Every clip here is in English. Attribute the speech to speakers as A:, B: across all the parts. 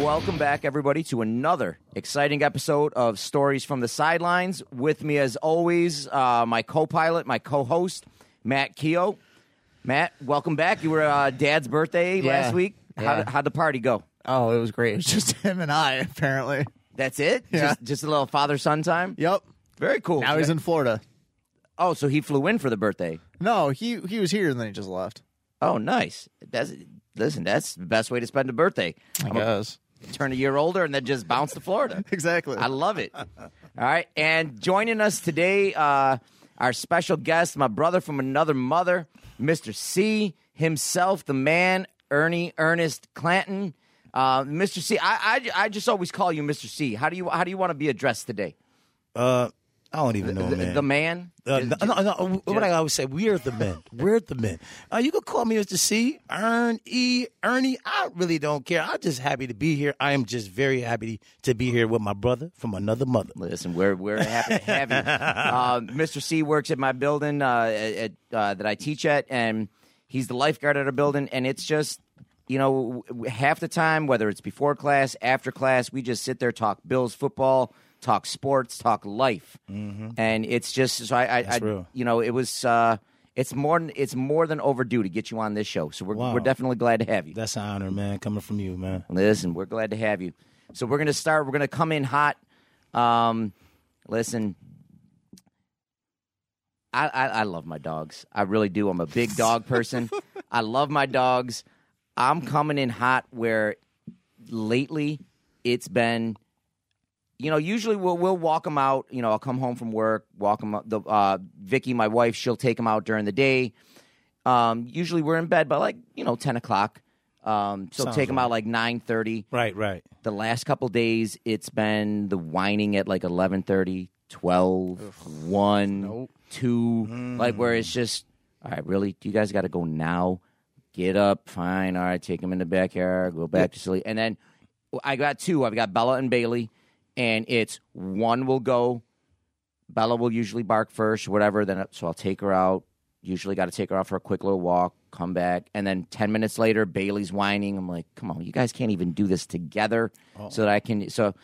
A: Welcome back, everybody, to another exciting episode of Stories from the Sidelines. With me, as always, uh, my co pilot, my co host, Matt Keogh. Matt, welcome back. You were uh, Dad's birthday
B: Yeah.
A: last week.
B: Yeah.
A: How, how'd the party go?
B: Oh, it was great. It was just him and I, apparently.
A: That's it?
B: Yeah.
A: Just, just a little father son time?
B: Yep.
A: Very cool.
B: Now he's in Florida.
A: oh, so he flew in for the birthday.
B: No, he he was here and then he just left.
A: Oh, nice. That's, listen, that's the best way to spend a birthday.
B: I guess.
A: Turn a year older and then just bounce to Florida.
B: Exactly.
A: I love it. All right. And joining us today, uh, our special guest, my brother from another mother, Mr. C himself, the man, Ernie Ernest Clanton. Uh, Mr. C, I, I, I just always call you Mr. C. How do you how do you want to be addressed today?
C: Uh, I don't even know,
A: the,
C: man.
A: the man.
C: Uh, no, no, no, what I always say, we are the men. We're the men. Uh, you can call me Mr. C, Ern, E, Ernie. I really don't care. I'm just happy to be here. I am just very happy to be here with my brother from another mother.
A: Listen, we're we're happy to have you. Uh, Mr. C works at my building uh, at, uh, that I teach at, and he's the lifeguard at our building. And it's just, you know, w- half the time, whether it's before class, after class, we just sit there talk Bills football, talk sports, talk life, and it's just so I, I, I
C: Mm-hmm. real.
A: you know, it was. Uh, it's more than- it's more than overdue to get you on this show, so we're
C: Wow.
A: we're definitely glad to have you.
C: That's an honor, man, coming from you, man.
A: Listen, we're glad to have you. So we're gonna start. We're gonna come in hot. Um, listen, I, I I love my dogs. I really do. I'm a big dog person. I love my dogs. I'm coming in hot. Where lately it's been, you know, usually we'll we'll walk them out. You know, I'll come home from work, walk them. Out, the uh, Vicky, my wife, she'll take them out during the day. Um, usually we're in bed by like you know ten o'clock. Um, so
C: Sounds
A: take them
C: right.
A: out like nine thirty.
C: Right, right.
A: The last couple days, it's been the whining at like 11.30, 12, 1, 2, like where it's just, all right, really? Do you guys got to go now? Get up. Fine. All right, take them in the backyard, go back to sleep. And then I got two. I've got Bella and Bailey, and it's one will go. Bella will usually bark first, whatever. Then so I'll take her out. Usually got to take her out for a quick little walk, come back, and then ten minutes later, Bailey's whining. I'm like, come on, you guys can't even do this together, so that I can. So,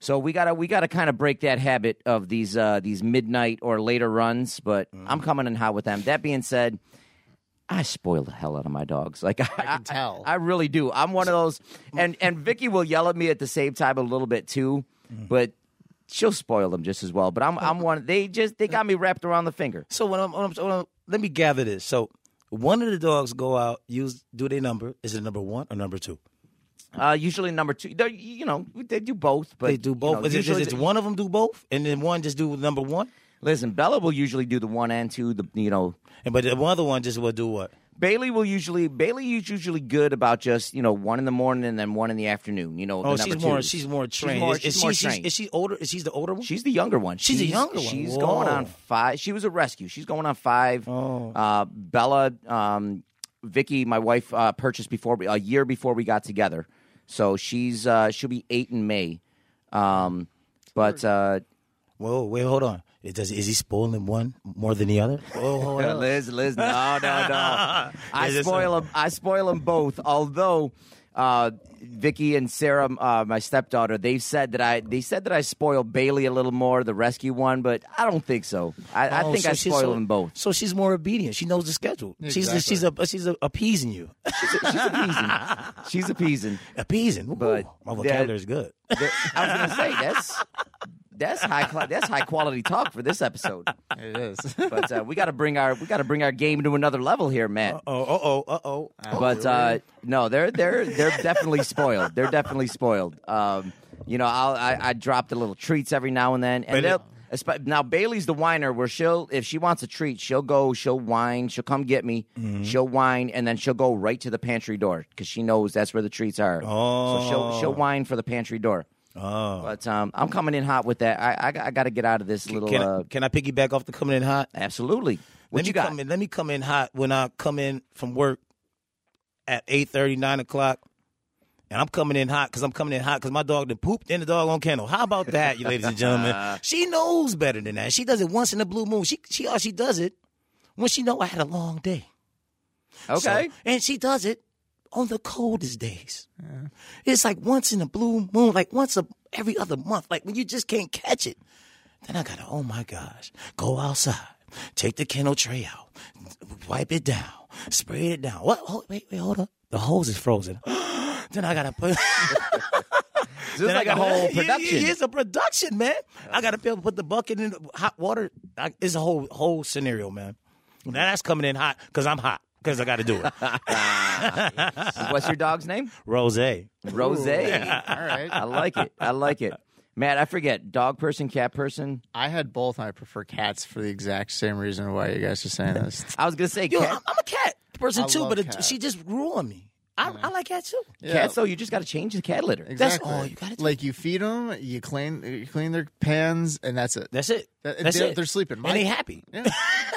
A: so we gotta we gotta kind of break that habit of these uh, these midnight or later runs. But I'm coming in hot with them. That being said, I spoil the hell out of my dogs. Like I, can
B: tell.
A: I, really do. I'm one of those, and and Vicky will yell at me at the same time a little bit too,
C: Mm-hmm.
A: but she'll spoil them just as well. But I'm
C: Oh.
A: I'm one. They just they got me wrapped around the finger.
C: So when I'm, when I'm, when I'm- let me gather this. So one of the dogs go out, use do their number. Is it number one or number two?
A: Uh, usually number two. They, you know they do both, but
C: Oh. They do both.
A: You know,
C: is, it, is
A: usually
C: it one of them do both, and then one just do number one,
A: Listen, Bella will usually do the one and two. The you know
C: and but the other one just will do what?
A: Bailey will usually Bailey is usually good about just you know one in the morning and then one in the afternoon. You know. the
C: Oh,
A: number
C: she's more.
A: twos.
C: She's more trained.
A: more-
C: is,
A: she's
C: is
A: more
C: she, she's-
A: trained.
C: Is she older? Is she the older one?
A: She's the younger one.
C: She's the younger one.
A: She's
C: Whoa.
A: going on five. She was a rescue. She's going on five.
C: Oh.
A: Uh, Bella, um, Vicky, my wife uh, purchased before we, a year before we got together, so she's uh, she'll be eight in May. Um, but uh,
C: Whoa, wait, hold on. It does, is he spoiling one more than the other? Whoa, hold on.
A: Liz, Liz, no, no, no. I
C: Is this
A: spoil them. I spoil them both. Although uh, Vicky and Sarah, uh, my stepdaughter, they said that I they said that I spoil Bailey a little more, the rescue one, but I don't think so. I, I
C: Oh,
A: think
C: so
A: I
C: she's
A: spoil
C: so-
A: them both.
C: So she's more obedient. She knows the schedule. She's she's a, she's a, appeasing you.
A: She's appeasing. She's appeasing.
C: appeasing. Ooh,
A: But
C: my
A: that-
C: vocabulary is good.
A: There- I was going to say that's that's high cla- that's high quality talk for this episode.
B: it is.
A: But uh, we got to bring our we got to bring our game to another level here, Matt.
C: Oh, uh oh, uh oh.
A: But uh, no, they're they're they're definitely spoiled. They're definitely spoiled. Um, you know, I'll, I I drop the little treats every now and then, and
C: But it-
A: they'll espe- Now Bailey's the whiner where she'll if she wants a treat, she'll go, she'll whine, she'll come get me, she'll whine, and then she'll go right to the pantry door because she knows that's where the treats are. Oh, so she'll she'll whine for the pantry door. Oh, but um, I'm coming in hot with that. I I, got to get out of this little.
C: Can,
A: uh,
C: I, can I piggyback off the coming in hot?
A: absolutely. What
C: let
A: you
C: me
A: got?
C: come in. Let me come in hot when I come in from work at 8.30, 9 o'clock. And I'm coming in hot because I'm coming in hot because my dog done pooped in the dog on kennel. How about that, you ladies and gentlemen? She knows better than that. She does it once in a blue moon. She she all she does it when she know I had a long day. So-
A: Okay.
C: and she does it on the coldest days. It's like once in a blue moon, like once a, every other month, like when you just can't catch it. Then I gotta, oh my gosh, go outside, take the kennel tray out, wipe it down, spray it down. What? Hold, wait, wait, hold up. The hose is frozen. then I gotta put.
A: This is
C: Then
A: like
C: I
A: a
C: gotta-
A: whole
C: Yeah, yeah,
A: production.
C: yeah, it's a production, man. I got to be able to put the bucket in the hot water. I, it's a whole whole scenario, man. Now that's coming in hot because I'm hot because I got to do it.
A: What's your dog's name?
C: Rose.
A: Rose.
B: All right.
A: I like it. I like it. Matt, I forget dog person, cat person.
B: I had both, and I prefer cats for the exact same reason why you guys are saying this.
A: I was gonna say
C: Yo,
A: cat.
C: I'm, I'm a cat person
B: I
C: too,
B: love
C: but it,
B: cats.
C: she just grew on me. I, I like cats too.
B: Yeah.
A: Cats, though, you just got to change the cat litter.
B: Exactly.
C: all you gotta do.
B: Like you feed them, you clean, you clean their pans, and that's it.
C: That's it.
B: That-
C: that's
B: they're,
C: it.
B: they're sleeping.
C: and they
B: My-
C: happy.
B: Yeah.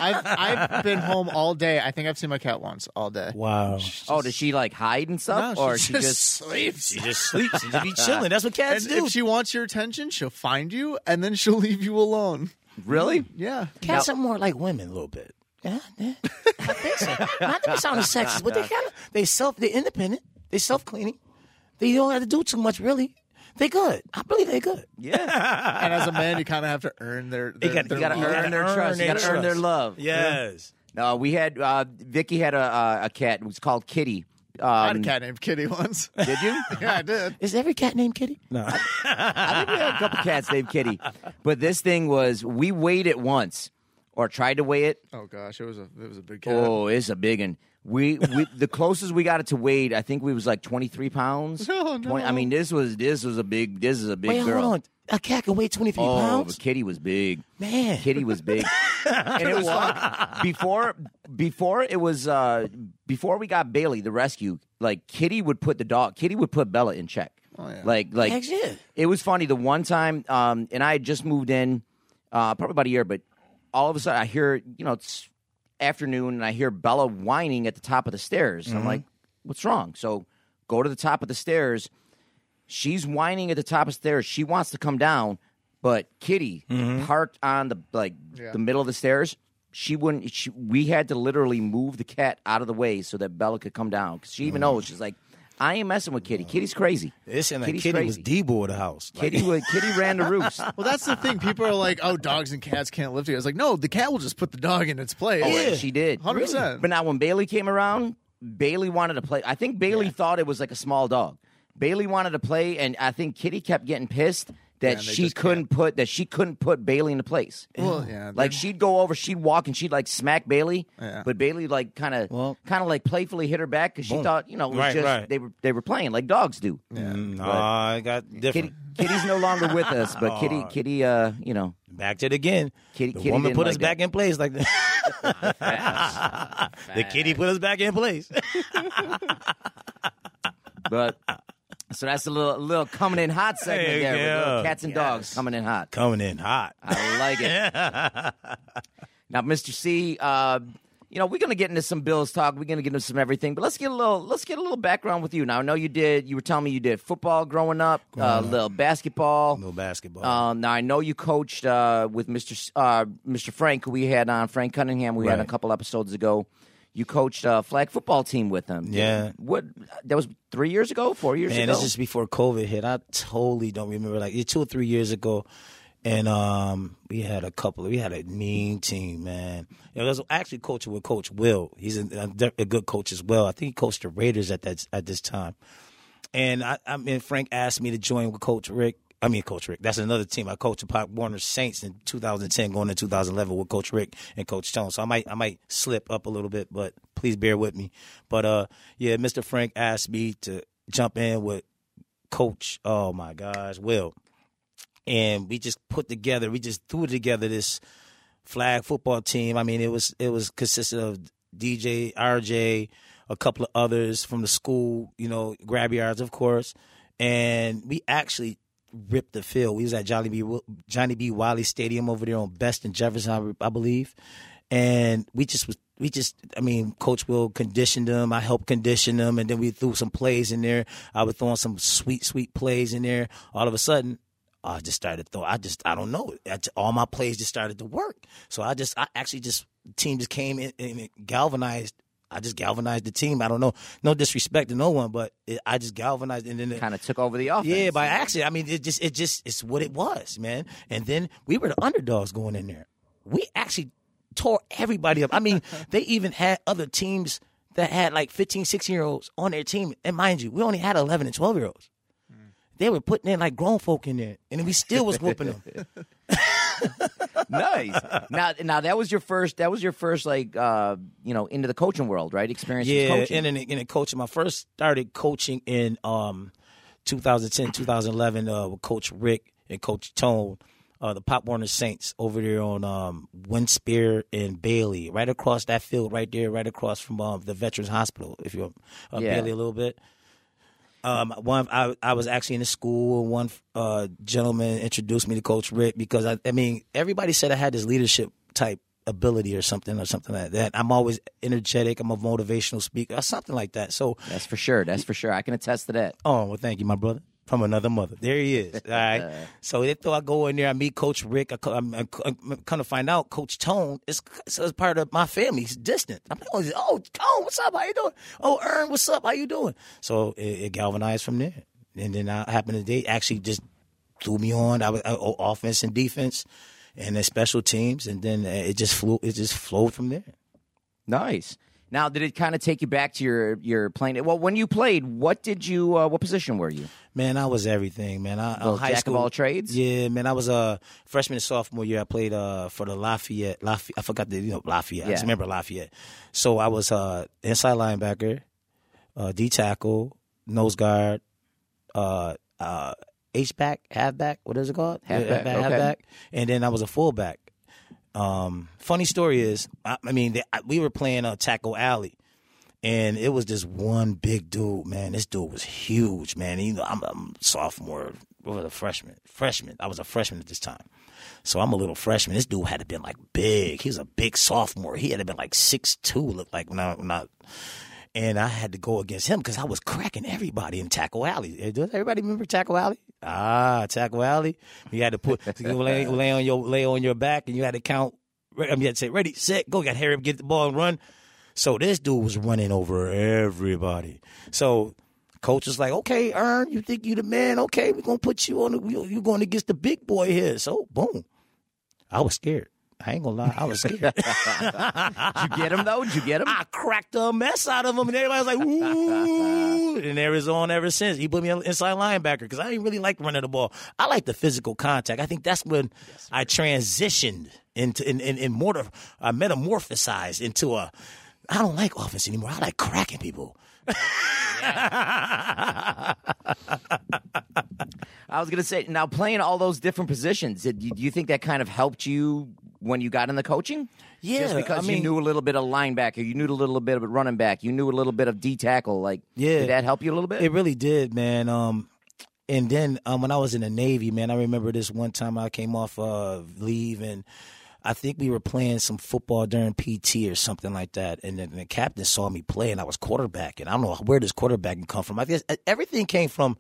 B: I've, I've been home all day. I think I've seen my cat once all day.
C: Wow.
A: Oh, does she like hide and stuff,
B: No,
A: or she
B: she just
A: just?
C: She just sleeps. She just be chilling. That's what
B: And
C: cats do.
B: if she wants your attention, she'll find you and then she'll leave you alone.
A: Really?
B: Yeah.
C: Cats are more like women a little bit. Yeah, yeah. I think so. Not to be sounding sexist, but they kind of they self they're independent. They self cleaning. They don't have to do too much really. They good. I believe they good.
A: Yeah.
B: And as a man, you kind of have to earn their. their,
C: gotta-
B: their
A: You gotta
B: love.
A: earn their
C: earn
A: trust. You
C: their
A: gotta earn their
C: trust.
A: love.
C: Yes.
A: No, we had uh, Vicky had a uh, a cat. It was called Kitty. Um,
B: I had a cat named Kitty once.
A: Did you?
B: yeah, I did.
C: Is every cat named Kitty?
A: I think we had a couple cats named Kitty, but this thing was we weighed it once, or tried to weigh it.
B: Oh gosh, it was a it was a big cat.
A: Oh, it's a big one. We, we the closest we got it to Wade, I think we was like twenty three pounds.
B: Oh, no.
A: I mean, this was this was a big. This is a big
C: Wait,
A: girl.
C: hold on. A cat can weigh twenty three
A: Oh,
C: pounds.
A: but Kitty was big.
C: Man.
A: Kitty was big. and it was like before before it was uh before we got Bailey the rescue, like Kitty would put the dog Kitty would put Bella in check.
B: Oh, yeah.
A: Like like
C: Heck, yeah.
A: it was funny the one time um and I had just moved in uh probably about a year, but all of a sudden I hear, you know, it's afternoon and I hear Bella whining at the top of the stairs. I'm like, what's wrong? So go to the top of the stairs. She's whining at the top of the stairs. She wants to come down, but Kitty parked on the like
B: Yeah.
A: the middle of the stairs. She wouldn't. She, we had to literally move the cat out of the way so that Bella could come down because she even knows she's like, I ain't messing with Kitty. Kitty's crazy.
C: This and
A: Kitty's
C: Kitty was
A: crazy.
C: D-boy of the house. Like,
A: Kitty would. Kitty ran the roost. Oh,
B: Well, that's the thing. People are like, "Oh, dogs and cats can't live together." It's like, no, the cat will just put the dog in its place.
A: Oh, and she did.
B: 100%.
A: But now when Bailey came around, Bailey wanted to play. I think Bailey thought it was like a small dog. Bailey wanted to play, and I think Kitty kept getting pissed that
B: they
A: she
B: just
A: couldn't put that she couldn't put Bailey into place.
B: Well, yeah,
A: like she'd go over, she'd walk, and she'd like smack Bailey,
B: Yeah.
A: but Bailey like kind of,
C: Well-
A: kind of like playfully hit her back because she thought you know it was
C: Right,
A: just
C: right.
A: they were they were playing like dogs do.
C: nah, I got different.
A: Kitty, Kitty's no longer with us, but
C: Oh.
A: Kitty, Kitty, uh, you know,
C: Back to it again.
A: Kitty-
C: the
A: Kitty
C: woman
A: didn't
C: put us
A: like
C: back in place like that. the kitty put us back in place.
A: but. So that's a little, little coming in hot segment
C: There you
A: there. With little
C: go.
A: cats and dogs coming in hot.
C: Coming in hot.
A: I like it. now, Mr. C, uh, you know we're gonna get into some Bills talk. We're gonna get into some everything, but let's get a little let's get a little background with you. Now I know you did. You were telling me you did football growing up, uh, little basketball.
C: Little basketball.
A: Um, now I know you coached uh, with Mr. S- Uh, Mr. Frank, who we had on Frank Cunningham. We had a
C: Right.
A: couple episodes ago. You coached a flag football team with him.
C: Yeah.
A: What? That was three years ago, four years
C: Man,
A: ago.
C: this is before COVID hit. I totally don't remember. Like it's two or three years ago, and um, we had a couple. We had a mean team, man. It was actually coaching with Coach Will. He's a, a- a good coach as well. I think he coached the Raiders at that at this time. And I, I mean, Frank asked me to join with Coach Rick. I mean, Coach Rick. That's another team. I coached the Pop Warner Saints in 2010, going to 2011 with Coach Rick and Coach Stone. So I might, I might slip up a little bit, but please bear with me. But uh, yeah, Mr. Frank asked me to jump in with Coach. Oh my gosh, Will. and we just put together, we just threw together this flag football team. I mean, it was it was consisted of DJ RJ, a couple of others from the school, you know, grab yards, of course, and we actually ripped the field. We was at Johnny B. Wil- Johnny B. Wiley Stadium over there on Best and Jefferson, I, I believe, and we just was. We just, I mean, Coach Will conditioned them. I helped condition them, and then we threw some plays in there. I was throwing some sweet, sweet plays in there. All of a sudden, I just started throwing. I just, I don't know. I ju- all my plays just started to work. So I just, I actually just, the team just came in and it galvanized. I just galvanized the team. I don't know. No disrespect to no one, but it, I just galvanized. And then it,
A: Kind of took over the offense.
C: yeah, by accident. I mean, it just, it just, it's what it was, man. And then we were the underdogs going in there. We actually tore everybody up. I mean, they even had other teams that had like 15, 16 year olds on their team. And mind you, we only had 11 and 12 year olds. They were putting in like grown folk in there, and we still was whooping them.
A: nice. Now, now that was your first. That was your first, like, uh, you know, into the coaching world, right? Experience. with
C: yeah,
A: coaching.
C: and then and then coaching. I first started coaching in um 2010, 2011 uh, with Coach Rick and Coach Tone, uh, the Pop Warner Saints over there on um, Winspear and Bailey, right across that field, right there, right across from um, the Veterans Hospital. If you're uh,
A: Yeah.
C: Bailey a little bit. Um, one I I was actually in the school, and one uh, gentleman introduced me to Coach Rick because I, I mean everybody said I had this leadership type ability or something or something like that. I'm always energetic. I'm a motivational speaker or something like that. So,
A: That's for sure. That's for sure. I can attest to that.
C: oh well, thank you, my brother. From another mother. There he is. All right. so they thought I go in there. I meet Coach Rick. I, co- I'm, I'm, I'm come to find out Coach Tone is so it's part of my family. He's distant. I'm like, oh, oh, Tone, what's up? How you doing? Oh, Ern, what's up? How you doing? So it, it galvanized from there. And then I happened to they actually just threw me on. I was I, oh, offense and defense, and then special teams. And then uh, it just flew. It just flowed from there.
A: Nice. Now, did it kind of take you back to your your playing? Well, when you played, what did you? Uh, what position were you?
C: Man, I was everything, man. I, uh,
A: Little
C: high
A: jack of
C: school,
A: all trades?
C: Yeah, man. I was a uh, freshman and sophomore year. I played uh, for the Lafayette. Lafayette. I forgot the you know Lafayette. I
A: Yeah.
C: just remember Lafayette. So I was uh, inside linebacker, uh, D tackle, nose guard, uh, uh, H back, halfback. What is it called?
A: Halfback,
C: Yeah, halfback,
A: okay.
C: halfback. And then I was a fullback. Um, funny story is, I, I mean, they, I, we were playing uh, tackle alley and it was this one big dude, man. This dude was huge, man. You know, I'm, I'm sophomore, what was a freshman? Freshman. I was a freshman at this time, so I'm a little freshman. This dude had to have been like big. He was a big sophomore. He had to have been like six two. Looked like when I, when I and I had to go against him because I was cracking everybody in Tackle Alley. Eh, Does everybody remember Tackle Alley? Ah, Tackle Alley. You had to put you lay, lay on your lay on your back, and you had to count. I mean, you had to say ready, set, go. You got to hurry up, get the ball, and run. So this dude was running over everybody. So coach was like, "Okay, Ern, you think you the man? Okay, we're gonna put you on. The, you, you're going against the big boy here." So boom, I was scared. I ain't gonna lie, I was scared.
A: Did you get him though? Did you get him?
C: I cracked a mess out of him, and everybody was like, "Ooh!" and there is on ever since. He put me on inside linebacker because I didn't really like running the ball. I like the physical contact. I think that's when I transitioned into and in, in, mortar. I metamorphosized into a. I don't like offense anymore. I like cracking people.
A: I was gonna say. Now, playing all those different positions, did you, do you think that kind of helped you when you got in the coaching?
C: Yeah,
A: Just because
C: I
A: you
C: mean-
A: knew a little bit of linebacker, you knew a little bit of running back, you knew a little bit of D tackle. Like,
C: Yeah.
A: did that help you a little bit?
C: It really did, man. Um, and then um, when I was in the Navy, man, I remember this one time I came off uh, leave, and I think we were playing some football during PT or something like that. And then the captain saw me play, and I was quarterback, and I don't know where this quarterbacking come from. I guess e, everything came from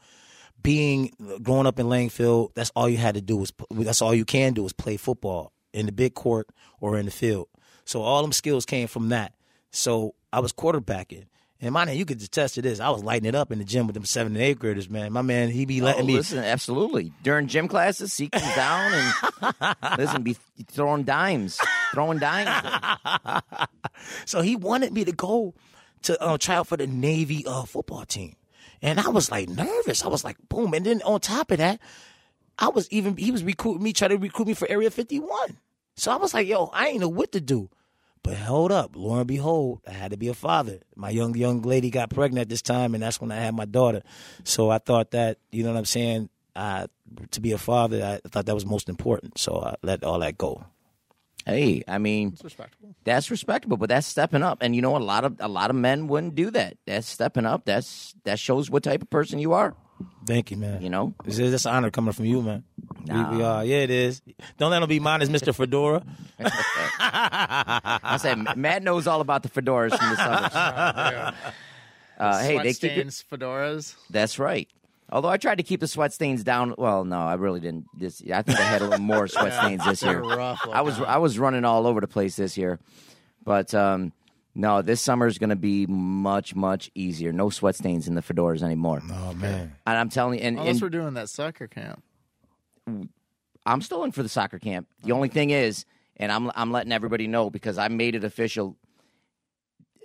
C: being uh, growing up in Langfield. That's all you had to do was that's all you can do is play football in the big court or in the field. So all them skills came from that. So I was quarterbacking. And my name, you could attest to this. I was lighting it up in the gym with them seven and eight graders, man. My man, he be
A: Oh,
C: letting me.
A: Listen, absolutely. During gym classes, seek them down and listen, be throwing dimes, throwing dimes.
C: So he wanted me to go to uh, try out for the Navy uh, football team, and I was like nervous. I was like, boom. And then on top of that, I was even he was recruiting me, trying to recruit me for Area 51. So I was like, yo, I ain't know what to do. But hold up, lo and behold, I had to be a father. My young young lady got pregnant at this time, and that's when I had my daughter. So I thought that you know what I'm saying. I, to be a father, I thought that was most important. So I let all that go.
A: Hey, I mean,
B: Respectable.
A: that's respectable, but that's stepping up. And you know, a lot of a lot of men wouldn't do that. That's stepping up. That's that shows what type of person you are.
C: Thank you, man.
A: You know?
C: This is- that's an honor coming from you, man. We, we are. Yeah, it is. Don't let him be mine as Mr. Fedora.
A: I said Matt knows all about the fedoras from the suburbs. Uh, hey,
B: Sweat
A: they keep it,
B: stains, fedoras.
A: that's right. Although I tried to keep the sweat stains down. Well, no, I really didn't. This I think I had a little more sweat stains this year.
B: rough
A: I was I was running all over the place this year, but um, no, this summer is going to be much much easier. No sweat stains in the fedoras anymore.
C: Oh man.
A: And I'm telling you, and,
B: Unless
A: and
B: we're doing that soccer camp.
A: I'm still in for the soccer camp. The only thing is, and I'm I'm letting everybody know because I made it official.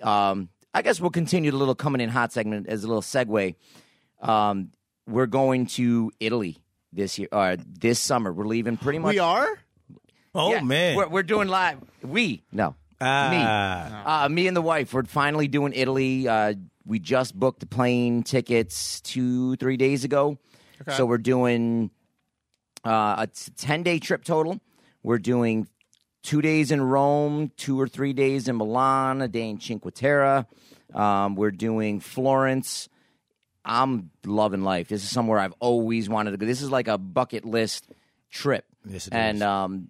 A: Um, I guess we'll continue the little coming in hot segment as a little segue. Um, we're going to Italy this year or this summer. We're leaving pretty much.
B: We are?
C: Oh
A: Yeah,
C: man.
A: we're, we're doing live. We no.
C: Ah.
A: me, uh, me and the wife. We're finally doing Italy. Uh, we just booked the plane tickets two, three days ago. So we're doing uh, a t- ten day trip total. We're doing two days in Rome, two or three days in Milan, a day in Cinque Terre. Um, we're doing Florence. I'm loving life. This is somewhere I've always wanted to go. This is like a bucket list trip.
C: Yes, it
A: and
C: is.
A: um,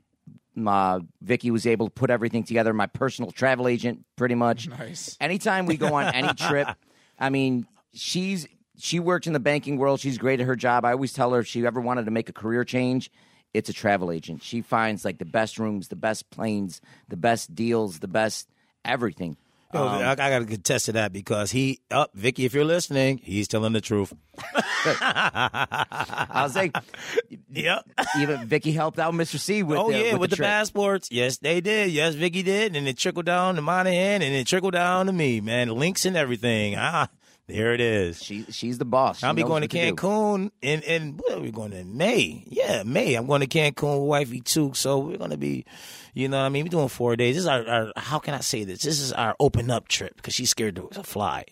A: my Vicky was able to put everything together. My personal travel agent, pretty much.
B: Nice.
A: Anytime we go on any trip, I mean, she's she worked in the banking world. She's great at her job. I always tell her if she ever wanted to make a career change, it's a travel agent. She finds like the best rooms, the best planes, the best deals, the best everything.
C: Yo,
A: um,
C: I, I gotta contest to that because he up Vicky, if you're listening, he's telling the truth.
A: I was like,
C: Yep.
A: even Vicky helped out Mr. C with
C: Oh
A: the,
C: yeah, with, the,
A: trip.
C: passports. Yes, they did. Yes, Vicky did, and it trickled down to Monahan, and it trickled down to me, man. Links and everything. Ah, there it is.
A: She she's the boss. She
C: I'll be
A: knows
C: going to
A: what do.
C: Cancun in in what are we going in May? Yeah, May. I'm going to Cancun with wifey too. So we're gonna be, you know, what I mean, we're doing four days. This is our, our how can I say this? This is our open up trip because she's scared to fly.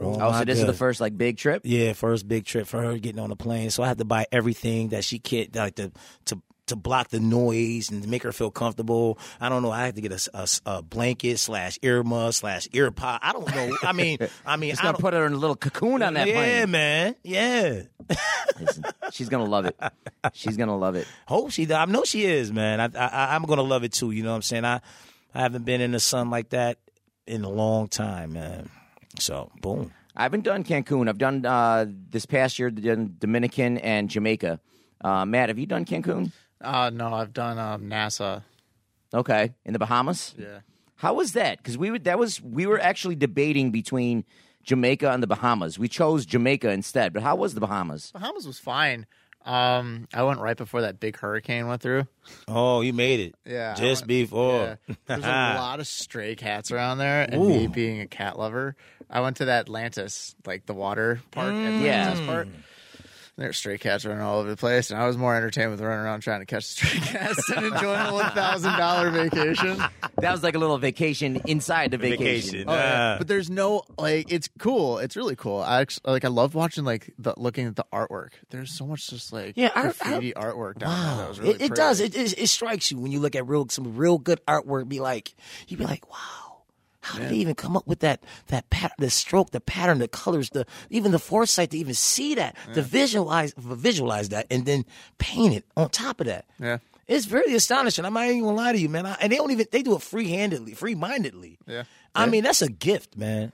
C: Oh,
A: Oh,
C: my
A: so this is the
C: goodness.
A: first like big trip.
C: Yeah, first big trip for her getting on a plane. So I had to buy everything that she can't like to to to block the noise and to make her feel comfortable. I don't know. I had to get a s- a, s- a blanket slash ear muff slash ear pod. I don't know. I mean, I mean,
A: It's
C: I
A: gonna
C: don't-
A: put her in a little cocoon on that
C: yeah,
A: plane.
C: man. Yeah.
A: Listen, she's gonna love it. She's gonna love it.
C: Hope she. I know she is, man. I, I I'm gonna love it too. You know what I'm saying? I I haven't been in the sun like that in a long time, man. So boom.
A: I haven't done Cancun. I've done uh, this past year done Dominican and Jamaica. Uh, Matt, have you done Cancun?
B: Uh, no, I've done um, NASA.
A: Okay, in the Bahamas.
B: Yeah.
A: How was that? Because we would that was we were actually debating between Jamaica and the Bahamas. We chose Jamaica instead. But how was the Bahamas?
B: Bahamas was fine. Um, I went right before that big hurricane went through.
C: Oh, you made it.
B: Yeah, I
C: Just
B: went-
C: before.
B: Yeah. There's a lot of stray cats around there, and me being a cat lover, I went to that Atlantis, like the water park, Atlantis
A: Yeah.
C: Mm.
B: park. There's stray cats running all over the place, and I was more entertained with running around trying to catch the stray cats and enjoying a one thousand dollar vacation.
A: That was like a little vacation inside the vacation.
C: Vacation.
B: Oh, yeah.
C: Uh,
B: But there's no like, it's cool. It's really cool. I actually, like, I love watching like the looking at the artwork. There's so much just like
C: Yeah, I- I-
B: graffiti artwork down there. That was really
C: it, it
B: pretty.
C: does. It, it it strikes you when you look at real some real good artwork. Be like, you be like, wow, how did they even come up with that that pat the stroke, the pattern, the colors, the even the foresight to even see that, to visualize visualize that, and then paint it on top of that.
B: Yeah.
C: It's very astonishing. I'm not even gonna lie to you, man. I, and they don't even they do it free handedly, free mindedly.
B: Yeah.
C: I mean that's a gift, man.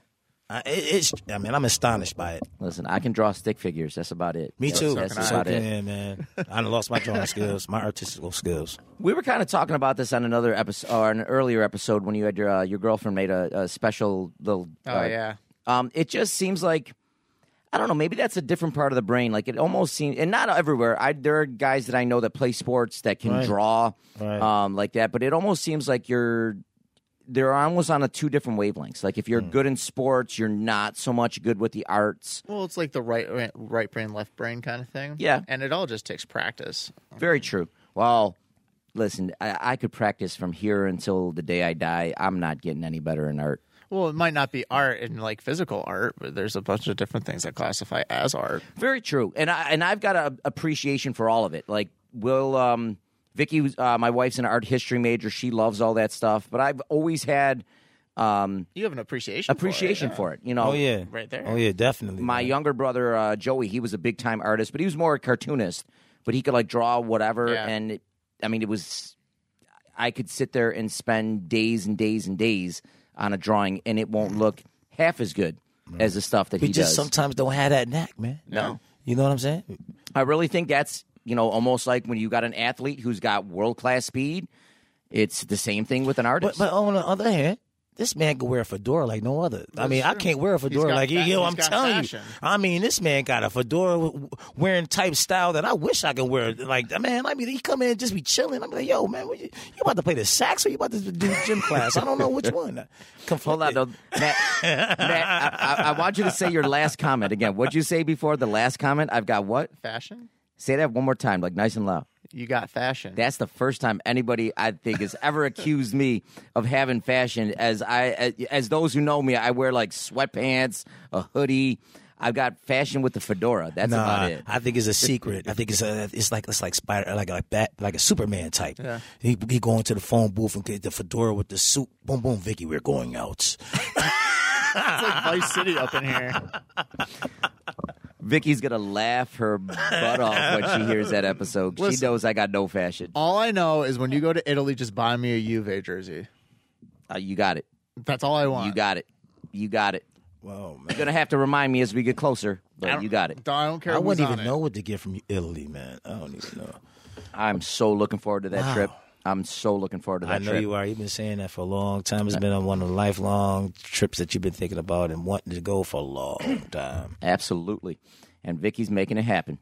C: I, it, it's I mean I'm astonished by it.
A: Listen, I can draw stick figures. That's about it.
C: Me
A: That's-
C: too.
A: That's
C: So
A: about it.
C: can I, man. I done lost my drawing skills, my artistical skills.
A: We were kind of talking about this on another episode, or an earlier episode, when you had your uh, your girlfriend made a, a special little.
B: Oh
A: uh,
B: yeah.
A: Um, it just seems like I don't know. Maybe that's a different part of the brain. Like it almost seems, and not everywhere. I there are guys that I know that play sports that can draw,
C: Right.
A: um, like that. But it almost seems like you're they're almost on a two different wavelengths. Like if you're
C: Hmm.
A: good in sports, you're not so much good with the arts.
B: Well, it's like the right right brain, left brain kind of thing.
A: Yeah.
B: and it all just takes practice.
A: Very true. Well, listen, I, I could practice from here until the day I die. I'm not getting any better in art.
B: Well, it might not be art and like physical art, but there's a bunch of different things that classify as art.
A: Very true, and I and I've got a appreciation for all of it. Like, will um, Vicky, was- uh, my wife's an art history major. She loves all that stuff, but I've always had um,
B: You have an appreciation.
A: appreciation
B: for it,
A: for it. You know,
C: Oh yeah,
B: Right there.
C: Oh yeah, definitely.
A: my younger brother uh, Joey, he was a big time artist, but he was more a cartoonist. But he could like draw whatever,
B: Yeah.
A: and it, I mean, it was I could sit there and spend days and days and days on a drawing, and it won't look half as good as the stuff that
C: we
A: he
C: just
A: does.
C: sometimes don't have that knack, man.
B: No.
C: You know what I'm saying?
A: I really think that's you know almost like when you got an athlete who's got world class speed. It's the same thing with an
C: But
A: artist.
C: but on the other hand. This man could wear a fedora like no other. I mean, I can't wear a fedora
B: got
C: like
B: fa-
C: he. Yo,
B: he's
C: I'm
B: got
C: telling
B: fashion.
C: you. I mean, this man got a fedora w- wearing type style that I wish I could wear. Like, man, I mean, he come in and just be chilling. I'm like, yo, man, what you, you about to play the sax or you about to do gym class? I don't know which one.
A: Hold on, though. Matt. Matt, I, I, I want you to say your last comment again. What'd you say before the last comment? I've got what?
B: Fashion?
A: Say that one more time, like nice and loud.
B: You got fashion.
A: That's the first time anybody I think has ever accused me of having fashion. As I, as, as those who know me, I wear like sweatpants, a hoodie. I've got fashion with the fedora. That's
C: Nah,
A: about it.
C: I think it's a secret. I think it's a, it's like it's like spider like a bat like a Superman type.
B: Yeah.
C: He he going to the phone booth and get the fedora with the suit. Boom boom, Vicky, we're going out.
B: That's like Vice City up in here.
A: Vicky's gonna laugh her butt off when she hears that episode. she
B: Listen.
A: knows I got no fashion.
B: All I know is when you go to Italy, just buy me a Juve jersey.
A: Uh, you got it.
B: That's all I want.
A: You got it. You got it.
C: Wow,
A: You're gonna have to remind me as we get closer,
B: I
A: but
B: don't-
A: you got it.
B: I don't care.
C: I
B: who's
C: wouldn't
B: on
C: even
B: it.
C: know what to get from Italy, man. I don't even know.
A: I'm so looking forward to that trip. I'm so looking forward to that
C: I know
A: trip.
C: you are. You've been saying that for a long time. It's been one of the lifelong trips that you've been thinking about and wanting to go for a long time.
A: Absolutely. And Vicky's making it happen.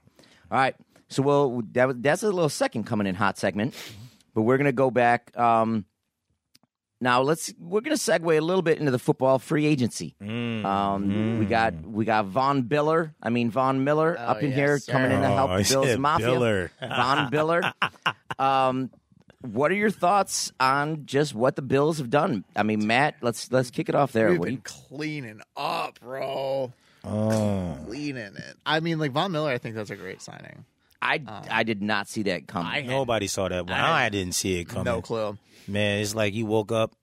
A: All right. So we'll that, was- that's a little second coming in hot segment, but we're gonna go back. Um, now let's we're gonna segue a little bit into the football free agency.
C: Mm,
A: Um, we got we got Von Biller. I mean Von Miller up in
B: Oh, yes,
A: here
B: sir.
A: coming in to
C: Oh,
A: help
C: I
A: the Bills
C: said
A: Mafia.
C: Biller.
A: Von Biller. um, what are your thoughts on just what the Bills have done? I mean, Matt, let's let's kick it off there.
B: We've
A: What do
B: been
A: you-
B: cleaning up, bro.
C: Oh.
B: Cleaning it. I mean, like Von Miller. I think that's a great signing.
A: I
B: uh,
A: I did not see that coming.
C: Nobody saw that one. I, didn't see it coming.
B: No clue.
C: Man, it's like you woke up.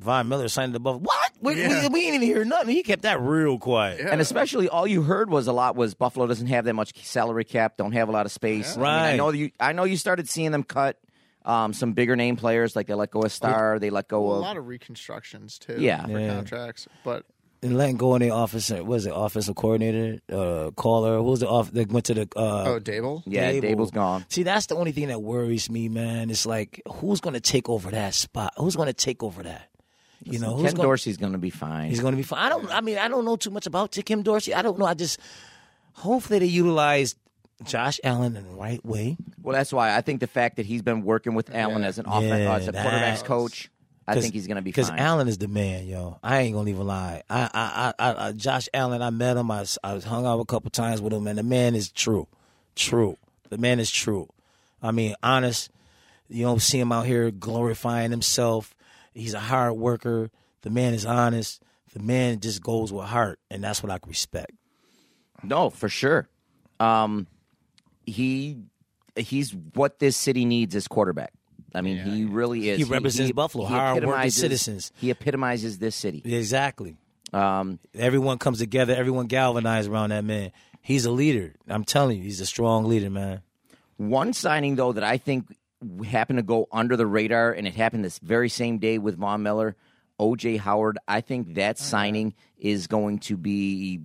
C: Von Miller signed the buff. What? We,
B: Yeah.
C: we, we didn't even hear nothing. He kept that real quiet.
A: And especially all you heard was a lot was Buffalo doesn't have that much salary cap, don't have a lot of space. I, mean, I
C: Right.
A: know you I know you started seeing them cut um, some bigger name players like they let go of Star, they let go
B: A
A: of
B: lot of reconstructions too.
A: Yeah.
B: for
C: Yeah.
B: contracts, but
C: And letting go in the office. What was it? Offensive coordinator, uh, caller. Who was the off? That went to the. Uh,
B: oh, Dable.
A: Yeah,
C: Dable.
A: Dable's gone.
C: See, that's the only thing that worries me, man. It's like who's going to take over that spot? Who's going to take over that? You know, who's
A: Ken
C: going?
A: Dorsey's gonna be fine.
C: He's going to be fine. I don't. I mean, I don't know too much about Kim Dorsey. I don't know. I just hopefully they utilize Josh Allen in the right way.
A: well that's why I think the fact that he's been working with Allen as an offen-
C: Yeah,
A: uh, as a quarterback's
C: that's-
A: coach, I think he's gonna be
C: because
A: fine.
C: Allen is the man, yo. I ain't gonna even lie. I, I, I, I, I Josh Allen. I met him. I, s- I was hung out a couple times with him, and the man is true, true. The man is true. I mean, honest. You don't see him out here glorifying himself. He's a hard worker. The man is honest. The man just goes with heart, and that's what I respect.
A: No, for sure. Um, he he's what this city needs as quarterback. I mean, he really is.
C: He represents Buffalo, hard-working
A: epitomizes-
C: citizens.
A: He epitomizes this city.
C: Exactly.
A: Um,
C: Everyone comes together. Everyone galvanized around that man. He's a leader. I'm telling you, he's a strong leader, man.
A: one signing though that I think happened to go under the radar, and it happened this very same day with Von Miller, OJ Howard. I think that signing is going to be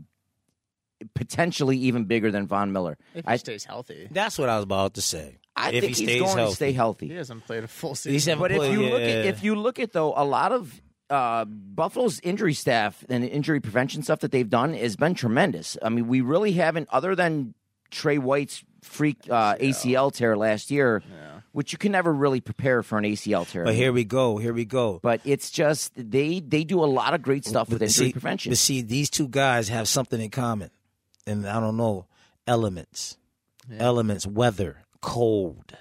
A: potentially even bigger than Von Miller.
B: If he
A: I,
B: stays healthy,
C: That's what I was about to say.
A: I think
C: if he
A: he's
C: stays
A: going
C: healthy.
A: to stay healthy.
B: he hasn't played a full
C: He's
B: season.
C: having-
A: But if
C: Well,
A: you look at
C: yeah.
A: if you look at though a lot of uh, Buffalo's injury staff and injury prevention stuff that they've done has been tremendous. I mean, we really haven't, other than Trey White's freak uh, ACL tear last year, which you can never really prepare for an ACL tear.
C: But here we go. Here we go.
A: But it's just they they do a lot of great stuff with
C: Oh, But
A: injury
C: see-
A: prevention.
C: But see, these two guys have something in common, and I don't know elements, elements, weather, cold.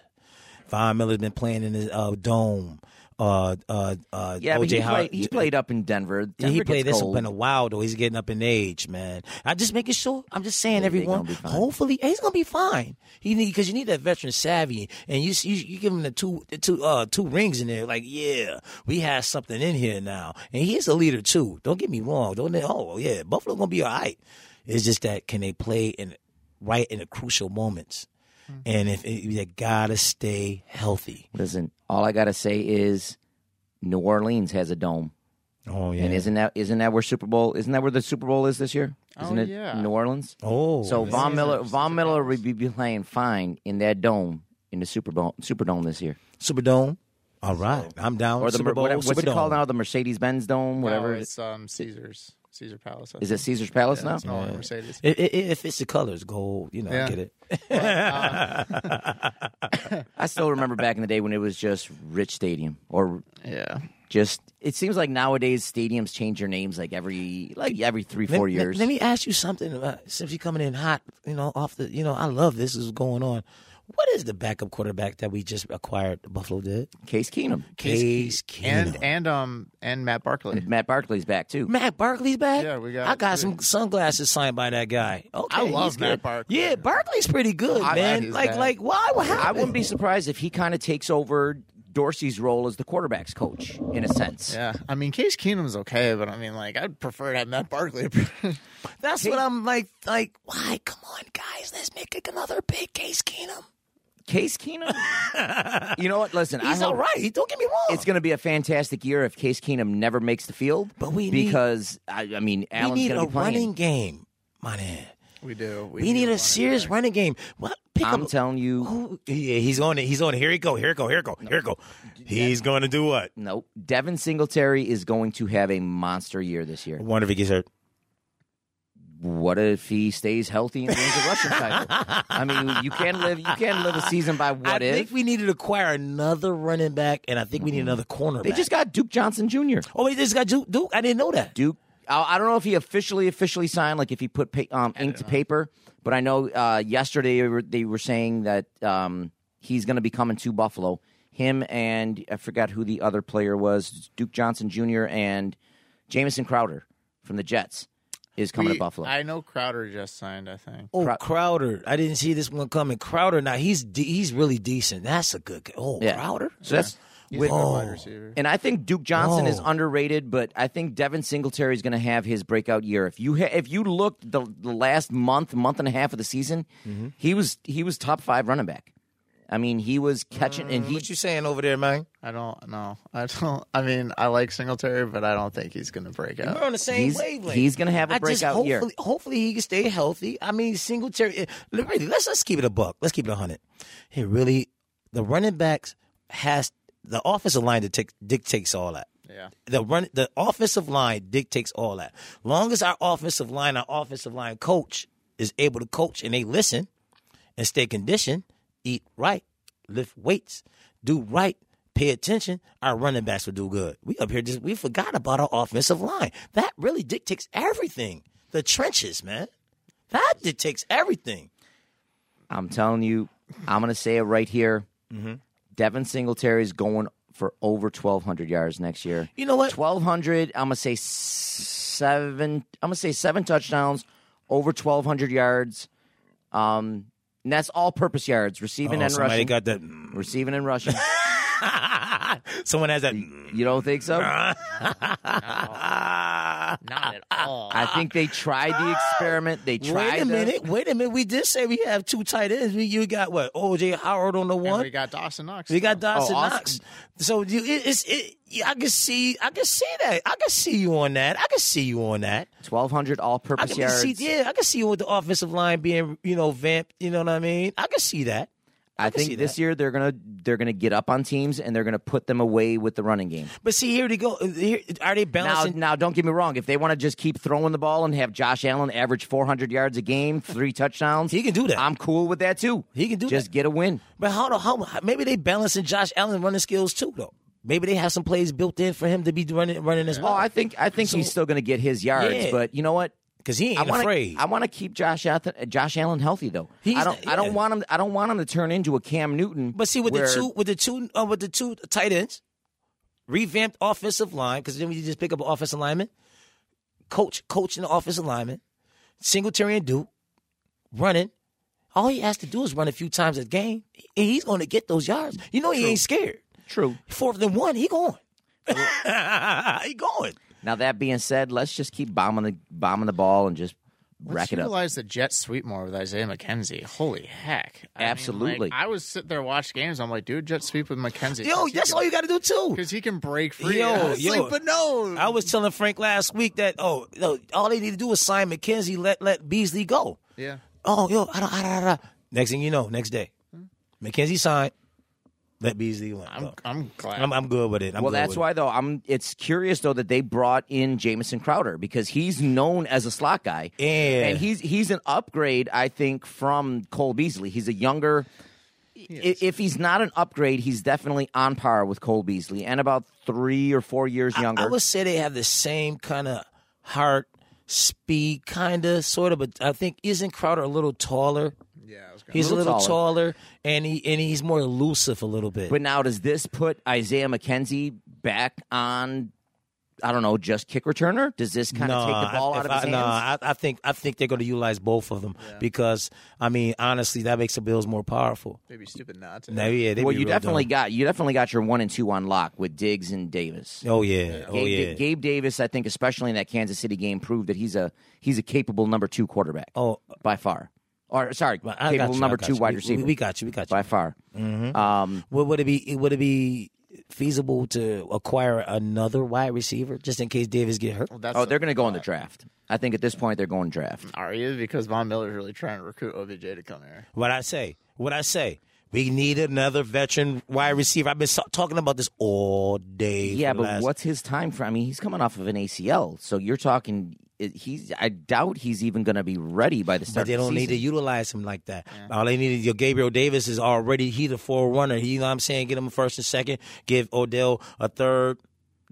C: Von Miller's been playing in his uh, dome. uh, uh, uh,
A: Yeah, but
C: OJ
A: he,
C: Howard.
A: played, he played up in Denver.
C: Yeah,
A: Denver
C: he played
A: gets
C: this
A: cold.
C: up in a while though. He's getting up in age, man. I just making sure. I'm just saying,
A: Hopefully they
C: everyone.
A: gonna be fine.
C: Hopefully, he's gonna be fine. He need because you need that veteran savvy, and you you, you give him the two the two uh two rings in there. Like, yeah, we have something in here now, and he is a leader too. Don't get me wrong. Don't they- oh yeah, Buffalo gonna be all right. It's just that can they play in right in the crucial moments, and if they gotta stay healthy.
A: Listen, all I gotta say is, New Orleans has a dome,
C: Oh yeah.
A: and isn't that isn't that where Super Bowl? Isn't that where the Super Bowl is this year? Isn't
B: Oh,
A: it
B: yeah.
A: New Orleans?
C: oh,
A: so
C: man.
A: Von Miller,
B: Caesar
A: Von Miller
B: Palace.
A: would be playing fine in that dome in the Super Bowl, Superdome this year,
C: Superdome. All right, I'm down.
A: or the
C: Super Bowl,
A: whatever, what's it
C: Superdome.
A: called now? The Mercedes Benz Dome, whatever.
B: No,
A: it is.
B: it's um, Caesar's Caesar Palace. I
A: is it
B: think.
A: Caesar's Palace
B: Yeah,
A: now?
B: It's no longer Mercedes.
C: It, it, it, if it's the colors, gold, you know, I
B: Yeah.
C: get it.
A: I still remember back in the day when it was just Rich Stadium or
B: Yeah.
A: just it seems like nowadays stadiums change their names like every like every three
C: Let-
A: four
C: let-
A: years.
C: Let, me ask you something. About, since you're coming in hot, you know, off the, you know, I love this is going on. What is the backup quarterback that we just acquired? The Buffalo did
A: Case Keenum,
C: Case Keenum.
B: And and um and Matt Barkley.
A: Matt Barkley's back too.
C: Matt Barkley's back.
B: Yeah, we got
C: I got
B: three.
C: some sunglasses signed by that guy. Okay,
B: I love
C: he's
B: Matt
C: good.
B: Barkley.
C: Yeah, Barkley's pretty good,
B: I'm glad
C: man.
B: he's
C: Like,
B: back.
C: like, why? What happened?
A: I wouldn't be surprised if he kind of takes over Dorsey's role as the quarterbacks coach in a sense.
B: Yeah. I mean, Case Keenum's okay, but I mean, like, I'd prefer to have Matt Barkley.
C: That's what I'm like. Like, why? Come on, guys, let's make another big Case Keenum.
A: Case Keenum, you know what? Listen,
C: He's
A: I hope
C: all right. Don't get me wrong.
A: It's going to be a fantastic year if Case Keenum never makes the field.
C: But we need-
A: because I, I mean,
C: we
A: Allen's
C: need
A: going to
C: a
A: be playing.
C: running game, my man.
B: we do.
C: We need a
B: running
C: serious
B: back.
C: running game. What? Pick
A: I'm
C: up.
A: telling you,
C: Who- yeah, he's on it. He's on it. Here he go. Here it go. Here it go. Here it go. He's going to do what?
A: Nope. Devin Singletary is going to have a monster year this
C: I
A: year.
C: wonder if he gets hurt.
A: What if he stays healthy and wins a rushing title? I mean, you can't live you can't live a season by what
C: I
A: if.
C: think we need to acquire another running back, and I think we need another corner.
A: they just got Duke Johnson Jr.
C: Mm-hmm. Oh wait, this guy Duke. Duke. I didn't know that.
A: Duke. I, I don't know if he officially officially signed, like if he put pa- um, ink to paper, but I know uh, yesterday they were, they were saying that um, he's going to be coming to Buffalo. Him and I forgot who the other player was, Duke Johnson Jr. and Jamison Crowder from the Jets is coming
B: We-
A: to Buffalo.
B: I know Crowder just signed, I think.
C: Oh
A: Crow-
C: Crowder. I didn't see this one coming. Crowder. Now he's de- he's really decent. That's a good. guy. Oh
A: Yeah.
C: Crowder.
A: so that's
B: He's
A: with,
B: a good wide receiver.
A: And I think Duke Johnson is
C: Oh.
A: underrated, but I think Devin Singletary is going to have his breakout year. If you ha- if you looked the, the last month, month and a half of the season,
C: Mm-hmm.
A: he was he was top five running back. I mean, he was catching and he.
C: Uh, What you saying over there, man?
B: I don't know. I don't. I mean, I like Singletary, but I don't think he's going to break
C: We're
B: out.
C: on the same
A: He's,
C: wavelength.
A: he's going to have a
C: I just
A: breakout
C: hopefully,
A: year.
C: hopefully he can stay healthy. I mean, Singletary. eh, look, Really, let's let's keep it a buck. Let's keep it a hundred. He really, the running backs has the offensive line that take, dictates all that.
B: Yeah.
C: The run, the offensive line dictates all that. Long as our offensive line, our offensive line coach is able to coach and they listen and stay conditioned, eat right, lift weights, do right, pay attention, our running backs will do good. We up here just we forgot about our offensive line. That really dictates everything. The trenches, man. That dictates everything.
A: I'm telling you, I'm going to say it right here.
C: Mm-hmm.
A: Devin Singletary is going for over 1,200 yards next year.
C: You know what?
A: 1200 i'm gonna say seven i'm gonna say seven touchdowns over 1200 yards um and that's all purpose yards receiving and
C: Oh, somebody
A: rushing
C: got that. mm.
A: receiving and rushing
C: Someone has that. mm.
A: you don't think so
B: Not at all.
A: i think they tried the experiment they tried
C: Wait a
A: the-
C: minute. Wait a minute. We did say we have two tight ends. We, you got what? OJ Howard on the
B: And
C: one.
B: we got Dawson Knox.
C: We
A: Oh,
C: got
B: though.
C: Dawson Oh,
A: awesome.
C: Knox. So you, it, it's it, yeah, I can see, I can see that. I can see you on that. I can see you on that.
A: 1200 all
C: I
A: purpose
C: can
A: yards
C: see, yeah, I can see you with the offensive line being, you know, vamped. You know what I mean? I can see that.
A: i
C: see
A: think this
C: that.
A: year they're gonna they're gonna get up on teams and they're gonna put them away with the running game
C: But see, here they go. uh, Here, are they
A: Now,
C: balancing?
A: now, don't get me wrong. If they want to just keep throwing the ball and have Josh Allen average 400 yards a game, three touchdowns,
C: He can do that.
A: I'm cool with that too.
C: He can do
A: just
C: that.
A: get a win.
C: but how, do- how? Maybe they balancing Josh Allen running skills too, though. Maybe they have some plays built in for him to be running, running as well.
A: Oh, I think I think he's still going to get his yards,
C: Yeah.
A: but you know what?
C: because he ain't
A: I wanna-
C: afraid.
A: I want to keep Josh Ath- Josh Allen healthy though.
C: He's
A: I don't
C: not-
A: I don't
C: yeah.
A: want him I don't want him to turn into a Cam Newton.
C: But see, with
A: where-
C: the two, with the two, uh, with the two tight ends, revamped offensive line because then we just pick up an offensive lineman, coach, coach an offensive lineman, Singletary and Duke, running. All he has to do is run a few times a game, and he's going to get those yards. You know he ain't scared.
A: True.
C: Fourth and one, he going. he going.
A: Now that being said, let's just keep bombing the bombing the ball and just rack
B: Let's
A: it up.
B: utilize the jet sweep more with Isaiah McKenzie. Holy heck! I mean, like,
A: Absolutely.
B: I was sitting there watching games. I'm like, dude, jet sweep with McKenzie.
C: Yo, that's all you got to do too.
B: because he can break free.
C: Yo,
B: I was
C: yo.
B: like, but no,
C: I was telling Frank last week that oh, no, all they need to do is sign McKenzie, let let Beasley go.
B: yeah.
C: Oh, yo, I don't, I don't, I don't. Next thing you know, next day, McKenzie signed, let Beasley win.
B: I'm,
C: Oh,
B: I'm glad.
C: I'm, I'm good with it. I'm
A: Well,
C: good
A: that's
C: with
A: why though. I'm. It's curious though that they brought in Jamison Crowder because he's known as a slot guy,
C: It. Yeah,
A: and he's he's an upgrade, I think, from Cole Beasley. He's a younger. i If he's not an upgrade, he's definitely on par with Cole Beasley and about three or four years younger.
C: I would say they have the same kind of heart, speed, kind of, sort of. But I think isn't Crowder a little taller?
B: yeah, I was gonna,
C: He's a
A: Little
C: little, taller. and he and he's more elusive a little bit.
A: But now, does this put Isaiah McKenzie back on? I don't know, just kick returner. Does this kind of take the ball
C: I,
A: out of
C: if
A: his
C: I,
A: hands?
C: No, I, I think I think they're going to utilize both of them because I mean, honestly, that makes the Bills more powerful.
B: they'd be stupid not to.
C: Now, yeah, they
A: well,
C: be
A: you
C: real
A: definitely
C: dumb.
A: got you definitely got your one and two on lock with Diggs and Davis.
C: Oh yeah, oh
A: Gabe,
C: yeah.
A: Gabe Davis, I think, especially in that Kansas City game, proved that he's a he's a capable number two quarterback
C: Oh,
A: by far. Or sorry,
C: I got
A: capable
C: you, I
A: number
C: got
A: two
C: you.
A: wide
C: We-
A: receiver
C: We, we got you. Mm-hmm. We got you.
A: by far. Um,
C: Would, would it be would it be feasible to acquire another wide receiver just in case Davis get hurt?
B: Well, that's
A: oh, they're going to go in the draft. I think at this point they're going draft.
B: are you because Von Miller's really trying to recruit OBJ to come here.
C: What I say? What I say? We need another veteran wide receiver. I've been so- talking about this all day.
A: Yeah,
C: for the
A: but
C: last-
A: what's his time frame? I mean, he's coming off of an ACL, so you're talking. it- He's. I doubt he's even going to be ready by the start.
C: But they
A: of the
C: don't need to
A: season.
C: utilize him like that. All they need is your Gabriel Davis is already he the forerunner. He, you know what I'm saying? Get him a first and second. Give Odell a third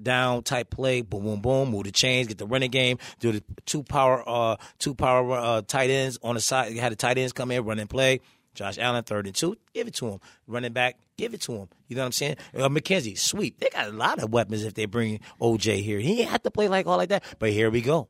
C: down type play. Boom, boom, boom. Move the chains. Get the running game. Do the two power, uh, two power uh, tight ends on the side. Had the tight ends come in, run and play. Josh Allen, third and two, give it to him. Running back, give it to him. You know what I'm saying? Uh, McKenzie, sweep. They got a lot of weapons if they bring OJ here. He ain't have to play like all like that. But here we go.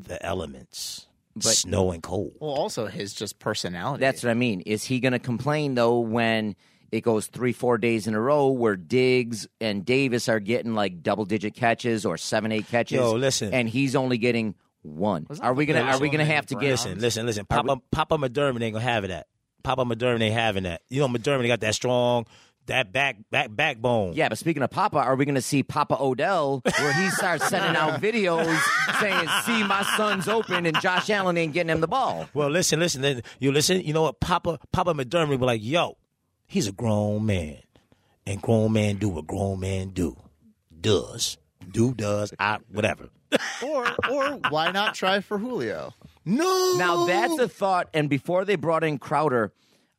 C: The elements. Snow and cold.
B: Well, also his just personality.
A: That's what I mean. Is he going to complain though when it goes three, four days in a row where Diggs and Davis are getting like double digit catches or seven, eight catches?
C: Yo, listen.
A: and he's only getting one.
B: Wasn't
A: Are we
B: that
A: gonna?
B: the
A: Are we gonna
B: Arizona
A: have to get?
B: Browns?
C: Listen, listen, listen. Papa, Papa McDermott ain't gonna have that. Papa McDermott ain't having that. You know, McDermott got that strong, that back, back, backbone.
A: Yeah, but speaking of Papa, are we going to see Papa Odell where he starts sending out videos saying, "See, my son's open," and Josh Allen ain't getting him the ball?
C: Well, listen, listen, listen. You listen. You know what? Papa, Papa McDermott be like, yo, he's a grown man, and grown man do what grown man do, does, do does, I whatever.
B: or or why not try for Julio?
C: No.
A: Now that's a thought. And before they brought in Crowder,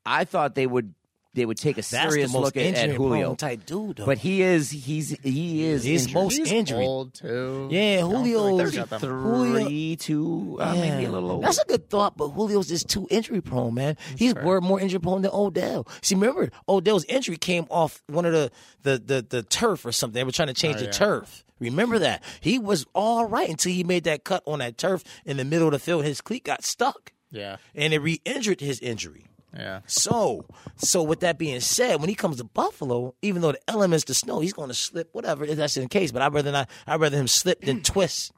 A: I thought they would they would take a
C: That's
A: serious
C: the most
A: look at, at
C: injury
A: Julio.
C: prone type dude. Though.
A: But he is he's he is
C: He's
A: injured.
C: most
B: He's
C: injury.
B: old too.
C: Yeah, Julio.
B: Thirty three.
A: three two uh, maybe a little old.
C: That's a good thought, but Julio's just too injury prone, man. He's were more injury prone than Odell. See, remember Odell's injury came off one of the the the, the turf or something. They were trying to change the turf. Remember that he was all right until he made that cut on that turf in the middle of the field. His cleat got stuck,
B: Yeah,
C: and it re-injured his injury.
B: yeah.
C: So, so with that being said, when he comes to Buffalo, even though the elements, the snow, he's going to slip. Whatever, if that's the case. But I'd rather not. I'd rather him slip than twist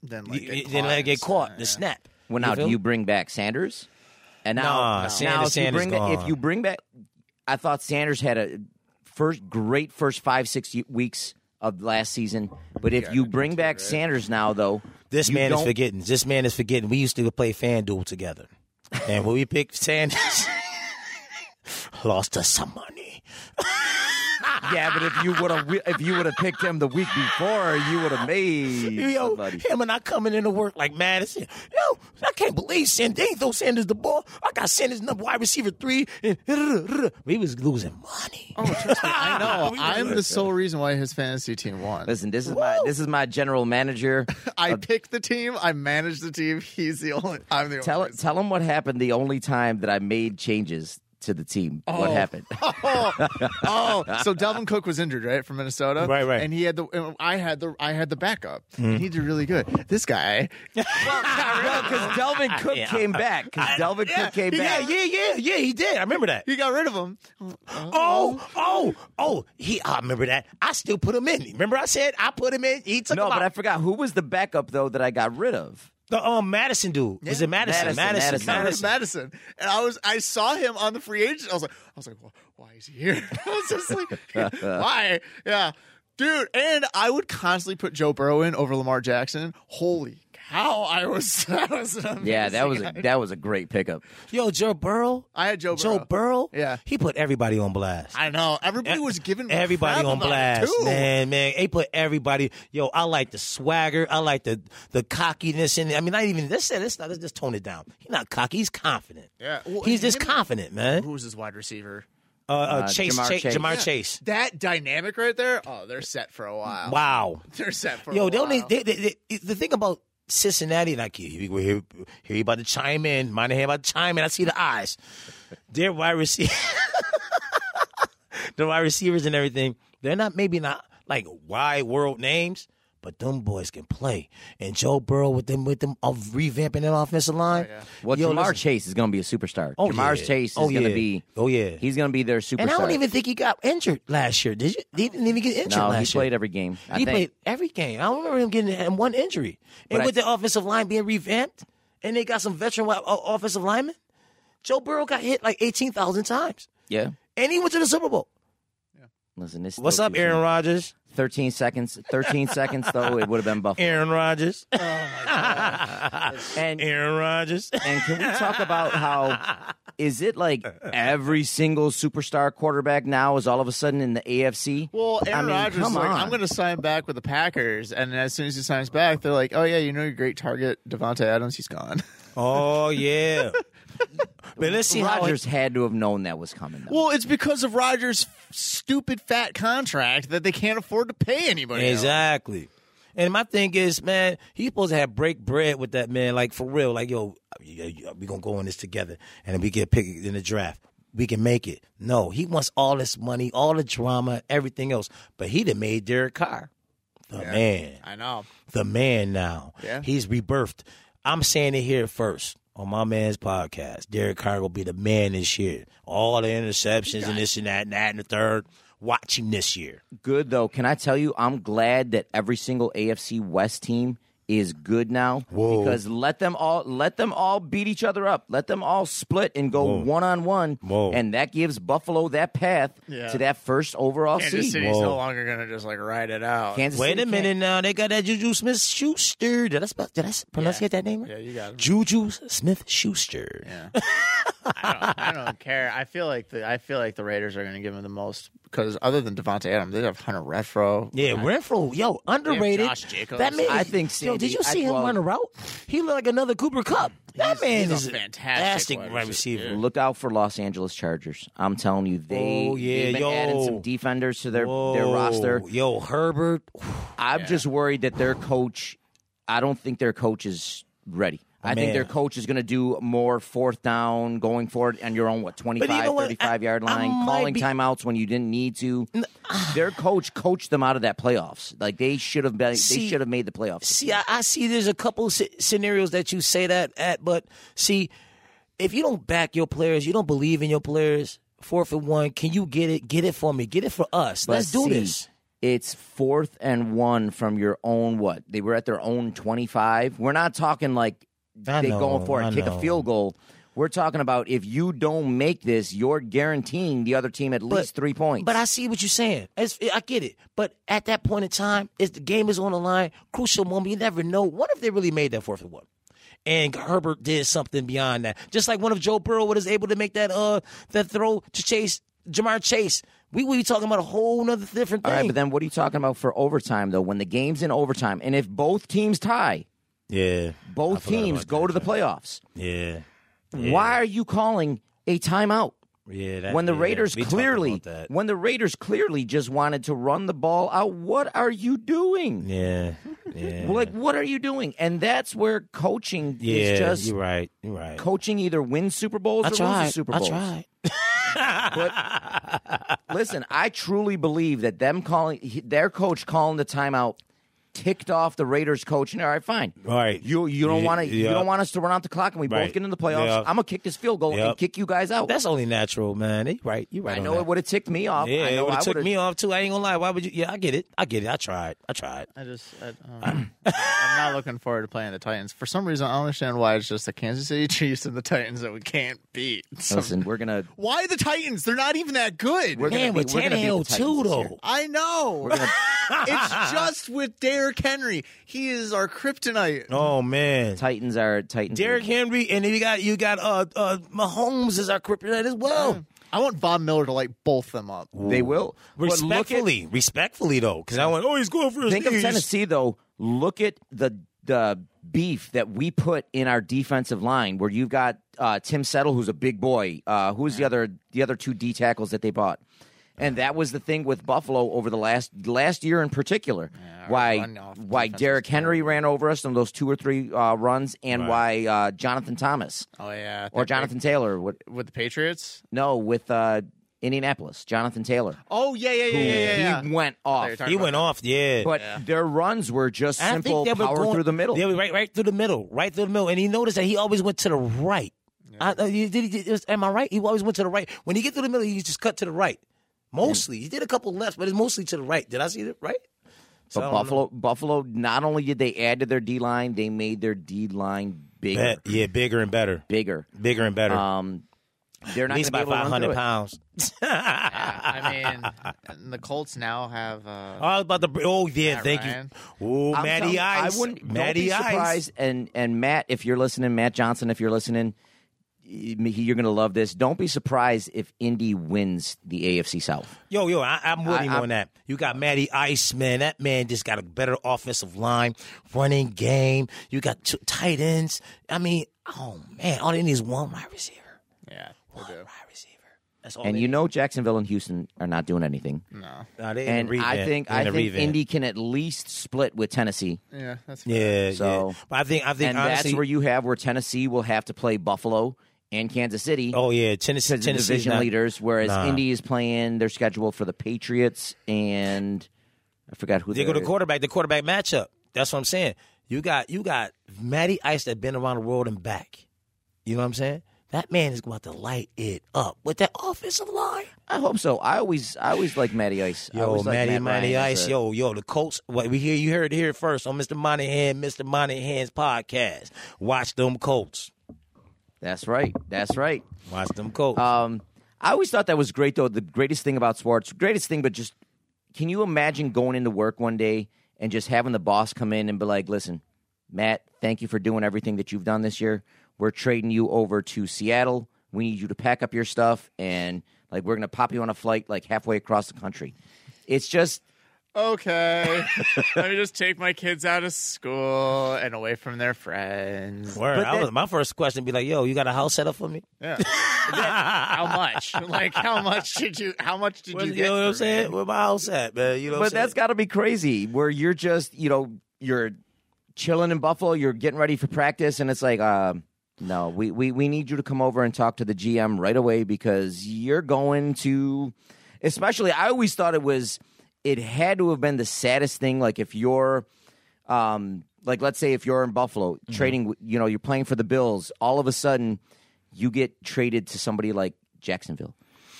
B: Then like get
C: than let it get
B: caught.
C: caught. The snap.
A: well, now do
C: feel me?
A: you bring back Sanders? And now,
C: Nah,
A: now
C: Sanders-
A: if, you
C: Sanders
A: bring back, if
C: gone.
A: you bring back, I thought Sanders had a first great first five six ye- weeks of last season. But if you bring back Sanders now, though,
C: This
A: you
C: man is
A: don't-
C: forgetting. This man is forgetting. We used to play FanDuel together. And when we picked Sanders, lost us some money.
A: Yeah, but if you would have if you would have picked him the week before, you would have made
C: Yo,
A: somebody.
C: him and I coming into work like Madison. Yo, I can't believe Sanders. They ain't throw Sanders the ball. I got Sanders number wide receiver three. And we was losing money. Oh, trust me. I
B: No, I'm the sole reason why his fantasy team won.
A: Listen, this is my this is my general manager.
B: I picked the team. I managed the team. He's the only. I'm the
A: Tell
B: only.
A: tell him what happened. The only time that I made changes to the team. What happened?
B: oh, oh, so Delvin Cook was injured, right, from Minnesota,
C: Right, Hmm. right.
B: And he had the, and I had the, I had the backup, and he did really good. This guy,
A: Because Delvin Cook came back. Because Delvin Cook came
C: Yeah,
A: back.
C: yeah, yeah, yeah. He did. I remember that.
B: he got rid of him.
C: Oh, oh, oh. He. I remember that. I still put him in. Remember, I said I put him in. He took
A: No,
C: him
A: but I
C: out.
A: forgot who was the backup though that I got rid of.
C: the um Madison dude was it Madison?
A: Madison,
C: Madison.
A: Madison.
B: Madison. Madison. And I was I saw him on the free agent. I was like, I was like, "Wh- why is he here? I was just like, why? Yeah. Dude, and I would constantly put Joe Burrow in over Lamar Jackson. Holy cow, I was that was an amazing
A: Yeah, that was a,
B: guy.
A: that was a great pickup.
C: Yo, Joe Burrow.
B: I had Joe Burrow.
C: Joe Burrow.
B: Yeah.
C: He put everybody on blast.
B: I know. Everybody was giving me
C: Everybody
B: crap
C: on
B: about it,
C: blast,
B: too.
C: man, man. They put everybody. Yo, I like the swagger. I like the the cockiness in. it. I mean, not even. Let's say let's not. Let's just tone it down. He's not cocky. He's confident.
B: Yeah. Well,
C: he's just
B: him-
C: confident, man.
B: Who was his wide receiver?
C: Uh, uh, Chase,
A: Ja'Marr
C: Chase,
A: Chase.
C: Jamar
A: Yeah.
C: Chase.
B: That dynamic right there. Oh, they're set for a while.
C: Wow.
B: They're set for
C: Yo,
B: a
C: they
B: while.
C: only they, they, they, the thing about Cincinnati, and I keep here, here, here you about to chime in. Monahan about to chime in. I see the eyes. Their wide receiver, the wide receivers and everything. They're not maybe not like wide world names, but them boys can play. And Joe Burrow with them with them of revamping that offensive line.
A: Well,
C: Yo,
A: Jamar
C: listen.
A: Chase is going to be a superstar.
C: Oh,
A: Jamar
C: yeah.
A: Chase is
C: Oh,
A: going
C: yeah.
A: to be.
C: Oh, yeah.
A: He's going to be their superstar.
C: And I don't even think he got injured last year. Did you? He didn't even get injured
A: No, he
C: last year.
A: played every game. I
C: he
A: think.
C: played every game. I don't remember him getting him one injury. And
A: But I-
C: with the offensive line being revamped, and they got some veteran wi- o- offensive linemen, Joe Burrow got hit like 18,000 times.
A: Yeah.
C: And he went to the Super Bowl.
A: Listen, this.
C: What's
A: still
C: up,
A: keeps
C: Aaron
A: me-
C: Rodgers?
A: Thirteen seconds. Thirteen seconds though. It would have been Buffalo.
C: Aaron Rodgers.
A: And
C: Aaron Rodgers.
A: And can we talk about how is it like every single superstar quarterback now is all of a sudden in the AFC?
B: Well, Aaron
A: I mean,
B: Rodgers is
A: come
B: like,
A: on.
B: I'm going to sign back with the Packers, and as soon as he signs back, they're like, "Oh yeah, you know your great target, Devonte Adams, he's gone."
C: Oh, yeah. but let's see how
A: Rodgers had to have known that was coming. Though.
B: well, it's because of Rodgers' stupid fat contract that they can't afford to pay anybody. else.
C: Exactly. And my thing is, man, he's supposed to have break bread with that man, like for real. Like, yo, yeah, yeah, we gonna go on this together, and if we get picked in the draft, we can make it. No, he wants all this money, all the drama, everything else. But he done made Derek Carr, the man,
B: I know.
C: the man. Now
B: Yeah.
C: he's rebirthed. I'm saying it here first on my man's podcast. Derek Carr will be the man this year. All the interceptions and this and that and that and the third. Watch him this year.
A: good though. Can I tell you? I'm glad that every single AFC West team is good now because let them all let them all beat each other up. Let them all split and go one on one,
C: Whoa.
A: and that gives Buffalo that path
B: Yeah.
A: to that first overall
B: Kansas
A: seed.
B: City's no
C: Whoa.
B: longer going to just like ride it out.
A: Kansas
C: Wait
A: City
C: a
A: can't-
C: minute now. They got that Juju Smith Schuster. Did I, spell, did I s- pronounce that name right?
B: Yeah, you got it.
C: Juju Smith Schuster.
B: I, don't, I don't care. I feel like the I feel like the Raiders are going to give him the most because other than Devonte Adams, they have Hunter Refro.
C: Yeah, Renfro, yo, underrated.
B: Josh Jacobs.
C: That man,
A: I think
C: yo, did
A: Sandy-
C: you
A: I-
C: see him
A: well-
C: run a route? He looked like another Cooper Cup. That man
B: he's
C: is
B: a
C: fantastic
B: fantastic wide
C: wide receiver.
A: Look out for Los Angeles Chargers. I'm telling you, they,
C: Oh, yeah,
A: they've been adding
C: yo.
A: some defenders to their, their
C: Whoa.
A: roster.
C: yo, Herbert.
A: I'm just worried that their coach, I don't think their coach is ready. I
C: man.
A: think their coach is going to do more fourth down, going for it on your own, what, 25,
C: what?
A: 35
C: I-
A: yard
C: I
A: line,
C: might
A: calling
C: be-
A: timeouts when you didn't need to. their coach coached them out of that playoffs. Like they should have been,
C: See-
A: they should have made the playoffs.
C: See, I, I see. There's a couple sce- scenarios that you say that at, but see, if you don't back your players, you don't believe in your players. Fourth and one, can you get it? Get it for me. Get it for us.
A: But
C: Let's do
A: see,
C: this.
A: It's fourth and one from your own what? They were at their own twenty five. We're not talking like
C: I
A: they
C: know,
A: going for it,
C: I
A: kick
C: know.
A: a field goal. We're talking about if you don't make this, you're guaranteeing the other team at least three points.
C: But I see what you're saying. It's, I get it. But at that point in time, it's, the game is on the line. Crucial moment. You never know. What if they really made that fourth and one? And Herbert did something beyond that. Just like one of Joe Burrow was able to make that uh that throw to Chase Jamar Chase. We would be talking about a whole nother different thing.
A: all right, but then what are you talking about for overtime though? When the game's in overtime, and if both teams tie,
C: yeah.
A: both teams go to the playoffs.
C: Yeah.
A: Why are you calling a timeout?
C: Yeah.
A: when the Raiders clearly, when the Raiders clearly just wanted to run the ball out, what are you doing?
C: Yeah. Yeah.
A: Like, what are you doing? And that's where coaching is just
C: right. You're right.
A: coaching either wins Super Bowls
C: I
A: or
C: tried.
A: loses Super Bowls.
C: I tried.
A: Listen, I truly believe that them calling he- their coach calling the timeout ticked off the Raiders coach. And all right, fine.
C: Right.
A: You you don't
C: Ye-
A: want to you
C: yeah.
A: don't want us to run out the clock and we both
C: Right.
A: get in the playoffs.
C: Yeah.
A: I'm gonna kick this field goal
C: Yep.
A: and kick you guys out.
C: That's only natural, man. You right. You right.
A: I
C: on
A: know
C: that.
A: it would have ticked me off.
C: Yeah,
A: I know
C: it would
A: I
C: have took
A: would've-
C: me off too. I ain't gonna lie. Why would you? Yeah, I get it. I get it. I tried. I tried.
B: I just, I, um, I'm not looking forward to playing the Titans. For some reason, I don't understand why it's just the Kansas City Chiefs and the Titans that we can't beat. So-
A: Listen, we're gonna
B: why the Titans? They're not even that good.
A: We're gonna
C: Man,
A: be-
C: with
A: we're gonna beat the
C: Tannehill
A: Titans
C: too,
A: this
C: though.
A: year.
B: I know. it's just with Derrick Henry. He is our kryptonite.
C: Oh man,
A: Titans are Titans. are-
C: Derrick Henry, and then you got you got uh uh Mahomes is our kryptonite as well.
B: I want Von Miller to light both them up.
A: They will But look at-
C: Respectfully, respectfully though, because I went, oh, he's going for his
A: Think of
C: knees.
A: Tennessee though. Look at the the beef that we put in our defensive line, where you've got uh, Tim Settle, who's a big boy. Uh, who's the other the other two D tackles that they bought? And that was the thing with Buffalo over the last last year in particular.
B: run
A: why
B: off
A: why
B: defense is
A: Derrick Henry ran over us on those two or three uh, runs, and why uh, Jonathan Thomas
B: Oh yeah,
A: or Jonathan Taylor? What,
B: with the Patriots.
A: no, with uh, Indianapolis, Jonathan Taylor.
B: Oh yeah, yeah, yeah, yeah, yeah. yeah.
A: He went off.
B: you're talking
C: He went off, yeah.
A: But their runs were just
C: I
A: simple
C: think they were
A: power
C: going-
A: through the middle.
C: They were right, right through the middle, right through the middle. And he noticed that he always went to the right. I, uh, you did, it was- am I right? He always went to the right. When he get through the middle, he just cut to the right. Mostly, he did a couple lefts, but it's mostly to the right. Did I see that right? So
A: but
C: I don't know.
A: Buffalo, Buffalo, not only did they add to their D line, they made their D line bigger,
C: Bet- yeah, bigger and better,
A: bigger.
C: bigger and better.
A: Um, they're
C: At
A: not
C: least
A: gonna be
C: by
A: able to
C: five
A: run
C: hundred
A: through it.
C: pounds.
B: I mean, and the Colts now have. Uh,
C: All about the oh yeah,
B: Matt
C: thank
B: Ryan.
C: you. Oh,
A: I'm telling
C: Matty
A: you,
C: Ice,
A: I wouldn't don't
C: Matty
A: be
C: Ice.
A: surprised. And and Matt, if you're listening, Matt Johnson, if you're listening, y- you're gonna love this. Don't be surprised if Indy wins the AFC South.
C: Yo, yo, I, I'm with
A: I-
C: him
A: I'm-
C: on that. You got Matty Ice, man. That man just got a better offensive line, running game. You got two tight ends. I mean, oh man, all they need is one wide receiver.
B: yeah, they
C: One
B: do.
C: wide receiver. That's all.
A: And
C: Oh, they
A: you
C: need.
A: know, Jacksonville and Houston are not doing anything.
C: Nah, they in a
A: and I
C: revamp.
A: think
C: They in
A: I
C: a
A: think
C: revamp.
A: Indy can at least split with Tennessee,
B: yeah, that's
C: Yeah,
A: So-
C: yeah. But I think I think
A: and
C: honestly,
A: that's where you have where Tennessee will have to play Buffalo and Kansas City.
C: oh yeah, Tennessee,
A: as the
C: Tennessee's
A: division
C: not-
A: leaders, whereas
C: Nah.
A: Indy is playing. They're scheduled for the Patriots and I forgot who
C: They go
A: they're-
C: to quarterback, the quarterback matchup. That's what I'm saying. You got you got Matty Ice that been around the world and back. You know what I'm saying? That man is about to light it up with that offensive line.
A: I hope so. I always, I always like Matty Ice. I
C: Yo,
A: always like
C: Matty,
A: Matt
C: Matty
A: Ryan as
C: Ice,
A: a-
C: yo, yo, the Colts. What we hear, you heard it here first on Mr. Monahan, Mr. Monahan's podcast. Watch them Colts.
A: That's right. That's right.
C: Watch them Colts.
A: Um, I always thought that was great, though. The greatest thing about sports, greatest thing, but just can you imagine going into work one day and just having the boss come in and be like, listen, Matt, thank you for doing everything that you've done this year. We're trading you over to Seattle. We need you to pack up your stuff and like we're gonna pop you on a flight like halfway across the country. It's just
B: okay. Let me just take my kids out of school and away from their friends.
C: Word.
A: but
C: I was-
A: that-
C: my first question be like, yo, you got a house set up for me?
B: Yeah. how much? Like how much did you? How much did
C: Where-
B: you
C: you
B: get?
C: know what I'm
B: for me?
C: saying? Where my house at, man? You know what
A: but
C: I'm saying?
A: that's got to be crazy where you're just you know you're chilling in buffalo you're getting ready for practice and it's like uh, no we, we we need you to come over and talk to the gm right away because you're going to especially i always thought it was it had to have been the saddest thing like if you're um like let's say if you're in buffalo trading w you know you're playing for the bills all of a sudden you get traded to somebody like jacksonville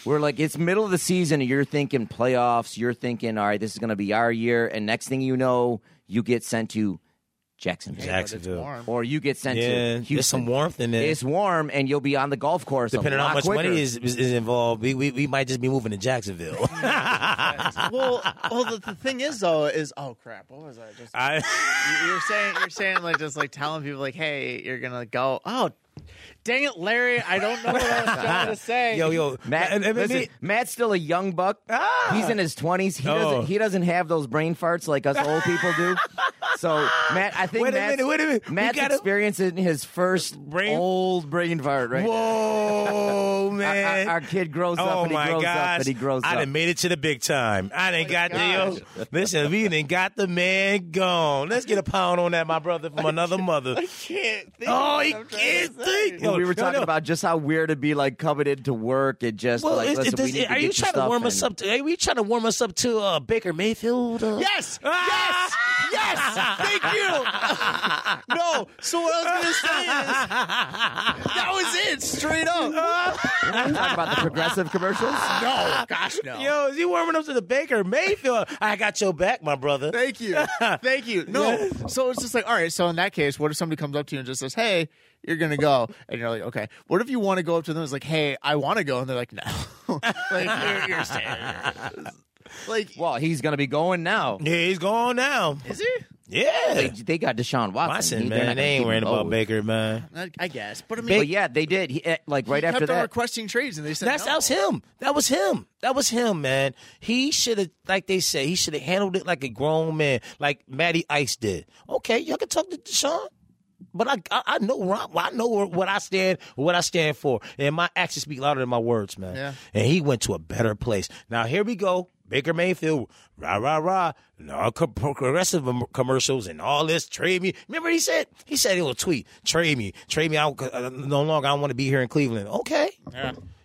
A: we're like it's middle of the season and you're thinking playoffs you're thinking all right this is going to be our year and next thing you know you get sent to jacksonville
B: But it's
C: Jacksonville.
B: warm.
A: or you get sent
C: yeah,
A: to Houston.
C: there's some warmth in there.
A: it's warm and you'll be on the golf course a
C: Depending on
A: lot
C: how much
A: quicker.
C: money is, is is involved, we, we we might just be moving to Jacksonville.
B: well, well, the, the thing is though is oh crap, what was I just?
C: I,
B: you- you're saying you're saying like just like telling people like, hey, you're gonna go. Oh, dang it, Larry, I don't know what I was trying to say.
C: yo, yo,
A: Matt,
C: and- and- and-
A: listen, Matt's still a young buck. He's in his twenties. He
C: Oh.
A: doesn't. He doesn't have those brain farts like us old people do. So Matt, I think
C: Wait a
A: Matt's,
C: minute, wait a minute. We
A: Matt's
C: gotta-
A: experiencing his first
C: Brain-
A: old brain fart right now.
C: Whoa,
A: Our-
C: man.
A: Our, our kid grows
C: Oh
A: up and he
C: my
A: grows
C: gosh!
A: up and he grows
C: I
A: up.
C: done made it to the big time. I done got the yo, listen. We done got the man gone. Let's get a pound on that, my brother, from another mother.
B: Can't think.
C: Oh, he
B: I'm trying to
C: can't
B: say.
C: think.
A: And we were
C: No,
A: talking
C: no.
A: about just how weird to be like coming into work and just
C: Well,
A: like,
C: is-
A: listen,
C: does-
A: we need
C: are
A: to
C: you
A: get your
C: trying to
A: stuff
C: warm
A: and-
C: us up? To, are you trying to warm us up to uh, Baker Mayfield? Uh,
B: Yes, yes, yes. Thank you. no. So what I was gonna say is that was it, straight up.
A: Talking about the progressive commercials.
B: No, gosh, no.
C: Yo, is he warming up to the Baker Mayfield? I got your back, my brother.
B: Thank you, thank you. No. So it's just like, all right. So in that case, what if somebody comes up to you and just says, "Hey, you're gonna go," and you're like, "Okay." What if you want to go up to them? It's like, "Hey, I want to go," and they're like, "No." like you're, you're staying. Like,
A: Well, he's gonna be going now.
C: Yeah, he's gone now.
B: is he?
A: They,
C: Yeah,
A: they got Deshaun Watson.
C: Watson,
A: He- they're
C: man.
A: not
C: They
A: gonna
C: ain't
A: keep
C: worrying
A: him
C: about
A: low.
C: Baker, man.
B: I, I guess, but I mean,
A: But yeah, they did. He, eh, like right
B: he
A: after
B: kept on
A: that.
B: requesting trades, and they said
C: That's
B: no.
C: that was him. That was him. That was him, man. He should have, like they say, he should have handled it like a grown man, like Matty Ice did. Okay, y'all can talk to Deshaun, but I, I, I know where I, I know where, what I stand, what I stand for, and my actions speak louder than my words, man.
B: Yeah.
C: And he went to a better place. Now here we go, Baker Mayfield, rah rah rah, and all co- progressive com- commercials and all this trade me. Remember he said he said he'll tweet trade me, trade me out. uh, No longer I want to be here in Cleveland. Okay.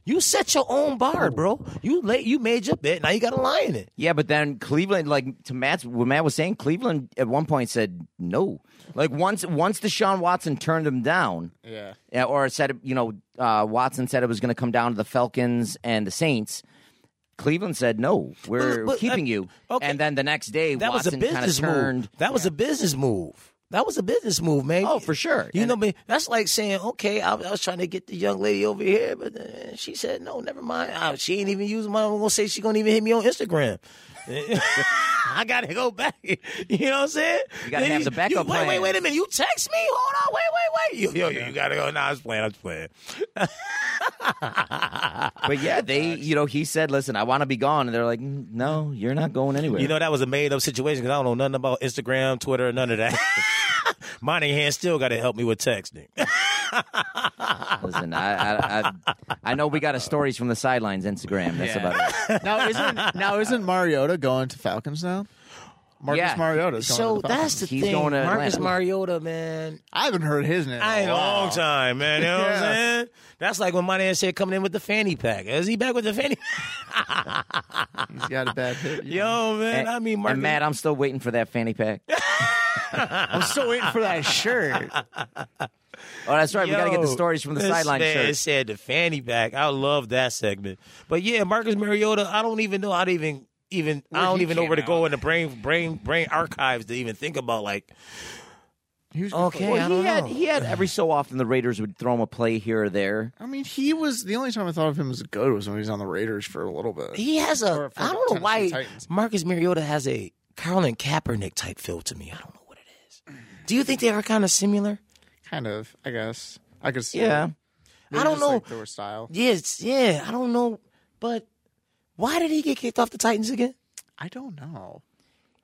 C: You set your own bar, bro. You late. You made your bet. Now you got to lie in it.
A: Yeah, but then Cleveland, like to Matt's what Matt was saying, Cleveland at one point said no. Like once once Deshaun Watson turned him down,
B: Yeah.
A: yeah, or said you know uh, Watson said it was going to come down to the Falcons and the Saints. Cleveland said no, we're
C: But- but,
A: keeping
C: uh,
A: you.
C: okay.
A: And then the next day,
C: That was a
A: Watson kind of
C: business move.
A: turned.
C: That was a business move. That was a business move, man.
A: Oh, for sure.
C: You
A: And-
C: know what I mean? That's like saying, okay, I, I was trying to get the young lady over here, but uh, she said, no, never mind. Uh, she ain't even using my. I'm gonna say she gonna even hit me on Instagram. I gotta go back. You know what I'm saying? You
A: gotta have the backup
C: you- Wait, wait,
A: plan.
C: wait a minute. You text me? Hold on. Wait, wait, wait. Yo, yo, yo you gotta go. Nah, I was playing. I was playing.
A: But yeah, they you know he said, listen, I want to be gone, and they're like, "Mm, no, you're not going anywhere.
C: You know, that was a made up situation because I don't know nothing about Instagram, Twitter, none of that. Monahan still got to help me with texting.
A: listen, I I, I, I know we got a stories from the sidelines Instagram. That's
B: Yeah.
A: about it.
B: Now isn't now isn't Mariota going to Falcons now? Marcus
A: Yeah.
B: Mariota's going
C: So
B: to the Falcons.
C: that's the
A: He's
C: thing.
A: going to
C: Marcus
A: Atlanta.
C: Mariota, man.
B: I haven't heard his name. in
C: I ain't
B: a
C: a
B: while.
C: long time, man. You know what I'm
B: Yeah.
C: saying? That's like when Monahan said coming in with the fanny pack. Is he back with the fanny pack?
B: He's got a bad hit.
C: Yo, man.
A: And-
C: I mean, Marcus.
A: and Matt, I'm still waiting for that fanny pack.
B: I'm still waiting for that shirt.
A: Oh, that's right. we got to get the
C: Yo,
A: stories from the
C: this
A: sideline
C: man
A: shirts.
C: said the fanny pack. I love that segment. But yeah, Marcus Mariota. I don't even know how to even even. I don't
B: he
C: even know
B: came
C: where to
B: out.
C: go in the brain brain brain archives to even think about like
B: He was
C: Okay,
B: Well,
C: I
A: he
C: don't
A: had
C: know.
A: he had every so often the Raiders would throw him a play here or there.
B: I mean, he was the only time I thought of him as good was when he was on the Raiders for a little bit.
C: He has
B: Or
C: a.
B: for
C: I don't know
B: Tennessee
C: why
B: Titans.
C: Marcus Mariota has a Colin Kaepernick type feel to me. I don't know what it is. Do you think they are kind of similar?
B: kind of, I guess. I could see.
A: Yeah.
B: it. Maybe
C: I don't
B: just,
C: know.
B: Like, their style.
C: Yes, yeah. I don't know, but why did he get kicked off the Titans again?
B: I don't know.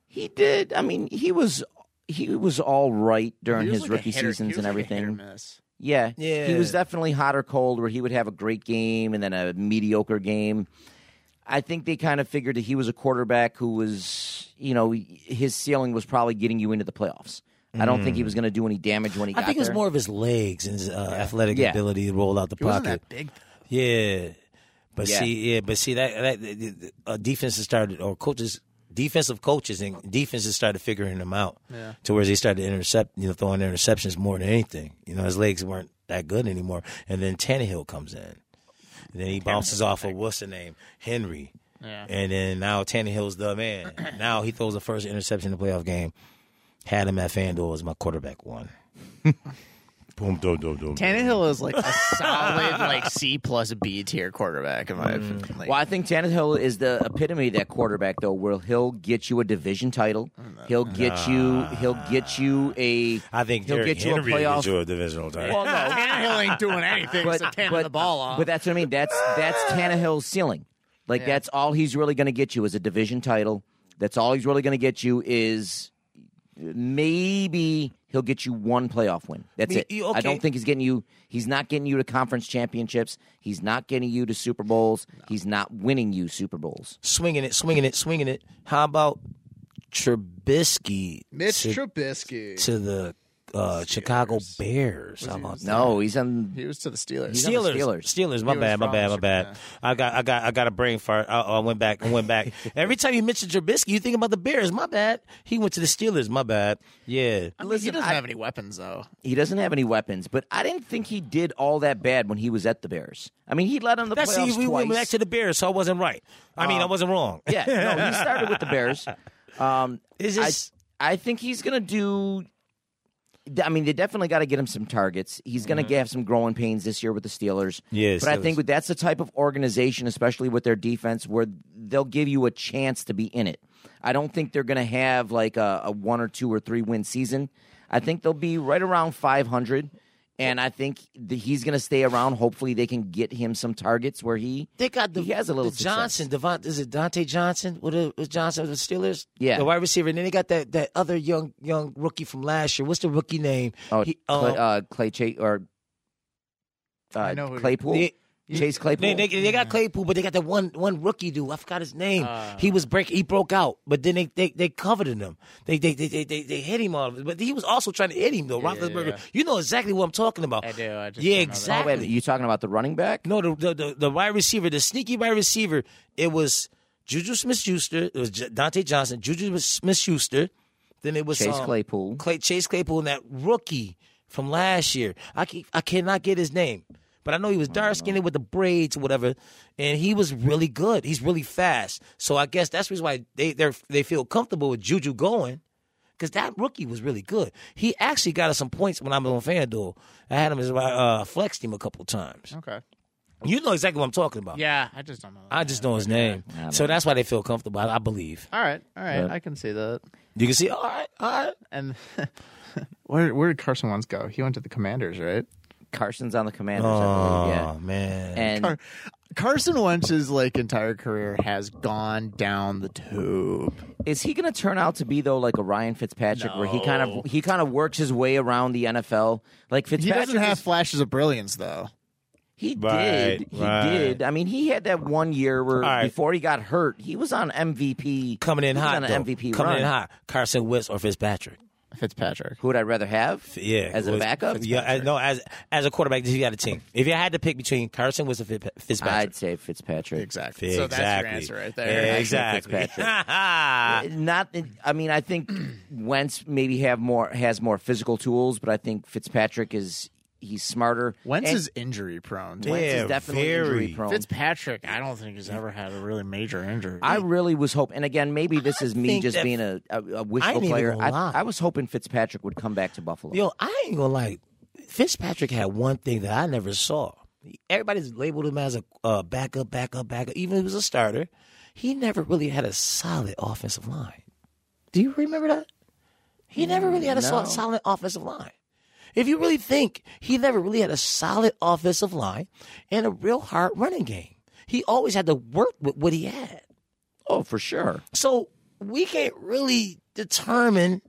A: He did. I mean, he was he was all right during
B: He was
A: his
B: like a
A: rookie
B: hitter- he
A: seasons
B: was
A: and
B: like a hit or
A: everything.
B: miss.
A: Yeah. He was
C: Yeah.
A: definitely hot or cold where he would have a great game and then a mediocre game. I think they kind of figured that he was a quarterback who was, you know, his ceiling was probably getting you into the playoffs. I don't think he was going to do any damage when he
C: Mm. I
A: got
C: think it was
A: there.
C: more of his legs and his uh, athletic
A: Yeah.
C: ability to roll out the
B: He wasn't
C: pocket.
B: that big.
C: Yeah, but
A: Yeah.
C: see, yeah, but see that that uh, defenses started or coaches, defensive coaches and defenses started figuring him out. Yeah. To where they started intercept, you know, throwing interceptions more than anything. You know, his legs weren't that good anymore. And then Tannehill comes in, and then he bounces off of what's the name Henry.
B: Yeah.
C: And then now Tannehill's the man. now he throws the first interception in the playoff game. Had him at FanDuel as my quarterback one. boom, boom, boom, boom.
B: Tannehill is like a solid, like C plus B tier quarterback in my opinion. Like,
A: Well, I think Tannehill is the epitome of that quarterback, though, where he'll get you a division title. He'll get you. He'll get you a.
C: I think
A: he'll
C: Derrick
A: get you a
C: Henry will
A: playoff.
C: get you a divisional title.
A: Well, no,
B: Tannehill ain't doing anything
A: but,
B: except handing
A: but-
B: the ball off.
A: but that's what I mean. That's that's Tannehill's ceiling. Like that's all he's really going to get you is a division title. That's all he's really going to get you is maybe he'll get you one playoff win. That's
C: Me-
A: it.
C: you-
A: I
C: okay.
A: don't think he's getting you. He's not getting you to conference championships. He's not getting you to Super Bowls. He's not winning you Super Bowls.
C: swinging it, swinging it, swinging it. How about Trubisky
B: Mitch
C: to,
B: Trubisky.
C: to the uh, Chicago Bears? How about that?
A: No, he's on.
B: he was to the Steelers.
A: He's on the
C: Steelers,
A: Steelers.
C: Steelers, My
B: He was
C: bad, my
B: from
C: bad, my bad.
B: Chicago.
C: I got, I got, I got a brain fart. Uh, I, I went back, I went back. Every time you mention Trubisky, you think about the Bears. My bad. He went to the Steelers. My bad. Yeah.
B: I mean, he doesn't have any weapons though.
A: He doesn't have any weapons, but I didn't think he did all that bad when he was at the Bears. I mean, he led on the
C: That's
A: playoffs
C: see, we
A: twice.
C: went back to the Bears, so I wasn't right. I mean, I wasn't wrong.
A: yeah, no, he started with the Bears. Um,
C: It's just-
A: I, I think he's gonna do. I mean, they definitely got to get him some targets. He's going to have some growing pains this year with the Steelers.
C: Mm-hmm. Yeah,
A: but I
C: Steelers.
A: think with- that's the type of organization, especially with their defense, where they'll give you a chance to be in it. I don't think they're going to have like a, a one or two or three win season. I think they'll be right around 500, and I think that he's going to stay around. Hopefully, they can get him some targets where he
C: They got the
A: he has a little
C: the
A: success.
C: Johnson. Devon, is it Dante Johnson? What is, was Johnson with the Steelers?
A: Yeah.
C: the wide receiver. And then they got that, that other young young rookie from last year. What's the rookie name?
A: Oh,
C: He-
A: Clay,
C: um,
A: uh, Clay Chase or uh,
B: know who-
A: Claypool,
C: They-
A: Chase Claypool.
C: they, they, they got Claypool, but they got that one one rookie dude. I forgot his name. he was break. He broke out, but then they they, they covered him. They they, they they they they hit him all. But he was also trying to hit him though. Roethlisberger. You know exactly what I'm talking about.
B: I do, I just
A: oh, wait,
B: don't know that.
C: yeah,
A: a
C: exactly.
A: minute, you talking about the running back?
C: No, the, the the the wide receiver, the sneaky wide receiver. It was Juju Smith Schuster. It was J- Dante Johnson, Juju Smith Schuster. Then it was
A: Chase
C: um,
A: Claypool.
C: Clay, Chase Claypool, and that rookie from last year. I ca- I cannot get his name, but I know he was dark skinned with the braids, or whatever. And he was really good. He's really fast. So I guess that's the reason why they they they feel comfortable with Juju going. Because that rookie was really good. He actually got us some points when I was on FanDuel. I had him as my uh, flex team a couple times.
B: Okay.
C: You know exactly what I'm talking about.
B: Yeah, I just don't know. that.
C: I just know his name. So that's why they feel comfortable, I, I believe.
B: All right, all right, I can see that.
C: You can see, all right, all right.
B: And where where did Carson Wentz go? He went to the Commanders, right?
A: Carson's on the Commanders, I
C: Oh,
A: believe. Yeah,
C: man.
A: and
B: Car- Carson Wentz's like entire career has gone down the tube.
A: is he going to turn out to be though like a Ryan Fitzpatrick, where he kind
B: No.
A: of he kind of works his way around the NFL? Like
B: He
A: Fitzpatrick,
B: doesn't have
A: is-
B: flashes of brilliance though.
A: he
C: Right,
A: did, he
C: right.
A: did. I mean, he had that one year where
C: right.
A: before he got hurt, he was on MVP,
C: Coming in
A: he was
C: hot,
A: on
C: though.
A: an MVP
C: Coming
A: run.
C: in hot. Carson Wentz or Fitzpatrick.
B: Fitzpatrick.
A: Who would I rather have?
C: Yeah.
A: as a
C: was-
A: backup.
C: Yeah, as- no, as as a quarterback, you got a team. If you had to pick between Carson Wentz or Fit- Fitzpatrick.
A: I'd say Fitzpatrick.
B: Exactly.
C: Exactly.
B: So that's your answer right there.
C: Yeah,
A: Uh,
C: exactly.
A: not i mean i think wentz maybe have more has more physical tools but i think fitzpatrick is he's smarter
B: Wentz
A: And
B: is injury prone.
A: Wentz
C: Yeah,
A: is definitely
C: very.
A: injury prone
B: Fitzpatrick, I don't think he's ever had a really major injury.
A: I really was hoping, and again, maybe this is me
C: think
A: just
C: that-
A: being a, a, a
C: I
A: wishful
C: ain't even
A: player.
C: gonna
A: I,
C: lie.
A: I was hoping Fitzpatrick would come back to Buffalo.
C: Yo, I ain't gonna lie. Fitzpatrick had one thing that I never saw. Everybody's labeled him as a uh, backup, backup, backup. Even if he was a starter, he never really had a solid offensive line. Do you remember that? He never really had a sol-
A: no.
C: solid offensive line. If you really think, he never really had a solid offensive line and a real hard running game. He always had to work with what he had.
A: oh, for sure.
C: So we can't really determine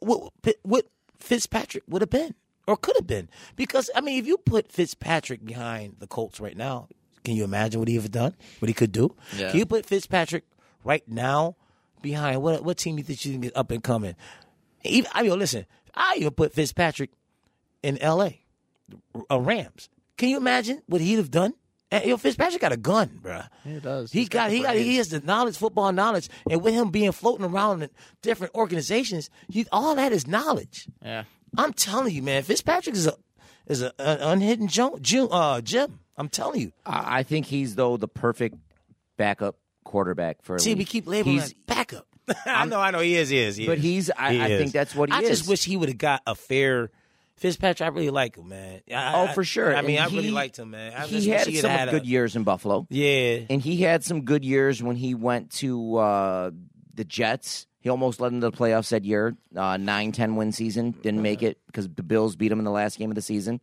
C: what what Fitzpatrick would have been or could have been because I mean, if you put Fitzpatrick behind the Colts right now, can you imagine what he have done? What he could do?
B: Yeah.
C: Can you put Fitzpatrick right now behind what what team you think you can get up and coming? Even, I mean, listen, I even put Fitzpatrick in L.A. Uh, Rams. Can you imagine what he'd have done? And, yo, Fitzpatrick got a gun, bruh.
B: He does.
C: He
B: He's
C: got,
B: got the
C: he got
B: brains.
C: he has the knowledge, football knowledge, and with him being floating around in different organizations, he, all that is knowledge.
B: yeah.
C: I'm telling you, man, Fitzpatrick is a is a, an unhidden jo- gem, uh, gem. I'm telling you.
A: I, I think he's though the perfect backup quarterback for. a
C: See, we
A: league.
C: keep labeling
A: He's-
C: him backup. I know, I know, he is, he is,
A: but he's. I, I think that's what he
C: I
A: is.
C: just wish he would have got a fair. Fitzpatrick, I really like him, man. I-
A: Oh,
C: I-
A: for sure.
C: I mean,
A: And
C: I really
A: he-
C: liked him, man. I just
A: he
C: wish
A: had
C: he had
A: some
C: had a-
A: good years in Buffalo.
C: Yeah,
A: and he had some good years when he went to uh, the Jets. He almost led them to the playoffs that year, uh, 9 10 win season. Didn't make it because the Bills beat him in the last game of the season.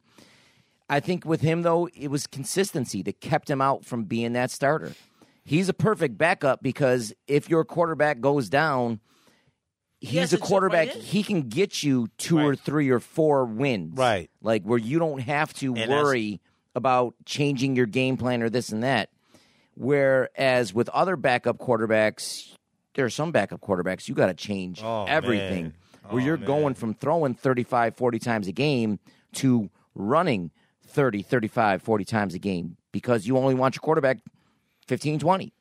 A: I think with him, though, it was consistency that kept him out from being that starter. He's a perfect backup because if your quarterback goes down, he's
D: has
A: a
D: a chip on
A: quarterback.
D: it.
A: He can get you two or three or four wins.
C: Right.
A: Like where you don't have to
C: that's-
A: worry about changing your game plan or this and that. Whereas with other backup quarterbacks, there are some backup quarterbacks you got to change
C: Oh,
A: everything.
C: man.
A: Where you're going from throwing 35, 40 times a game to running 30, 35, 40 times a game because you only want your quarterback 15, 20.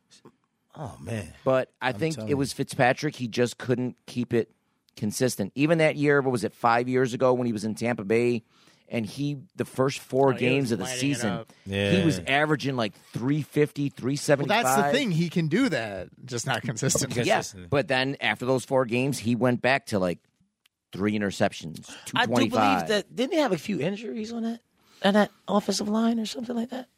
C: Oh man.
A: But I think
C: telling
A: it was Fitzpatrick. He just couldn't keep it consistent. Even that year, what was it, five years ago when he was in Tampa Bay, and he the first four
D: was
A: games of the
D: lighting it
A: season,
D: up.
C: Yeah.
A: he was averaging like 350, 375.
B: Well, that's the thing. He can do that, just not consistently.
A: Yeah,
C: Consistent.
A: but then after those four games, he went back to like three interceptions, two
D: I do
A: twenty
D: believe
A: five.
D: that didn't they have a few injuries on that on that offensive line or something like that?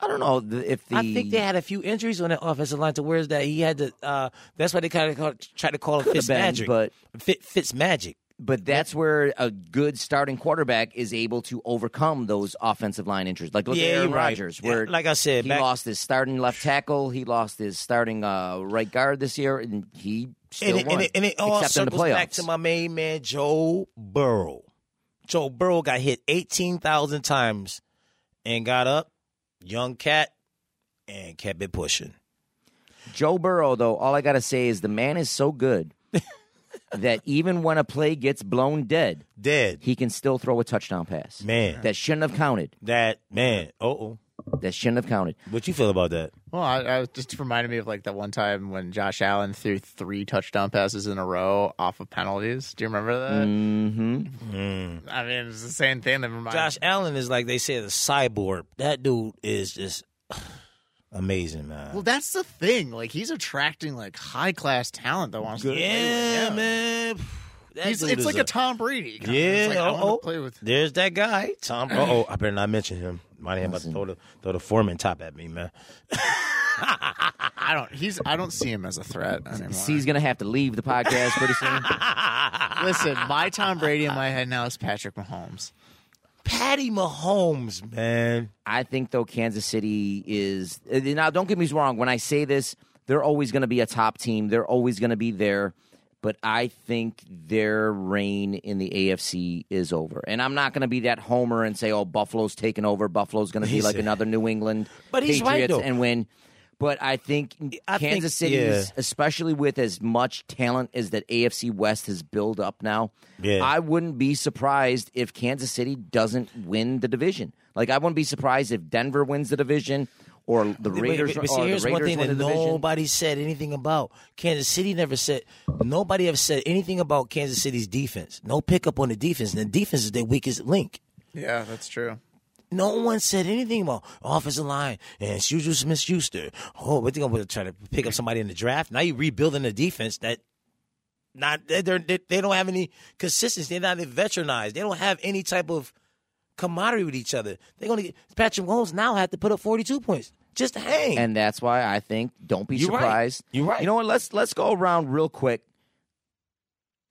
A: I don't know the- if the
D: I think they had a few injuries on that offensive line to where that he had to. Uh, that's why they kind of try to call it
A: Coulda been,
D: Fitzmagic,
A: but-
D: Fit, Fitzmagic.
A: But that's where a good starting quarterback is able to overcome those offensive line injuries. Like look
C: Yeah,
A: at Aaron
C: you're right.
A: Rodgers,
C: Yeah,
A: where
C: like I said,
A: he
C: back-
A: lost his starting left tackle, he lost his starting uh, right guard this year, and he still
C: and it,
A: won.
C: and it, and it all
A: except in the
C: circles
A: playoffs.
C: back to my main man Joe Burrow. Joe Burrow got hit eighteen thousand times and got up, young cat, and kept it pushing.
A: Joe Burrow, though, all I gotta say is the man is so good that even when a play gets blown dead,
C: Dead
A: he can still throw a touchdown pass
C: man. That,
A: that shouldn't have counted.
C: man. Uh oh,
A: That shouldn't have counted.
C: what you feel about that?
B: Well, I, I it just reminded me of like that one time when Josh Allen threw three touchdown passes in a row off of penalties. Do you remember
C: Uh,
B: that?
A: hmm
B: I mean, it's the same thing. That reminds
C: Mm. Josh Allen is like they say the cyborg. That dude is just amazing, man.
B: Well, that's the thing. Like he's attracting like high class talent that wants to play
C: yeah,
B: with him.
C: man. That
B: He's,
C: dude
B: it's
C: is
B: like a, Tom Brady. kind of.
C: Yeah,
B: it's like, I
C: oh,
B: want
C: oh.
B: to play with.
C: There's that guy, Tom. Oh, I better not mention him. Might have about to throw the, throw the foreman top at me, man.
B: I don't. He's. I don't see him as a threat anymore.
A: He's gonna have to leave the podcast pretty soon.
B: Listen, my Tom Brady in my head now is Patrick Mahomes.
C: Patty Mahomes, man.
A: I think though Kansas City is uh, now. Don't get me wrong. When I say this, they're always going to be a top team. They're always going to be there. But I think their reign in the AFC is over. And I'm not going to be that homer and say, "Oh, Buffalo's taken over. Buffalo's going to be
C: He's
A: like
C: a-
A: another New England
C: But he's right,
A: Patriots
C: though.
A: and win." But I think
C: I think-
A: Kansas City, is, especially with as much talent as that AFC West has built up now,
C: Yeah.
A: I wouldn't be surprised if Kansas City doesn't win the division. Like I wouldn't be surprised if Denver wins the division or the
C: Wait,
A: Raiders.
C: but- but see,
A: or
C: here's
A: the
C: one
A: Raiders
C: thing
A: win
C: that
A: the division.
C: nobody said anything about. Kansas City never said. Nobody ever said anything about Kansas City's defense. No pickup on the defense. And the defense is their weakest link.
B: Yeah, that's true.
C: No one said anything about offensive line and Juju Smith Schuster. Oh, but they're gonna try to pick up somebody in the draft. Now you're rebuilding a defense that not they they're- they they don't have any consistency. They're not veteranized. They don't have any type of camaraderie with each other. They're gonna get Patrick Mahomes now had to put up 42 points just to hang.
A: and that's why I think don't be
C: You're right.
A: surprised.
C: You're right.
A: You know what? Let's let's go around real quick.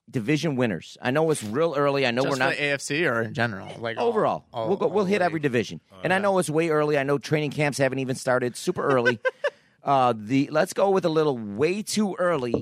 A: Division winners. I know it's real early. I know
B: Just
A: we're not
B: for the AFC or in general, like all-
A: overall.
B: all-
A: we'll go, we'll
B: Oh, all
A: hit
B: the
A: every
B: league.
A: division, and I know it's way early. I know training camps haven't even started. Super early. uh, the let's go with a little way too early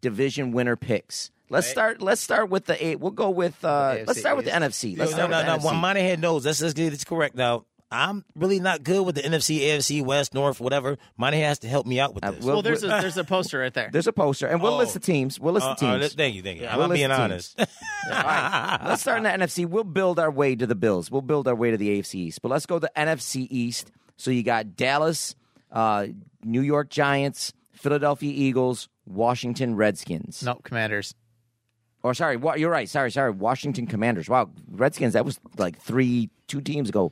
A: division winner picks. Let's start. Let's start with the eight. We'll go with. Uh,
B: AFC
A: let's start with the
B: East.
A: NFC.
C: no,
A: Let's
C: no,
A: start
C: no,
A: with the
C: no.
A: NFC.
C: Monahan knows. Let's let's get this correct now. I'm really not good with the NFC, AFC, West, North, whatever. Monahan has to help me out with
A: Uh,
C: this.
A: we'll-
B: Well, there's a there's a poster right there.
A: There's a poster, and we'll
C: Oh.
A: list the teams. We'll list
C: Uh, uh,
A: the teams.
C: thank you, thank you.
A: we'll
C: I'm
A: list
C: being
A: the teams.
C: honest.
A: Let's start in the NFC. We'll build our way to the Bills. We'll build our way to the AFC East. But let's go to NFC East. So you got Dallas, uh, New York Giants, Philadelphia Eagles, Washington Redskins.
B: no Commanders.
A: Or sorry, wa- you're right. Sorry, sorry. Washington Commanders. Wow, Redskins. That was like three, two teams ago.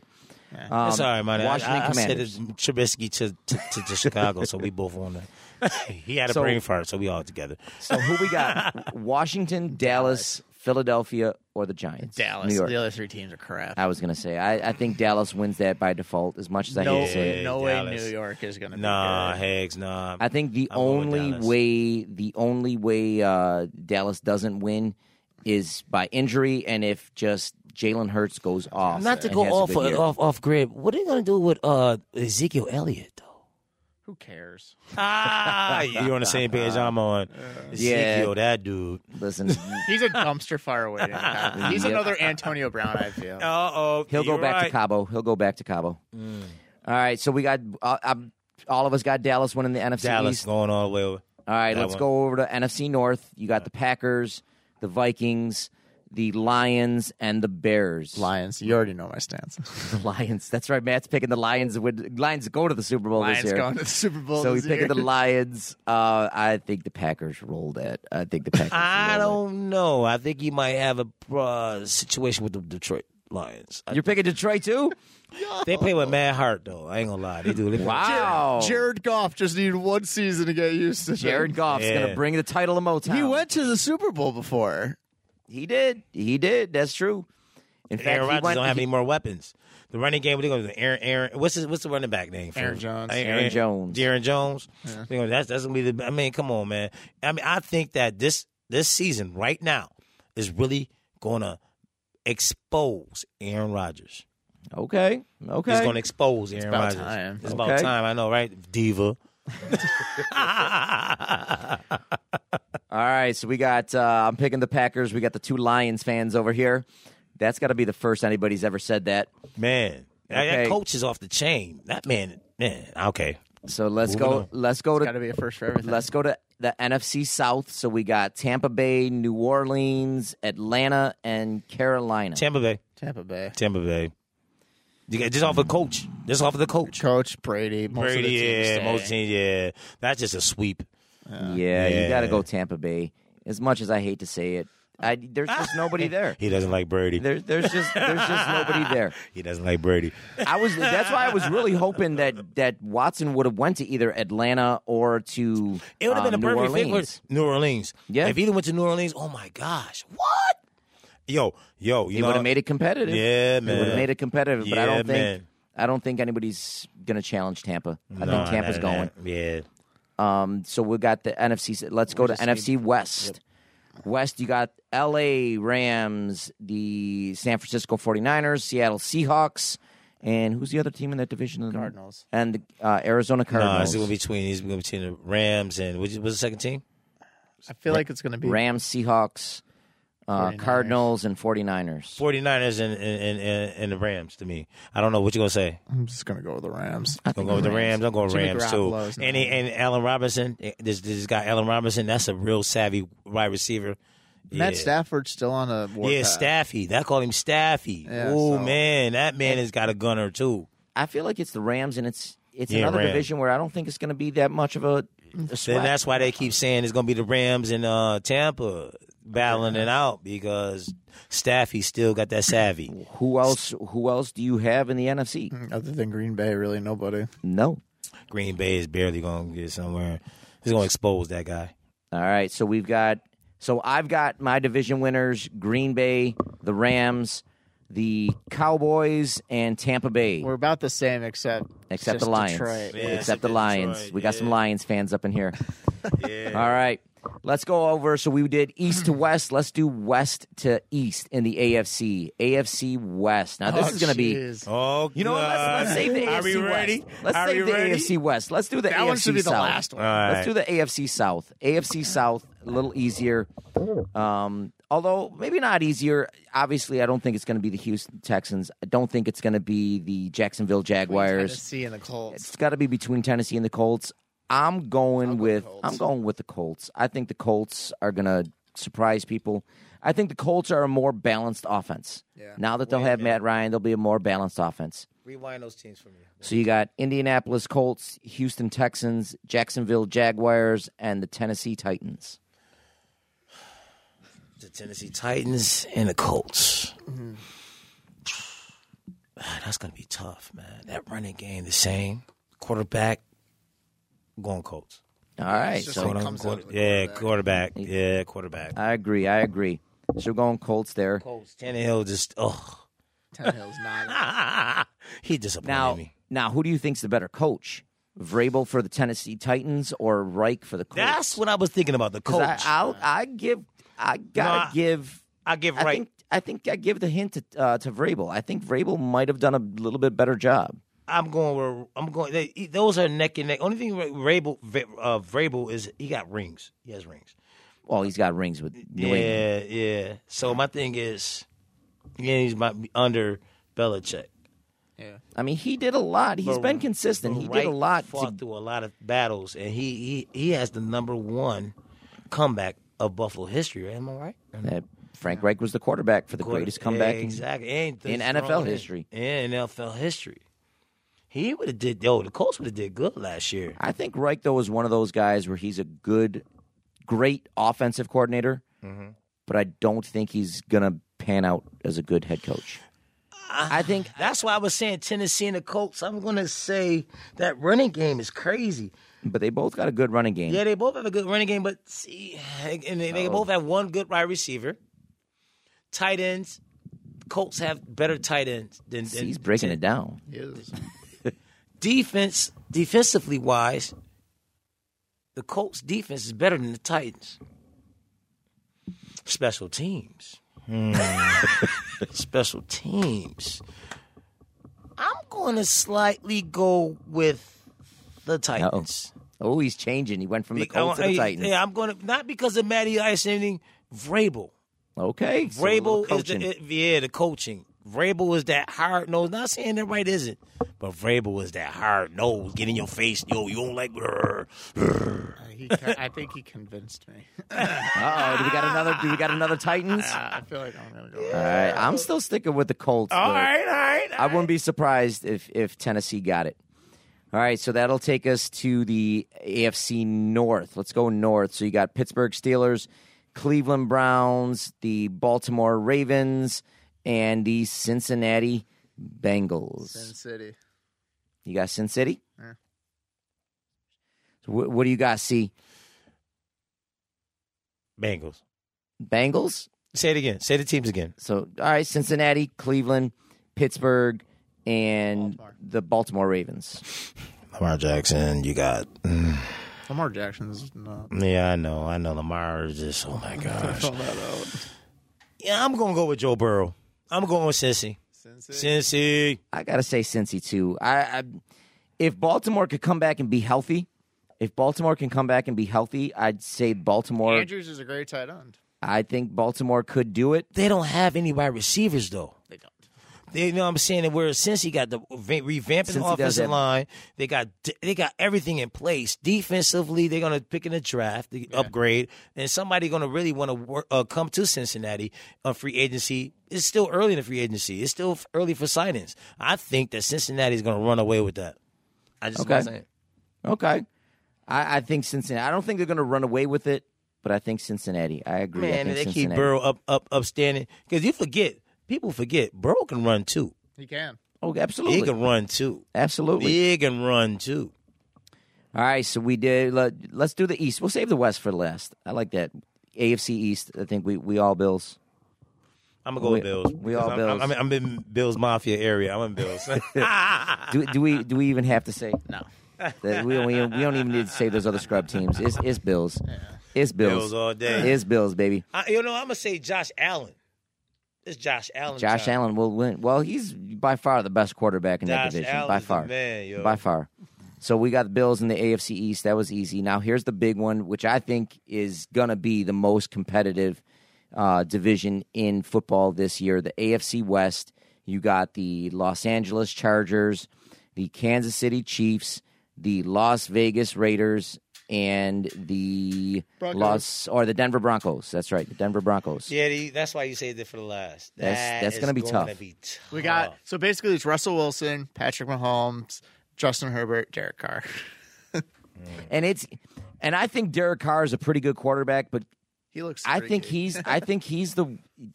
A: Um,
C: It's all right, man.
A: Washington
C: I, I, I said
A: Commanders.
C: it's Trubisky to, to, to, to Chicago, so we both on that. He had a
A: So-
C: brain fart, so we all together.
A: so who we got? Washington, Dallas, Philadelphia, or the Giants?
B: Dallas.
A: New York.
B: The other three teams are crap.
A: I was gonna say. I, I think Dallas wins that by default. As much as I hate
B: No,
A: to say it.
C: Yeah,
B: no way
C: Dallas.
B: New York is going to
C: Nah,
B: be good.
C: Hags, nah.
A: I think the
C: I'm going with
A: only
C: Dallas.
A: way the only way uh, Dallas doesn't win is by injury, and if just Jalen Hurts goes off.
D: Not to
A: and
D: go
A: has a
D: off
A: good year.
D: off off grid. What are you going to do with uh, Ezekiel Elliott though?
B: Who cares?
C: Ah, you're on the same page I'm on. Ezekiel, that dude.
A: Listen,
B: He's a dumpster fire waiting. to happen. He's
A: Yep.
B: another Antonio Brown. I feel.
C: Uh oh.
A: he'll go back to Cabo. He'll go back to Cabo. All right, so we got uh, um, all of us got Dallas winning the NFC
C: Dallas
A: East.
C: going all the way over.
A: All right,
C: That
A: let's
C: one.
A: go over to NFC North. You got the Packers, the Vikings, the Lions, and the Bears.
B: Lions. You already know my stance.
A: The Lions. That's right. Matt's picking the Lions. Would Lions go to the Super Bowl
B: Lions
A: this year?
B: going to the Super Bowl.
A: so
B: this
A: he's picking
B: year.
A: the Lions. Uh, I think the Packers rolled it. I think the Packers.
D: I
A: rolled
D: don't know. I think he might have a uh, situation with the Detroit Lions.
A: it. You're picking Detroit too.
C: They play with mad heart though. I ain't gonna lie, they do. They play-
A: Wow.
B: Jared Goff just needed one season to get used to.
A: Oh. Jared Goff's
C: Yeah.
A: gonna bring the title of Motown.
B: He went to the Super Bowl before.
A: He did. He did. That's true. In fact,
C: Aaron
A: he
C: Rodgers
A: went-
C: don't have
A: he-
C: any more weapons. The running game, what they going to do? Aaron, Aaron, what's his, what's the running back name? For
B: Aaron Jones.
A: Aaron Jones.
C: Aaron Jones. They gonna- That's that's gonna be the. I mean, come on, man. I mean, I think that this this season right now is really gonna expose Aaron Rodgers.
A: Okay. Okay.
C: It's gonna expose Aaron
B: about
C: Rodgers.
B: time.
C: It's about
A: Okay.
C: time. I know, right? Diva.
A: All right, so we got. Uh, I'm picking the Packers. We got the two Lions fans over here. That's got to be the first anybody's ever said that.
C: Man, that- that
A: Okay.
C: coach is off the chain. That man, man. Okay,
A: So let's
C: Moving
A: go.
C: on.
A: Let's go
B: Got to
A: to.
B: be a first for everything.
A: Let's go to the NFC South. So we got Tampa Bay, New Orleans, Atlanta, and Carolina.
C: Tampa Bay,
B: Tampa Bay.
C: Tampa Bay. You got- Just off the coach. Just off of the coach.
B: Coach Brady. Most of
C: Brady,
B: the team
C: yeah,
B: stay.
C: most teams, yeah. That's just a sweep.
A: yeah, you
C: Yeah.
A: got to go Tampa Bay. As much as I hate to say it, I, there's just nobody there.
C: He doesn't like Brady.
A: There, there's just there's just nobody there.
C: He doesn't like Brady.
A: I was that's why I was really hoping that that Watson would have went to either Atlanta or to
C: It would have
A: um,
C: been a
A: New
C: perfect fit
A: Orleans.
C: for New Orleans.
A: Yeah.
C: If he went to New Orleans, oh my gosh, what? Yo, yo, you
A: It
C: know,
A: would have made it competitive.
C: Yeah,
A: It would
C: man.
A: have made it competitive, but I
C: Yeah,
A: don't think
C: man.
A: I don't think anybody's gonna challenge Tampa. I
C: Nah,
A: think Tampa's
C: nah, nah,
A: going.
C: Yeah,
A: Um, so we got the NFC. Let's go to NFC West. West, you got L.A. Rams, the San Francisco 49ers, Seattle Seahawks, and who's the other team in that division?
B: Cardinals.
A: and the uh, Arizona
C: nah,
A: Cardinals.
C: it's going to be between he's going to be between the Rams and what's what's the second team?
B: I feel like it's going to be.
A: Rams, Seahawks, uh,
B: 49ers.
A: Cardinals, and 49ers.
C: 49ers and and, and, and and the Rams to me. I don't know what you're going to say.
B: I'm just going to go with the Rams.
C: I'm going to go with the Rams. I'm going
B: Jimmy
C: Rams too.
B: Garoppolo's not
C: And he, and Allen Robinson, eh, this this guy Allen Robinson, that's a real savvy wide receiver.
B: Matt
C: Yeah.
B: Stafford's still on a war
C: Yeah,
B: path.
C: Staffy. That called him Staffy.
B: Yeah,
C: oh
B: so-
C: man, that man has got a gunner too.
A: I feel like it's the Rams, and it's it's
C: Yeah,
A: another
C: Rams.
A: division where I don't think it's going to be that much of a, a
C: Then
A: sweat.
C: that's why they keep saying it's gonna be the Rams and uh, Tampa battling it out because Staffy still got that savvy.
A: who else? Who else do you have in the NFC?
C: Mm-hmm.
B: Other than Green Bay, really nobody.
A: No.
C: Green Bay is barely gonna get somewhere. He's gonna expose that guy.
A: All right. So we've got. So I've got my division winners: Green Bay, the Rams, the Cowboys, and Tampa Bay.
B: We're about the same, except
A: except
B: just
A: the Lions.
B: Detroit.
C: Yeah,
A: except
C: except
A: the Lions.
C: Detroit,
A: we got some
C: yeah.
A: Lions fans up in here. All right. Let's go over. So we did east to west. Let's do west to east in the AFC. AFC West. Now this
B: Oh,
A: is going to be.
B: jeez.
C: Oh,
A: You know what? Let's, let's save the AFC
C: Are we ready?
A: West. Let's
C: Are
A: save
C: we
A: the
C: ready?
A: AFC West. Let's do the
B: that
A: AFC
B: one should be the
A: South.
B: last one.
C: All right.
A: Let's do the AFC South. AFC South, a little easier. Um, although maybe not easier. Obviously, I don't think it's going to be the Houston Texans. I don't think it's going to be the Jacksonville Jaguars.
B: Tennessee and the Colts.
A: It's got to be between Tennessee and the Colts. I'm going with I'm going with the Colts. I think the Colts are going to surprise people. I think the Colts are a more balanced offense.
B: Yeah.
A: Now that they'll have Matt Ryan, they'll be a more balanced offense.
C: Rewind those teams for me.
A: So you got Indianapolis Colts, Houston Texans, Jacksonville Jaguars, and the Tennessee Titans.
C: The Tennessee Titans and the Colts.
A: Mm-hmm.
C: Ah, That's gonna be tough, man. That running game, the same quarterback, going Colts.
A: All right, so
C: Quarter- quarter- yeah, quarterback. Yeah, quarterback.
A: I agree. I agree. So we're going Colts there.
C: Colts. Tannehill just oh
B: Tannehill's not.
C: he disappointed
A: Now,
C: me.
A: now, who do you think's the better coach, Vrabel for the Tennessee Titans or Reich for the Colts?
C: That's what I was thinking about. The
A: 'Cause
C: coach.
A: I, I'll, I give. I gotta
C: I-
A: give.
C: I give
A: I
C: right.
A: think. I think I give the hint to, uh, to Vrabel. I think Vrabel might have done a little bit better job.
C: I'm going with I'm going. They, those are neck and neck. Only thing Ra- Vrabel uh, Vrabel is he got rings. He has rings.
A: Well, he's got rings with New England.
C: Yeah, yeah. So my thing is, again, he's my, under Belichick.
A: I mean, he did a lot. He's been consistent. He did a
C: Wright
A: lot.
C: Fought
A: To,
C: through a lot of battles, and he he he has the number one comeback of Buffalo history. Am I right?
A: that Frank Reich was the quarterback for the greatest comeback. in-
C: exactly And the
A: in
C: strong-
A: NFL history.
C: In NFL history, he would have did. Yo, the Colts would have did good last year.
A: I think Reich though is one of those guys where he's a good, great offensive coordinator,
C: Mm-hmm.
A: but I don't think he's gonna pan out as a good head coach. I think
C: That's why I was saying Tennessee and the Colts. I'm going to say that running game is crazy.
A: But they both got a good running game.
C: Yeah, they both have a good running game, but see, and they, they both have one good wide receiver. Tight ends, Colts have better tight ends than,
A: See,
C: than
A: He's breaking it down.
B: Is.
C: defense. Defensively wise, the Colts defense is better than the Titans. Special teams, special teams. I'm going to slightly go with the Titans.
A: Oh, he's changing. He went from the
C: I
A: Colts
C: want-
A: to the
C: oh, hey,
A: Titans.
C: Yeah, I'm going to not because of Matty Ice or anything. Vrabel,
A: Okay, so a little
C: Vrabel is
A: coaching.
C: the, it- yeah the coaching. Vrabel is that hard nose. Not saying that right isn't, but Vrabel is that hard nose. Get in your face, yo. You don't like. brr, brr.
B: He, con- I think he convinced me.
A: Uh-oh, Oh, do we got another? Do we got another Titans?
B: I feel like I'm gonna go.
A: All right, I'm still sticking with the Colts.
C: All
A: though.
C: right, all right.
A: I wouldn't be surprised if if Tennessee got it. All right, so that'll take us to the AFC North. Let's go north. So you got Pittsburgh Steelers, Cleveland Browns, the Baltimore Ravens, and the Cincinnati Bengals.
B: Sin City.
A: You got Sin City?
B: Yeah.
A: So what, what do you got, C?
C: Bengals.
A: Bengals?
C: Say it again. Say the teams again.
A: So, all right, Cincinnati, Cleveland, Pittsburgh, and the Baltimore Ravens.
C: Lamar Jackson, you got. mm,
B: Lamar Jackson is not.
C: Yeah, I know. I know. Lamar is just. Oh my gosh.
B: Call that out.
C: yeah, I'm going to go with Joe Burrow. I'm going with Cincy.
B: Sin City.
C: Cincy.
A: I gotta say Cincy too. I, I if Baltimore could come back and be healthy, if Baltimore can come back and be healthy, I'd say Baltimore.
B: Andrews is a great tight end.
A: I think Baltimore could do it.
C: They don't have any wide receivers though.
B: They don't.
C: They, you know what I'm saying? And whereas since he got the re- revamping
A: Cincy
C: the
A: does
C: offensive
A: have-
C: line, they got d- they got everything in place. Defensively, they're gonna pick in a draft, the upgrade, and somebody gonna really want to work, uh, come to Cincinnati on free agency. It's still early in the free agency. It's still f- early for signings. I think that Cincinnati is gonna run away with that. I just
A: Okay.
C: wanna say it.
A: Okay, I, I think Cincinnati. I don't think they're gonna run away with it, but I think Cincinnati. I agree. I
C: man,
A: think
C: they keep
A: Cincinnati.
C: Burrow up up upstanding because you forget people forget Burrow can run too.
B: He can.
A: oh,
C: He
A: absolutely,
C: can run too.
A: absolutely.
C: Big and run too.
A: All right, so we did. Let, let's do the East. We'll save the West for last. I like that. AFC East. I think we we all Bills.
C: I'm gonna go
A: We-
C: with Bills.
A: we all
C: Because I'm,
A: Bills.
C: I'm, I'm in Bills Mafia area. I'm in Bills.
A: Do, do we do we even have to say no? we don't we don't we don't even need to say those other scrub teams. It's it's Bills. It's Bills.
C: Bills all day.
A: It's Bills, baby.
C: I, you know, I'm gonna say Josh Allen. It's Josh Allen.
A: Josh
C: time.
A: Allen will win. Well, he's by far the best quarterback in that
C: Josh
A: division.
C: Allen's
A: by
C: the
A: far.
C: man, yo.
A: By far. So we got the Bills in the AFC East. That was easy. Now here's the big one, which I think is gonna be the most competitive uh, division in football this year. The AFC West. You got the Los Angeles Chargers, the Kansas City Chiefs, the Las Vegas Raiders, and the
B: Broncos.
A: Los or the Denver Broncos. That's right, the Denver Broncos.
C: Yeah, they- that's why you saved it for the last.
A: That's-
C: That
A: that's
C: is
A: gonna be
C: gonna
A: tough.
C: be tough.
B: We got so basically it's Russell Wilson, Patrick Mahomes, Justin Herbert, Derek Carr.
A: and it's and I think Derek Carr is a pretty good quarterback, but
B: He looks.
A: I
B: pretty
A: think
B: good.
A: he's I think he's the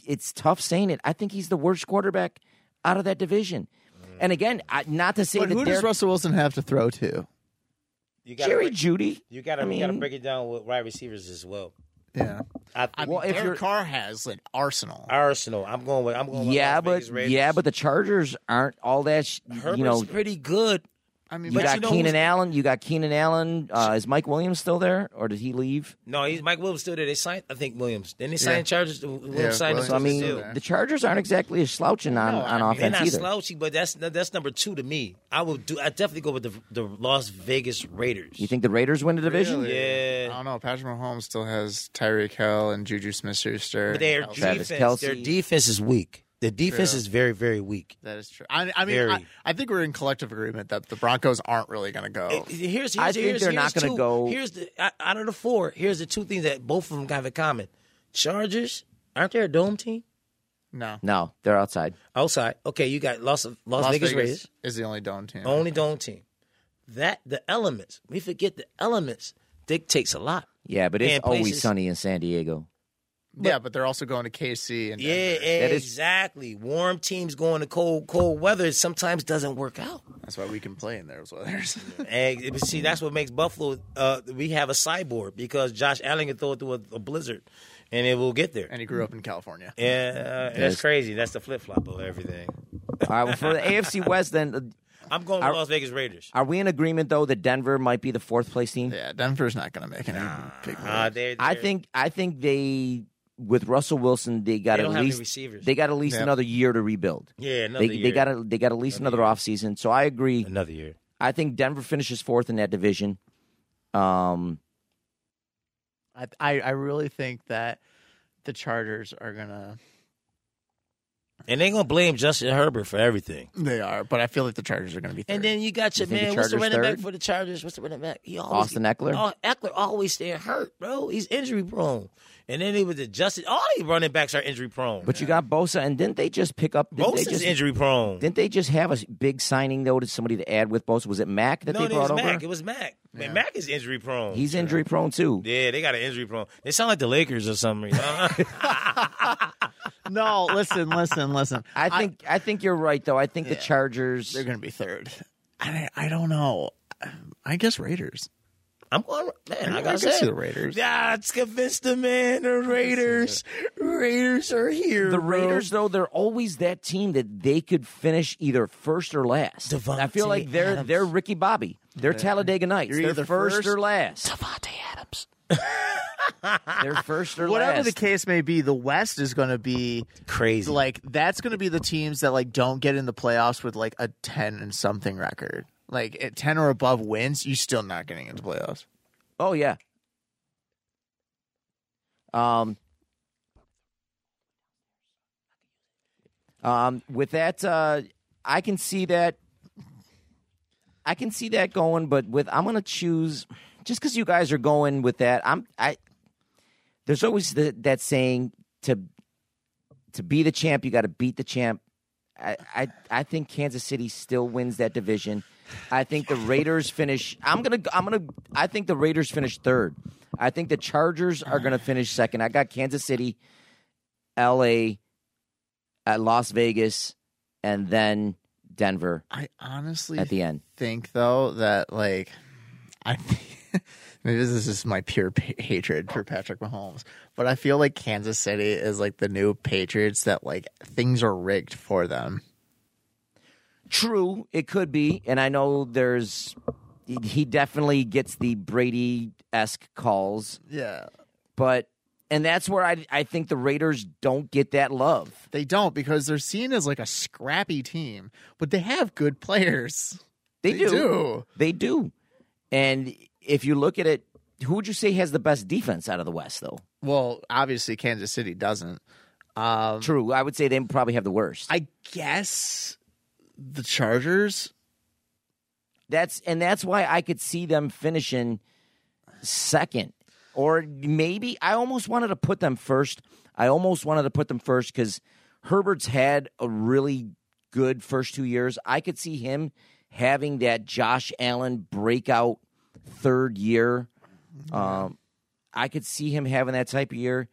A: it's tough saying it. I think he's the worst quarterback out of that division.
C: Mm.
A: And again, I, not to say
B: But
A: that
B: who does
A: Derek,
B: Russell Wilson have to throw to?
C: You gotta
A: Jerry
C: break-
A: Judy.
C: you gotta
A: I mean,
C: you gotta break it down with wide receivers as well.
B: Yeah. Uh,
C: I,
A: Well, if
B: Derek
A: you're-
B: Carr has an arsenal.
C: Arsenal. I'm going with. I'm going. With
A: yeah,
C: Las
A: but
C: Vegas Raiders.
A: yeah, but the Chargers aren't all that. Sh-
C: Herbert's
A: you know,
C: pretty good.
B: I mean,
A: You
B: but
A: got
C: you know
A: Keenan
C: who's-
A: Allen. You got Keenan Allen. Uh, is Mike Williams still there, or did he leave?
C: No, he's Mike Williams still there. They signed, I think Williams. Then they signed
B: Yeah.
C: Chargers. Williams
B: Yeah,
C: signed
B: Williams
C: Williams
A: So I
B: He's
A: mean,
B: still there.
A: the Chargers aren't exactly a slouching on, on
C: Oh, They're
A: offense
C: not
A: either.
C: slouchy, but that's that's number two to me. I would do. I definitely go with the the Las Vegas Raiders.
A: You think the Raiders win the division?
C: Yeah.
B: I don't know. Patrick Mahomes still has Tyreek Hill and Juju Smith-Schuster.
C: But their
A: Travis
C: defense, their
A: Kelce.
C: defense is weak.
E: The defense is very, very weak.
B: That is true. I, I mean,
E: Very.
B: I, I think we're in collective agreement that the Broncos aren't really going to go.
C: Here's, here's,
A: Oh. I think
C: here's,
A: they're
C: here's
A: not gonna
C: two-
A: go-
C: Here's the out- out of the four. Here's the two things that both of them have in common. Chargers aren't they a dome team
B: no,
A: No, they're outside.
C: outside? Okay, you got Las Las,
B: Las
C: Vegas,
B: Vegas,
C: Raiders,
B: is the only dome team.
C: only dome team. That the elements we forget the elements dictates a lot.
A: Yeah, but it's
C: And
A: always
C: places-
A: sunny in San Diego.
B: yeah, but they're also going to KC and
C: Yeah,
B: Denver.
A: That is-
C: exactly. Warm teams going to cold cold weather sometimes doesn't work out.
B: That's why we can play in those weathers.
C: And but see, that's what makes Buffalo. Uh, we have a cyborg because Josh Allen can throw it through a, a blizzard, and it will get there.
B: and he grew up in California.
C: Yeah, uh, that's crazy. That's the flip flop of everything.
A: All right, well, for the AFC West, then
C: I'm going with Las Vegas Raiders.
A: are we in agreement though that Denver might be the fourth place team?
B: Yeah, Denver's not going to make any big moves.
C: Uh, they're,
A: I
C: they're-
A: think I think they with Russell Wilson they got
C: They
A: at
C: don't have any
A: least
C: receivers.
A: they got at least
B: Yeah.
A: another year to rebuild.
C: Yeah,
A: They,
C: another
A: they
C: year.
A: got a, they got at least another, offseason. So I agree.
C: another year.
A: I think Denver finishes fourth in that division. Um,
B: I, I I really think that the Chargers are gonna.
C: And they're gonna blame Justin Herbert for everything.
B: They are, but I feel like the Chargers are gonna be. Third.
C: And then you got your
A: You think the
C: man. What's the
A: Chargers
C: running back
A: third?
C: for the Chargers? What's the running back? He always
A: Austin Eckler.
C: Oh, Eckler always staying hurt, bro. He's injury prone. And then he was adjusted. All these running backs are injury prone.
A: but you got Bosa, and didn't they just pick up? Didn't
C: Bosa's
A: they just,
C: injury prone.
A: Didn't they just have a s- big signing though to somebody to add with Bosa? Was it Mack that
C: no,
A: they
C: it was
A: brought over?
C: Mac. It was Mac. Man, Mac is injury prone.
A: He's injury prone too.
C: yeah, they got an injury prone. They sound like the Lakers or something. you know?
B: no, listen, listen, listen.
A: I think I, think you're right though. I think the Chargers.
B: they're gonna be third. I I don't know. I guess Raiders.
C: I'm going. Man, like I
B: I
C: got
B: can see
C: said,
B: the Raiders.
C: Yeah, it's convinced the man. The Raiders, Raiders are here.
A: The
C: bro.
A: Raiders, though, they're always that team that they could finish either first or last. I feel
C: Devontae
A: like they're
C: Adams.
A: they're Ricky Bobby. They're Talladega Knights.
B: You're
A: they're
B: either
A: first,
B: first-
A: or last. They're first or
B: Whatever
A: last.
B: the case may be, the West is going to be
C: crazy.
B: like that's going to be the teams that like don't get in the playoffs with like a ten and something record. Like at ten or above wins, you're still not getting into playoffs.
A: oh yeah. Um. Um. With that, uh, I can see that. I can see that going, but with I'm going to choose just because you guys are going with that. I'm I. There's always the, that saying to to be the champ, you got to beat the champ. I, I I think Kansas City still wins that division. I think the Raiders finish. I'm gonna. I'm gonna. I think the Raiders finish third. I think the Chargers are gonna finish second. I got Kansas City, L.A., at Las Vegas, and then Denver
B: I honestly
A: at the end.
B: think though that like I think- maybe this is my pure pa- hatred for Patrick Mahomes, but I feel like Kansas City is like the new Patriots that like things are rigged for them.
A: True, it could be, and I know there's. He definitely gets the Brady esque calls,
B: Yeah.
A: but and that's where I I think the Raiders don't get that love.
B: They don't because they're seen as like a scrappy team, but they have good players.
A: They,
B: They
A: do.
B: do.
A: They do. And if you look at it, who would you say has the best defense out of the West, though?
B: Well, obviously Kansas City doesn't. Um,
A: True. I would say they probably have the worst.
B: I guess the Chargers.
A: that's and that's why I could see them finishing second, or maybe I almost wanted to put them first. I almost wanted to put them first because Herbert's had a really good first two years. I could see him having that Josh Allen breakout third year. Um, I could see him having that type of year.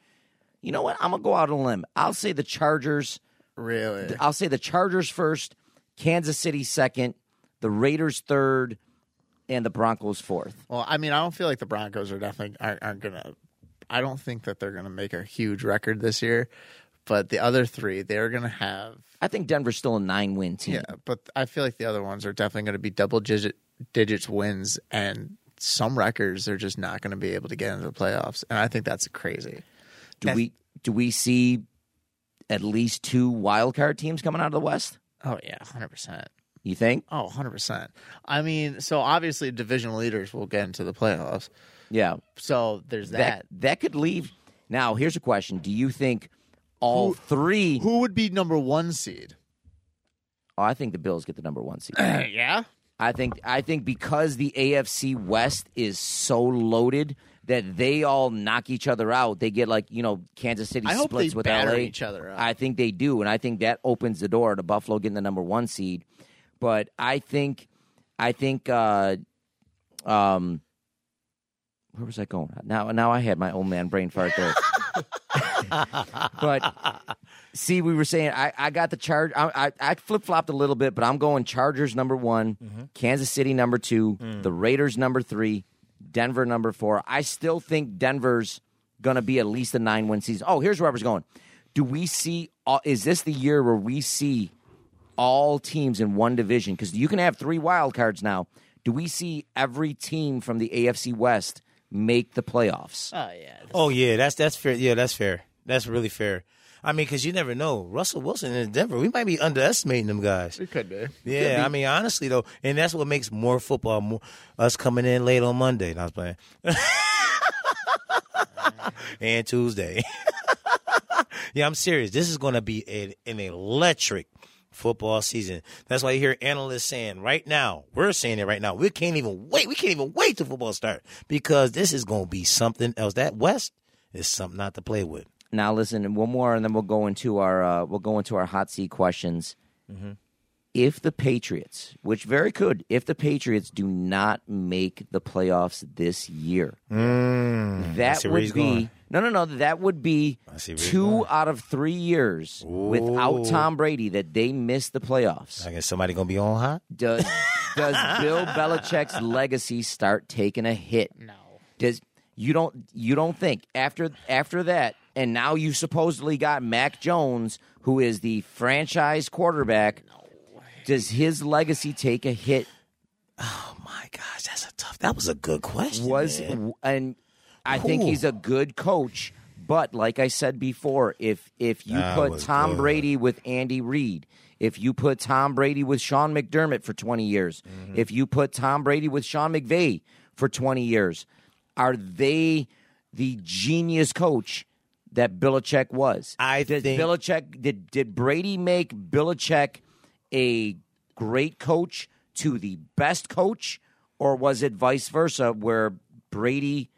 A: You know what? I'm gonna go out on a limb. I'll say the Chargers.
B: Really?
A: I'll say the Chargers first, Kansas City second, the Raiders third, and the Broncos fourth.
B: Well, I mean, I don't feel like the Broncos are definitely aren't, aren't gonna. I don't think that they're gonna make a huge record this year, But the other three, they're going to have.
A: I think Denver's still a nine win team.
B: Yeah, but I feel like the other ones are definitely going to be double digit digits wins, and some records they're just not going to be able to get into the playoffs, and I think that's crazy.
A: Do we do we see at least two wild card teams coming out of the West?
B: Oh yeah, hundred percent.
A: You think?
B: Oh, 100 percent. I mean, so obviously division leaders will get into the playoffs.
A: Yeah.
B: So there's
A: That
B: that.
A: that could leave. Now, here's a question: Do you think all three?
B: Who would be number one seed?
A: Oh, I think the Bills get the number one seed.
B: yeah.
A: I think I think because the AFC West is so loaded that they all knock each other out. They get like you know Kansas City
B: I hope
A: splits
B: they
A: with
B: batter
A: LA.
B: each other up.
A: I think they do, and I think that opens the door to Buffalo getting the number one seed. But I think I think uh, um, where was I going? Now now I had my old man brain fart there. but see, we were saying I, I got the charge. I, I, I flip flopped a little bit, but I'm going Chargers number one, Kansas City number two, the Raiders number three, Denver number four. I still think Denver's gonna be at least a nine win season. Oh, here's where I was going. Do we see? All, is this the year where we see all teams in one division? Because you can have three wild cards now. Do we see every team from the AFC West make the playoffs?
B: Oh yeah.
C: Oh yeah, that's that's fair. Yeah, that's fair. That's really fair. I mean, because you never know. Russell Wilson in Denver, we might be underestimating them guys.
B: It could be.
C: Yeah, I mean, honestly though, and that's what makes more football. More, us coming in late on Monday. No, I was playing. and Tuesday. yeah, I'm serious. This is going to be an, an electric football season. That's why you hear analysts saying right now, we're saying it right now. We can't even wait. We can't even wait till football starts because this is going to be something else. That West is something not to play with.
A: Now listen, and one more, and then we'll go into our uh, we'll go into our hot seat questions.
C: Mm-hmm.
A: If the Patriots, which very could, if the Patriots do not make the playoffs this year, that
C: Mm. see where
A: would
C: he's
A: be
C: going.
A: no, no, no. That would be
C: see where he's
A: two out of three years without Tom Brady that they miss the playoffs.
C: I guess somebody going to be on hot.
A: Does does Bill Belichick's legacy start taking a hit? No. Does you don't you don't think after after that and now you supposedly got Mac Jones who is the franchise quarterback? Does his legacy take a hit?
C: My gosh, that's a tough. That was a good question.
A: Was
C: man.
A: and I think he's a good coach, but like I said before, if if you
C: That
A: put
C: was
A: Tom
C: good.
A: Brady with Andy Reid, if you put Tom Brady with Sean McDermott for 20 years,
C: Mm-hmm.
A: if you put Tom Brady with Sean McVay for 20 years, are they the genius coach that Belichick was?
C: I
A: did
C: think-
A: Belichick did did Brady make Belichick a great coach to the best coach, or was it vice versa where Brady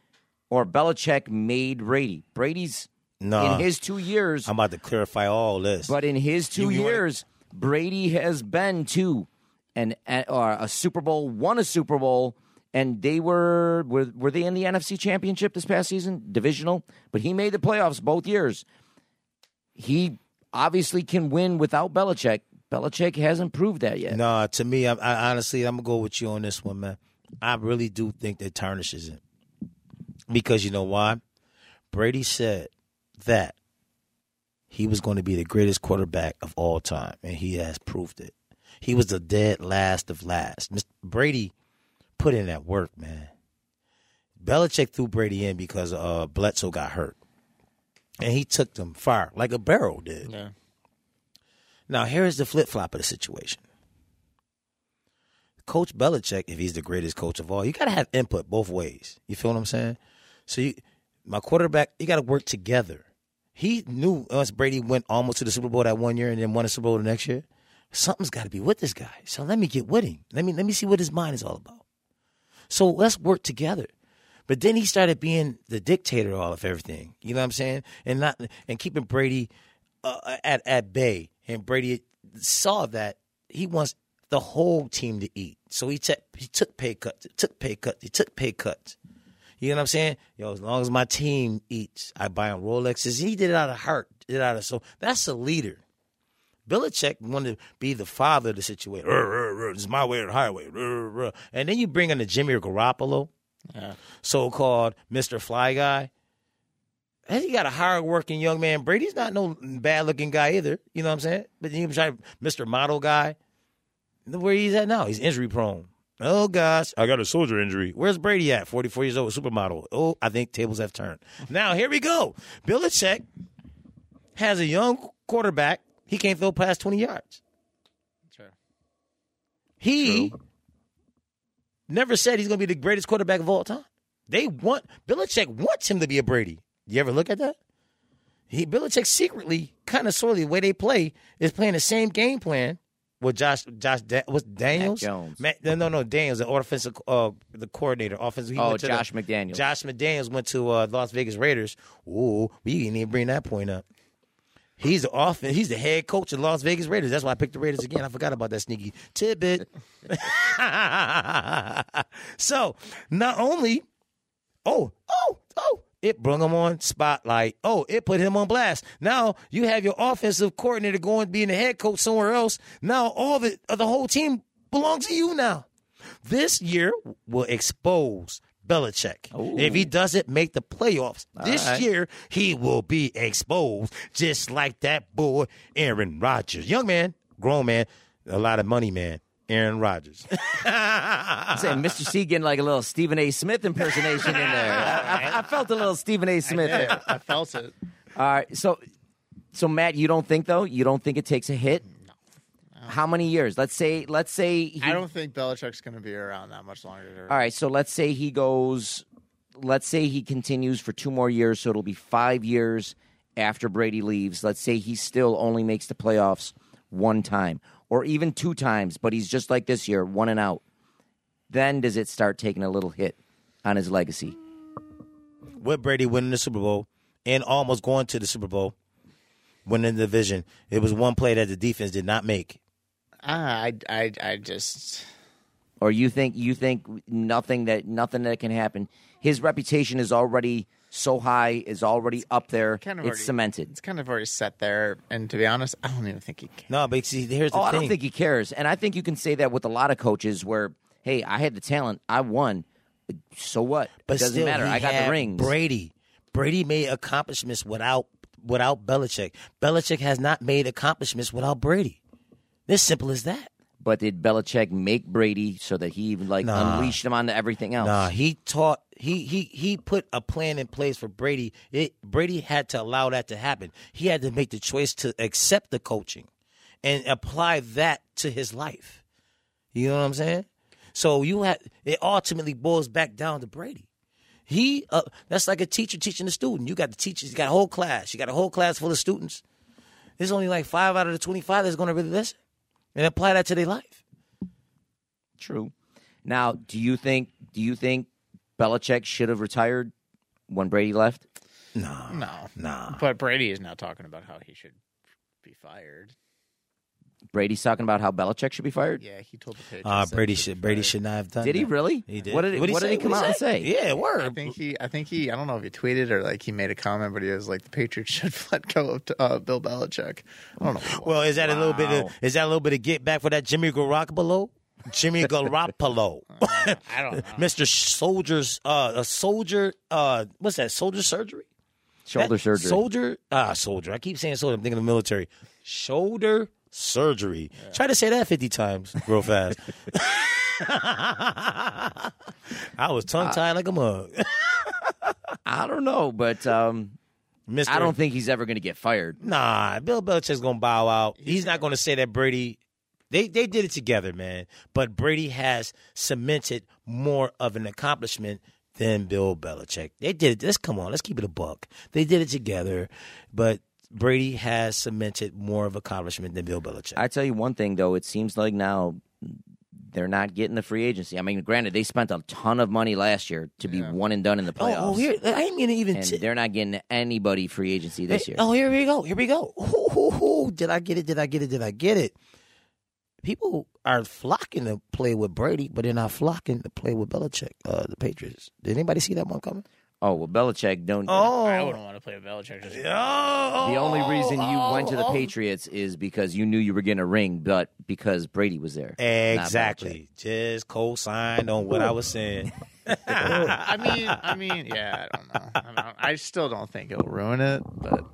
A: or Belichick made Brady? Brady's
C: Nah.
A: in his two years,
C: I'm about to clarify all this.
A: but in his two
C: you wanna-
A: years, Brady has been to an a- or a Super Bowl, won a Super Bowl, and they were were were they in the NFC Championship this past season, divisional? But he made the playoffs both years. He obviously can win without Belichick. Belichick hasn't proved that yet.
C: Nah, to me, I'm, I honestly, I'm gonna go with you on this one, man. I really do think that tarnishes it because you know why? Brady said that he was going to be the greatest quarterback of all time, and he has proved it. He was the dead last of last. Mr. Brady put in that work, man. Belichick threw Brady in because uh, Bledsoe got hurt, and he took them far like a barrel did.
B: Yeah.
C: Now, here's the flip flop of the situation. Coach Belichick, if he's the greatest coach of all, you got to have input both ways. You feel what I'm saying? So, you, my quarterback, you got to work together. He knew once Brady went almost to the Super Bowl that one year and then won the Super Bowl the next year. Something's got to be with this guy. So let me get with him. Let me let me see what his mind is all about. So let's work together. But then he started being the dictator of all of everything. You know what I'm saying? And not and keeping Brady uh, at at bay. And Brady saw that he wants the whole team to eat. So he took he took pay cuts. Took pay cuts. He took pay cuts. You know what I'm saying? Yo, as long as my team eats, I buy him Rolexes. He did it out of heart. Did it out of soul. That's a leader. Belichick wanted to be the father of the situation. Ruh, ruh, ruh, It's my way or the highway. Ruh, ruh, ruh. And then you bring in the Jimmy Garoppolo, so called Mr. Fly Guy. Hey, you got a hard working young man. Brady's not no bad looking guy either. You know what I'm saying? But you try Mr. Model guy. Look Where he's at now? He's injury prone. Oh gosh, I got a soldier injury. Where's Brady at? 44 years old, supermodel. Oh, I think tables have turned. Now here we go. Belichick has a young quarterback. He can't throw past 20 yards. He never said he's going to be the greatest quarterback of all time. They want Belichick wants him to be a Brady. You ever look at that? He Belichick secretly, kind of sorely, the way they play is playing the same game plan with Josh. Josh da, what's Daniels?
A: Jones.
C: Matt- no, no, no. Daniels, the offensive, uh, the coordinator, offensive. he
A: Oh,
C: went to the-
A: Josh McDaniels.
C: Josh McDaniels went to uh, Las Vegas Raiders. Ooh, we didn't even bring that point up. He's the offense. He's the head coach of Las Vegas Raiders. That's why I picked the Raiders again. I forgot about that sneaky tidbit. so not only, oh, oh, oh, it brung him on spotlight. Oh, it put him on blast. Now you have your offensive coordinator going being the head coach somewhere else. Now all the uh, the whole team belongs to you now. This year will expose Belichick. If he doesn't make the playoffs this
A: right.
C: year, he will be exposed just like that boy Aaron Rodgers. Young man, grown man, a lot of money man, Aaron Rodgers.
A: I'm saying Mr. C getting like a little Stephen A. Smith impersonation in there. I, I, I felt a little Stephen A. Smith there.
B: Yeah, I felt it.
A: All right, Uh, so so Matt, you don't think though? You don't think it takes a hit? How many years? Let's say let's say he,
B: I don't think Belichick's going to be around that much longer.
A: All right, so let's say he goes let's say he continues for two more years, so it'll be 5 years after Brady leaves. Let's say he still only makes the playoffs one time or even two times, but he's just like this year, one and out. Then does it start taking a little hit on his legacy?
C: with Brady winning the Super Bowl and almost going to the Super Bowl, winning the division. It was one play that the defense did not make.
B: Ah, I, I, I just.
A: or you think you think nothing that nothing that can happen. His reputation is already so high, is already up there.
B: Kind of
A: it's
B: already-
A: cemented.
B: It's kind of already set there. And to be honest, I don't even think he can.
C: No, but see, here's the
A: Oh, I
C: thing.
A: don't think he cares, and I think you can say that with a lot of coaches. Where hey, I had the talent, I won. So what?
C: but
A: it doesn't
C: still,
A: matter.
C: he
A: I got
C: had
A: the rings.
C: Brady, Brady made accomplishments without without Belichick. Belichick has not made accomplishments without Brady. It's simple as that.
A: But did Belichick make Brady so that he even like
C: Nah.
A: unleashed him onto everything else?
C: Nah, he taught. He he he put a plan in place for Brady. It, Brady had to allow that to happen. He had to make the choice to accept the coaching, and apply that to his life. You know what I'm saying? So you had it ultimately boils back down to Brady. He uh, that's like a teacher teaching a student. You got the teachers. You got a whole class. You got a whole class full of students. There's only like five out of the twenty five that's going to really listen and apply that to their life.
A: True. Now, do you think do you think Belichick should have retired when Brady left?
B: No.
C: Nah,
B: But Brady is now talking about how he should be fired.
A: Brady's talking about how Belichick should be fired.
B: Yeah, he told the Patriots.
C: uh,
B: that
C: Brady
B: he
C: should
B: be
C: Brady
B: fired.
C: should not have done.
A: Did he
C: that.
A: really?
C: He did.
A: What did,
C: What'd he
A: what did
C: say?
A: he come
C: What'd
A: out
C: he
A: and say?
C: Yeah, word.
B: I think he. I think he. I don't know if he tweeted or like he made a comment, but he was like, "The Patriots should let go of uh, Bill Belichick." I don't know.
C: Well, is that a little bit
A: Wow.
C: of is that a little bit of get back for that Jimmy Garoppolo? Jimmy Garoppolo,
B: I don't know.
C: Mr. Soldier's uh a soldier uh what's that? Soldier surgery?
A: Shoulder
C: That-
A: surgery.
C: Soldier ah soldier. I keep saying soldier, I'm thinking of the military. Shoulder surgery. Try to say that 50 times real fast. I was tongue tied like a mug.
A: I don't know, but um,
C: Mr.
A: I don't think he's ever going to get fired.
C: Nah, Bill Belichick's gonna bow out. He's not gonna say that Brady. They they did it together, man. But Brady has cemented more of an accomplishment than Bill Belichick. They did it. Let's come on. Let's keep it a buck. They did it together, but Brady has cemented more of accomplishment than Bill Belichick.
A: I tell you one thing though, it seems like now they're not getting the free agency. I mean, granted, they spent a ton of money last year to be one and done in the
C: oh,
A: playoffs,
C: oh, here I ain't gonna even.
A: and
C: t-
A: they're not getting anybody free agency this
C: Hey,
A: year.
C: Oh, here we go. Here we go. Ooh, ooh, ooh. Did I get it? Did I get it? Did I get it? People are flocking to play with Brady, but they're not flocking to play with Belichick, uh, the Patriots. Did anybody see that one coming?
A: Oh well, Belichick don't.
B: I
C: Oh,
B: wouldn't want to play with Belichick. Just
A: The only reason you went to the
C: oh.
A: Patriots is because you knew you were getting a ring, but because Brady was there. not Belichick.
C: Exactly. Just co-signed on what I was saying.
B: I mean, I mean, yeah, I don't know. I, don't, I still don't think it'll ruin it, but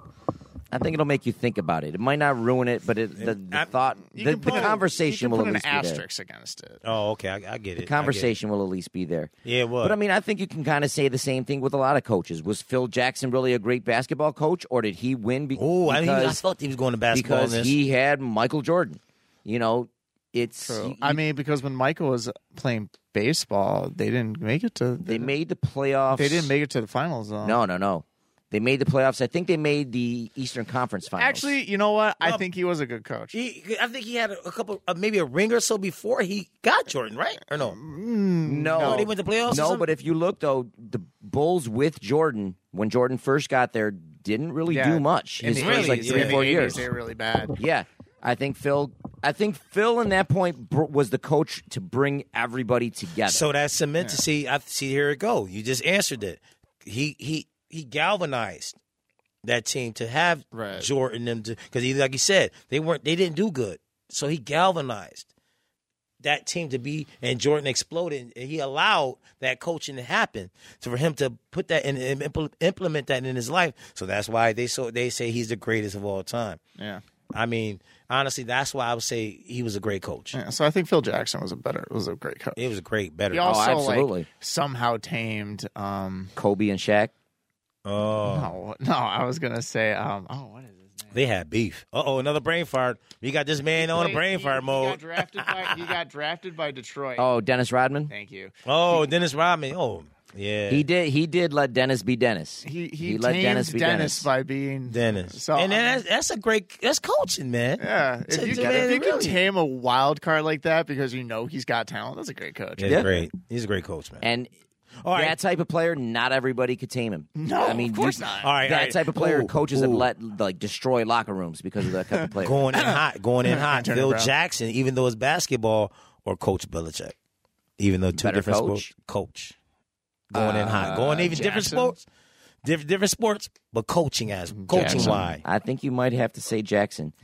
A: I think it'll make you think about it. It might not ruin it, but it, the, the
C: I-
A: thought,
B: you
A: the,
B: can
A: the
B: put a-
A: conversation
B: you
A: will
B: can put
A: at
B: an
A: least be there.
B: asterisk against it.
C: Oh, okay, I, I get it. I get it.
A: Conversation will at least be there.
C: Yeah, it
A: But I
C: was.
A: mean, I think you can kind of say the same thing with a lot of coaches. Was Phil Jackson really a great basketball coach, or did he win be-
C: Oh, I, mean, I
A: because,
C: thought he was going to basketball. in
A: because
C: this.
A: he had Michael Jordan? You know, it's
B: True.
A: you-
B: I mean, because when Michael was playing baseball, they didn't make it to
A: they
B: they,
A: made the playoffs.
B: didn't make it to the finals though.
A: No, no, no. They made the playoffs. I think they made the Eastern Conference Finals.
B: Actually, you know what? I
C: Well,
B: think he was a good coach.
C: He, I think he had a, a couple, uh, maybe a ring or so before he got Jordan, right? Or no? Oh,
A: no,
C: they went to
B: Oh,
C: playoffs
A: No,
C: or something?
A: but if you look though, the Bulls with Jordan when Jordan first got there didn't really
B: Yeah.
A: do much.
B: In
A: His
B: the
A: first
B: 80s,
A: like three,
B: in the
A: four
B: 80s,
A: years.
B: they were really bad.
A: Yeah, I think Phil. I think Phil, in that point, br- was the coach to bring everybody together.
C: So that's cement to see. I see. Here it go. You just answered it. He he he galvanized that team to have
B: Right.
C: Jordan them to because he like you said they weren't they didn't do good. So he galvanized that team to be and Jordan exploded and he allowed that coaching to happen to, for him to put that in and impl- implement that in his life. So that's why they so they say he's the greatest of all time.
B: Yeah.
C: I mean, honestly, that's why I would say he was a great coach.
B: yeah. So I think Phil Jackson was a better was a great coach.
C: It was a great better.
B: He also
A: Oh, absolutely.
B: like somehow tamed um
A: Kobe and Shaq.
C: oh.
B: no, no, I was gonna say um oh what is his name?
C: They had beef. Uh oh, another brain fart. We got this man on a brain fart mode.
B: drafted by he got drafted by Detroit.
A: Oh, Dennis Rodman.
B: Thank you.
C: Oh, Dennis Rodman. Oh, yeah.
A: He did. He did let Dennis be Dennis.
B: He he,
A: let
B: tamed
A: Dennis be Dennis.
B: by being
C: Dennis.
B: So,
C: and
B: I mean-
C: that's, that's a great. That's coaching, man.
B: Yeah, if
C: To-
B: you,
C: to
B: can,
C: man,
B: if you can
C: really.
B: tame a wild card like that because you know he's got talent, that's a great coach.
C: He's
A: Yeah.
C: great. He's a great coach, man.
A: and
C: All right.
A: that type of player, not everybody could tame him.
B: No,
A: I mean,
B: of course
A: you-
B: not.
C: all right,
A: that
C: all right.
A: type of player,
C: Ooh,
A: coaches have
C: ooh.
A: let like destroy locker rooms because of that type of player.
C: going in hot, going in hot.
B: Turner
C: Bill
B: Brown.
C: Jackson, even though it's basketball, or Coach Belichick, even though two
A: Better
C: different
A: coach? Uh,
C: sports, coach going in hot, going even different
B: Jackson?
C: sports, diff- different sports, but coaching as coaching
B: Jackson.
C: wise.
A: I think you might have to say Jackson.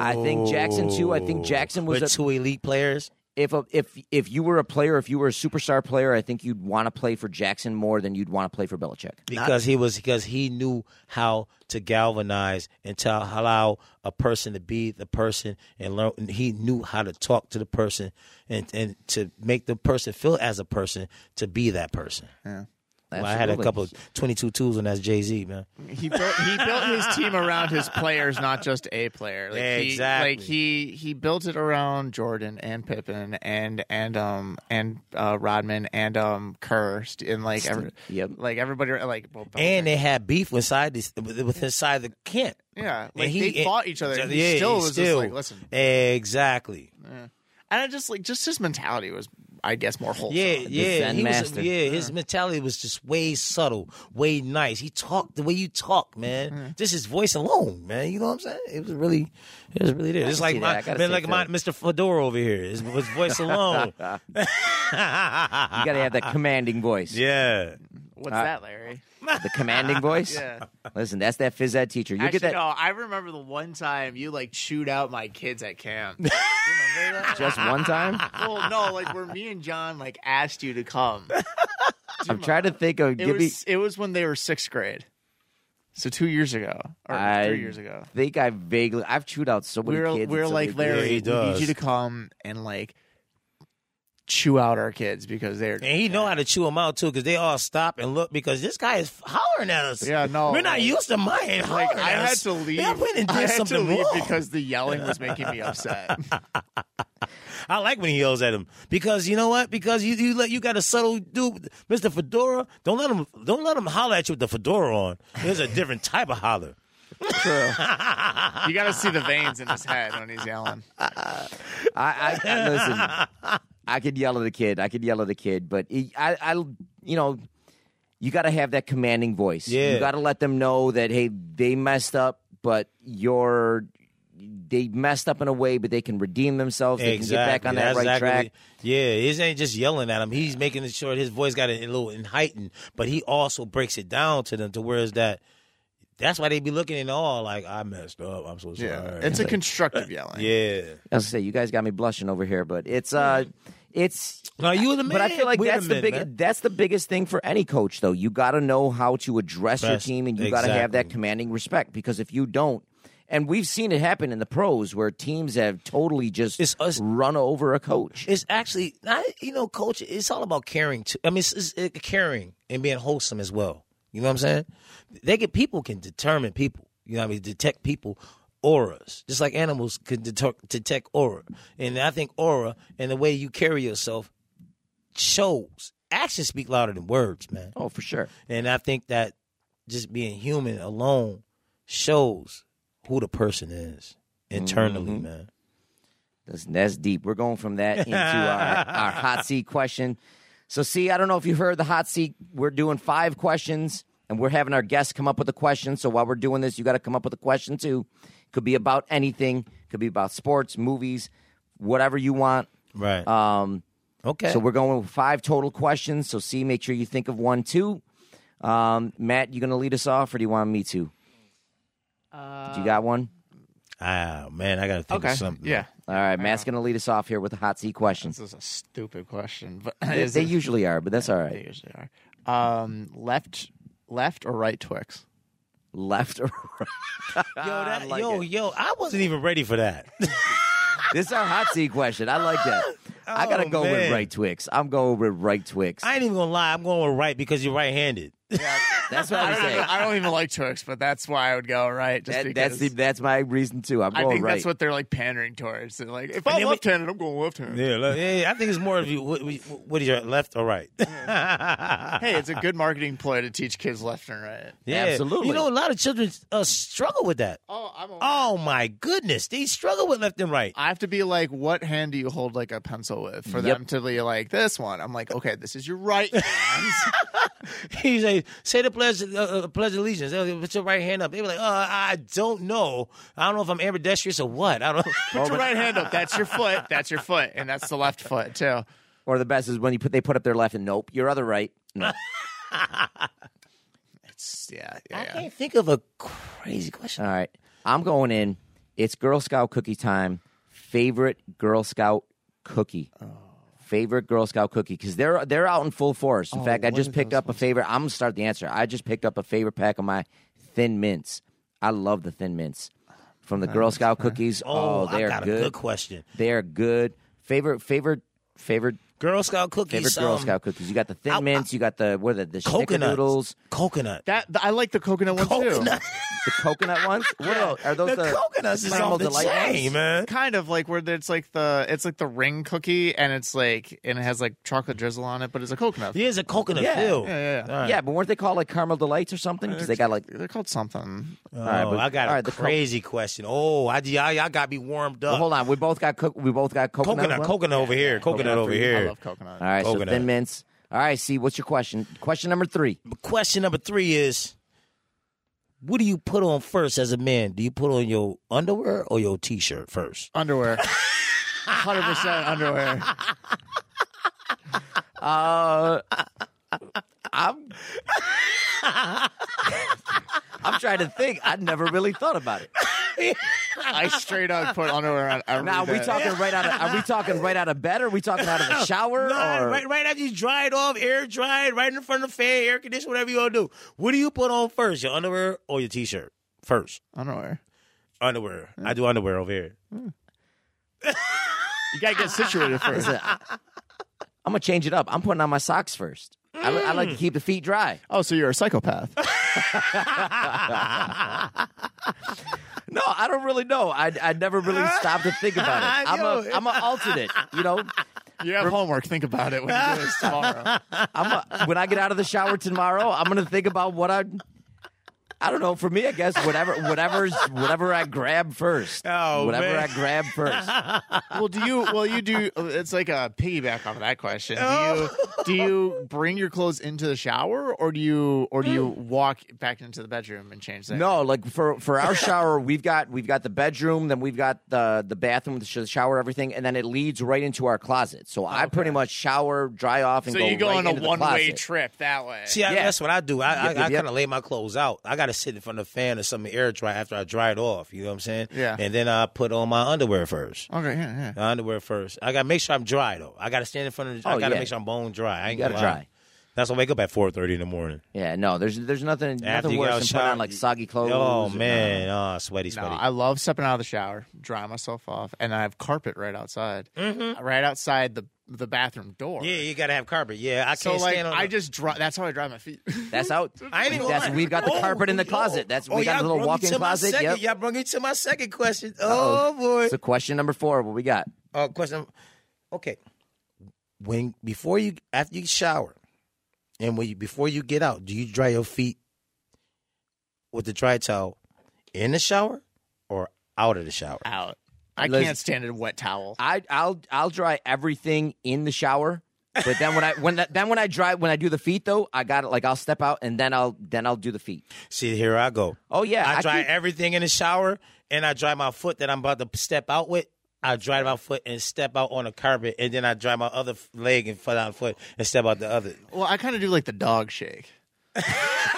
A: I think Jackson too. I
C: Oh.
A: think Jackson was
C: with
A: a,
C: two elite players.
A: if a, if if you were a player, if you were a superstar player, I think you'd want to play for Jackson more than you'd want to play for Belichick.
C: because he was because he knew how to galvanize and to allow a person to be the person and learn and he knew how to talk to the person and and to make the person feel as a person to be that person Well, i had a
A: Absolutely.
C: couple of 22 twos on that's jay-z man
B: He built he built his team around his players, not just a player. Like
C: Yeah,
B: he,
C: exactly.
B: Like he he built it around Jordan and Pippen and and um and uh, Rodman and um Kerr st- and like every,
A: Yep.
B: like everybody like well,
C: and they had beef inside this with inside the camp
B: yeah
C: And
B: like
C: he-
B: they fought each other. And he
C: yeah,
B: still was just like listen.
C: exactly
B: And I just like just his mentality was I guess more wholesome.
C: Yeah, yeah,
A: Zen
C: he was-
A: master.
C: yeah. His mentality was just way subtle, way nice. He talked the way you talk, man.
B: Mm-hmm.
C: Just his voice alone, man. You know what I'm saying? It was really, it was really there. It's like
A: see that. I
C: my,
A: gotta
C: man,
A: say
C: like my
A: that.
C: Mr. Fedora over here. His, his voice alone.
A: You got to have that commanding voice.
C: yeah,
B: What's that, Larry?
A: The commanding voice.
B: Yeah.
A: Listen, that's that phys ed teacher. You
B: Actually,
A: get that
B: no. I remember the one time you like chewed out my kids at camp. You remember that?
A: just one time.
B: well, no, like where me and John like asked you to come.
A: I'm trying to think of.
B: It
A: give me,
B: was it was when they were sixth grade, so two years ago or
A: I
B: three years ago.
A: think I vaguely. I've chewed out so many
B: We were
A: kids.
B: we were
A: and so
B: like
A: many
C: Yeah, he
B: Larry, we need
C: does.
B: you to come and like chew out our kids because they're
C: and he know how to chew them out too, because they all stop and look because this guy is hollering at us.
B: Yeah, no,
C: we're not
B: like-
C: used to mine hollering.
B: like I
C: at
B: had
C: us.
B: to leave.
C: Yeah, we done did
B: I had
C: something
B: to leave
C: wrong.
B: because the yelling was making me upset.
C: I like when he yells at him because you know what? Because you you let you got a subtle dude, Mister Fedora. Don't let him don't let him holler at you with the fedora on. There's a different type of holler.
B: you got to see the veins in his head when he's yelling.
A: I, I, I listen. I could yell at a kid. I could yell at a kid, but he- I, I, you know, you got to have that commanding voice.
C: Yeah.
A: You got to let them know that hey, they messed up, but you're they messed up in a way, but they can redeem themselves. They can get back on that
C: That's
A: right
C: exactly-
A: track.
C: Yeah, his ain't just yelling at him. He's making sure his voice got a little in heightened, but he also breaks it down to them to where is that. That's why they be looking in awe, like I messed up. I'm so sorry.
B: Yeah, it's a constructive yelling.
C: yeah.
A: I was gonna say you guys got me blushing over here, but it's uh, it's
C: No, you were the man.
A: But I feel like
C: Wait a
A: that's the
C: minute,
A: big
C: man.
A: that's the biggest thing for any coach though. You got to know how to address your
C: Best.
A: team and you got to have that
C: Exactly.
A: commanding respect because if you don't and we've seen it happen in the pros where teams have totally just
C: It's us-
A: run over a coach.
C: It's actually not, you know, coach. It's all about caring. Too. I mean, it's, it's uh, caring and being wholesome as well. You know what I'm saying? They can people can determine people. You know, what I mean, detect people auras, just like animals can detect detect aura. And I think aura and the way you carry yourself shows. Actions speak louder than words, man.
A: oh, for sure.
C: And I think that just being human alone shows who the person is internally,
A: Mm-hmm.
C: man.
A: That's, that's deep. We're going from that into our, our hot seat question. So, see, I don't know if you heard the hot seat. We're doing five questions, and we're having our guests come up with a question. So, while we're doing this, you got to come up with a question too. Could be about anything. Could be about sports, movies, whatever you want.
C: Right.
A: Um,
C: okay.
A: so we're going with five total questions. So, see, make sure you think of one too. Um, Matt, you going to lead us off, or do you want me to? do you got one?
C: ah, man, I got to think
B: Okay.
C: of something.
B: Yeah.
A: All right, Matt's going to lead us off here with a hot seat question.
B: This is a stupid question, but
A: They,
B: is
A: they
B: it-
A: usually are, but that's all
B: they
A: right.
B: usually are. Um, left, left or right Twix?
A: Left or right?
C: Yo, that,
A: like
C: yo,
A: it.
C: yo, I wasn't even ready for that.
A: This is our hot seat question. I like that. I gotta
C: Oh,
A: go with
C: man.
A: right Twix. I'm going with right Twix.
C: I ain't even gonna lie. I'm going with right because you're right-handed.
A: that's what I'm
B: I don't,
A: saying.
B: even, I don't even like Twix, but that's why I would go right. Just
A: That, that's
B: because
A: the, that's my reason too. I'm
B: I
A: going
B: think
A: right.
B: that's what they're like pandering towards. They're like, if
C: And
B: I'm
C: then we-
B: left-handed, I'm going left-handed.
C: Yeah, yeah. I think it's more of you. What, what is your left or right? yeah,
B: Hey, it's a good marketing ploy to teach kids left and right.
A: Absolutely.
C: You know, a lot of children uh, struggle with that.
B: Oh, I'm. A-
C: Oh my goodness, they struggle with left and right.
B: I have to be like, what hand do you hold like a pencil with for
A: Yep.
B: them to be like this one? I'm like, okay, this is your right hand.
C: He say, "Say the pledge, uh, uh, pledge of allegiance." They'll Put your right hand up. They were like, "Uh, I don't know. I don't know if I'm ambidextrous or what. I don't." Oh,
B: Put your right hand up. That's your foot. That's your foot, and that's the left foot too.
A: or the best is when you put they put up their left and nope, your other right. No.
B: It's yeah,
C: I
B: yeah. yeah.
C: can't think of a crazy question.
A: All right, I'm going in. It's Girl Scout cookie time. Favorite Girl Scout cookie.
C: Oh.
A: Favorite Girl Scout cookie because they're they're out in full force.
C: Oh,
A: In fact, I just picked up a favorite. I'm gonna start the answer. I just picked up a favorite pack of my Thin Mints. I love the Thin Mints from the Girl Scout cookies. Oh,
C: Oh,
A: they
C: I
A: are
C: got a
A: good.
C: good question.
A: They are good. Favorite favorite favorite
C: Girl Scout cookies.
A: favorite Girl
C: um,
A: Scout cookies. You got the Thin
C: I-
A: Mints. you got the what are the the
C: coconut
A: schnickerdoodles,
C: Coconut.
B: That I like the coconut one
C: Coconut. uh,
A: the coconut ones. What are those? Are those
C: the,
A: the,
C: coconuts is
A: caramel
C: off the
A: delight ones?
C: chain,
B: too.
C: man.
B: Kind of like where it's like the it's like the ring cookie, and it's like and it has like chocolate drizzle on it, but it's a coconut.
C: Yeah, it's a coconut
A: Yeah.
C: feel.
B: yeah, yeah.
C: All right.
A: Yeah, but weren't they called like caramel delights or something?
C: Uh,
A: Because they got like
B: They're called something.
C: Oh,
A: right, but-
C: I got
A: all
C: a
A: right, the co-
C: crazy question. Oh, I, y'all, y'all got me warmed
A: well,
C: up.
A: hold on, we both got co- we both got coconut.
C: coconut,
A: one?
C: coconut over here. Coconut over
B: I
C: here.
B: love coconut.
A: All right, so
C: coconut.
A: thin mints. All right, see, what's your question? Question number three.
C: Question number three is, what do you put on first as a man? Do you put on your underwear or your t-shirt first?
B: Underwear. 100% underwear.
A: Uh, I'm I'm trying to think. I never really thought about it.
B: I straight up put underwear on every
A: Now, are we
B: day.
A: talking right out of are we talking right out of bed? Or are we talking out of the shower?
C: Right,
A: or
C: right, right after you dry it off, air dry it, right in front of the fan, air condition, whatever you gonna do. What do you put on first, your underwear or your t-shirt first?
B: Underwear.
C: Underwear. I do underwear over here.
B: You got to get situated first.
A: I'm gonna change it up. I'm putting on my socks first. I, li- I like to
C: Mm.
A: keep the feet dry.
B: Oh, so you're a psychopath.
A: No, I don't really know. I I never really stopped to think about it. I'm a I'm an alternate. You know,
B: You have homework. Think about it when you do this tomorrow.
A: I'm a, when I get out of the shower tomorrow, I'm gonna think about what I. I don't know. For me, I guess whatever, whatever's, whatever I grab first,
C: Oh,
A: whatever
C: man.
A: I grab first.
B: Well, do you? Well, you do. uh, It's like a piggyback off of that question.
A: Oh.
B: Do you? Do you bring your clothes into the shower, or do you? Or do you walk back into the bedroom and change that?
A: Mm. No, like for for our shower, we've got we've got the bedroom, then we've got the the bathroom, the sh- shower, everything, and then it leads right into our closet. So I pretty much shower, dry off, and
B: So
A: go
B: you go
A: right
B: on a
A: into the
B: one way
A: closet.
B: trip that way.
C: See, I,
A: Yeah.
C: that's what I do. I,
A: Yep,
C: I,
A: yep,
C: I
A: yep.
C: kind of lay my clothes out. I got gotta sit in front of a fan or something air dry after I dry it off. You know what I'm saying?
B: Yeah.
C: And then I put on my underwear first.
B: Okay, yeah, yeah.
C: My underwear first. I gotta make sure I'm dry though. I gotta stand in front of. The,
A: Oh,
C: I gotta
A: yeah.
C: make sure I'm bone dry. I ain't
A: You gotta
C: gonna lie.
A: dry.
C: That's why I wake up at four thirty in the morning.
A: Yeah, no, there's there's nothing
C: After
A: nothing
C: you
A: worse
C: got
A: than
C: a
A: putting
C: shower,
A: on like soggy clothes. uh,
C: Oh
A: or-
C: man, oh sweaty,
B: No,
C: sweaty.
B: I love stepping out of the shower, dry myself off, and I have carpet right outside,
A: Mm-hmm.
B: right outside the the bathroom door.
C: yeah, you gotta have carpet. Yeah, I can't
B: So like,
C: stand on.
B: I
C: the-
B: just dry. That's how I dry my feet.
A: That's out.
C: I ain't even
A: That's
C: gonna lie.
A: we've got the
C: Oh,
A: carpet in the
C: oh,
A: closet. That's
C: oh,
A: we got
C: y'all
A: a little
C: brung me
A: walk-in
C: to my
A: closet.
C: Second,
A: Yep.
C: Y'all brung me to my second question.
A: Uh-oh.
C: Oh boy.
A: So question number four, what we got?
C: uh, question. Okay, when before you after you shower, and when you before you get out, do you dry your feet with the dry towel in the shower or out of the shower?
B: Out. I
A: Listen-
B: can't stand a wet towel.
A: I I'll I'll dry everything in the shower. But then when I when that then when I dry when I do the feet though, I got it like I'll step out and then I'll then I'll do the feet.
C: See, here I go.
A: Oh yeah,
C: I, dry
A: keep-
C: everything in the shower, and I dry my foot that I'm about to step out with. I dry my foot and step out on the carpet, and then I dry my other f- leg and foot on foot and step out the other.
B: Well, I kind of do like the dog shake.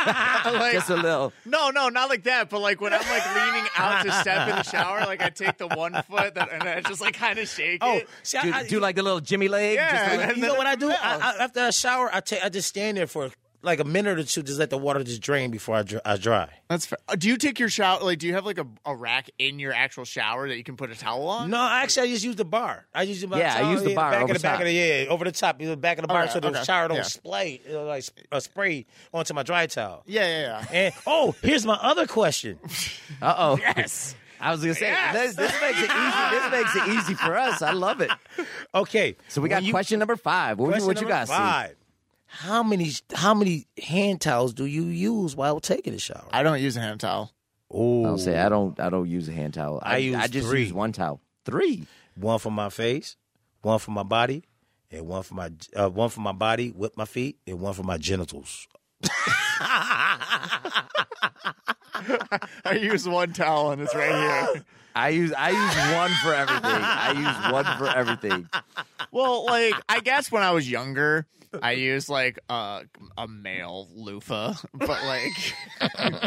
B: Like-
A: just a little.
B: No, no, not like that. But like when I'm like leaning out to step in the shower, like I take the one foot that, and I just like kind of shake
C: Oh,
B: it.
C: see,
A: Do,
C: I, I,
A: do like the little Jimmy leg.
B: Yeah,
A: just a little-
B: and
C: you
B: then
C: know what
B: it-
C: I do? I, I, after I shower, I take I just stand there for like a minute or two, just let the water just drain before I dry. I dry.
B: That's fair. Uh, Do you take your shower? Like, do you have like a, a rack in your actual shower that you can put a towel on?
C: No, actually, I just use the bar. I use the bar.
A: Yeah, I
C: towel,
A: use the bar
C: back
A: over
C: of the back
A: top.
C: of the yeah, over the top, you know, back of the bar,
B: Okay,
C: so the
B: okay,
C: shower don't
B: yeah.
C: splay, you know, like uh, spray onto my dry towel.
B: Yeah, yeah, yeah.
C: And oh, here's my other question.
A: Uh oh.
B: Yes.
A: I was gonna say this,
B: Yes.
A: this makes it easy. This makes it easy for us. I love it.
C: Okay,
A: So we got
C: when you-
A: question number five. What,
C: question
A: what you got?
C: number
A: Steve?
C: Five. How many how many hand towels do you use while taking a shower?
B: I don't use a hand towel.
C: Oh,
A: I'll say I don't. I don't use a hand towel. I,
C: I use
A: I just
C: three.
A: use one towel. Three.
C: one for my face, one for my body, and one for my uh, one for my body with my feet, and one for my genitals.
B: I use one towel, and it's right here.
A: I use I use one for everything. I use one for everything.
B: Well, like I guess when I was younger, I used like a a male loofah, but like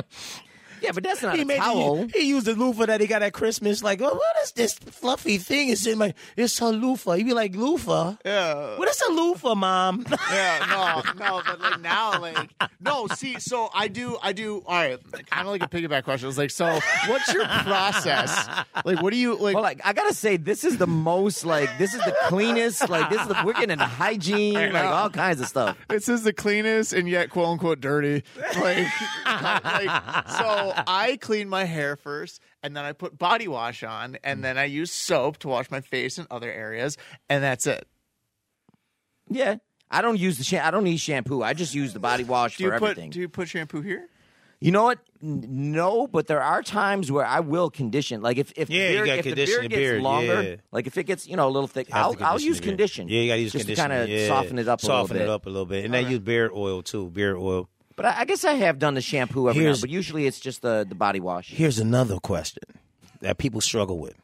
A: Yeah, but that's not
C: He
A: a
C: made the-
A: towel.
C: he used the loofah that he got at Christmas. Like, oh, what is this fluffy thing? It's in my. It's a loofah. You be like loofah.
B: yeah,
C: What is a loofah, mom?
B: yeah, no, no, but like now, like no. See, so I do, I do. All right, kind of like a piggyback question. It's like, so what's your process? Like, what do you like?
A: Well, like I gotta say, this is the most like this is the cleanest. Like this is the we're getting into hygiene, like all kinds of stuff.
B: It says the cleanest and yet quote unquote dirty. Like, like, so I clean my hair first and then I put body wash on and then I use soap to wash my face and other areas and that's it.
A: Yeah, I don't use the sha- I don't need shampoo. I just use the body wash
B: Do you
A: for
B: put
A: everything.
B: do you put shampoo here?
A: You know what? N- No, but there are times where I will condition. Like if if, the
C: Yeah, you
A: beard,
C: gotta
A: if the
C: condition
A: beard
C: the
A: gets
C: beard,
A: longer,
C: yeah.
A: like if it gets you know a little thick,
C: have
A: I'll
C: to
A: I'll
C: condition
A: use
C: the beard.
A: condition.
C: Yeah, you gotta use
A: just
C: condition.
A: to kind of
C: yeah.
A: soften it up a little
C: soften
A: bit.
C: it up a little bit, and I use beard oil too. Beard oil.
A: But I, I guess I have done the shampoo every now,
C: Here's-
A: but usually it's just the the body wash.
C: Here's another question that people struggle with: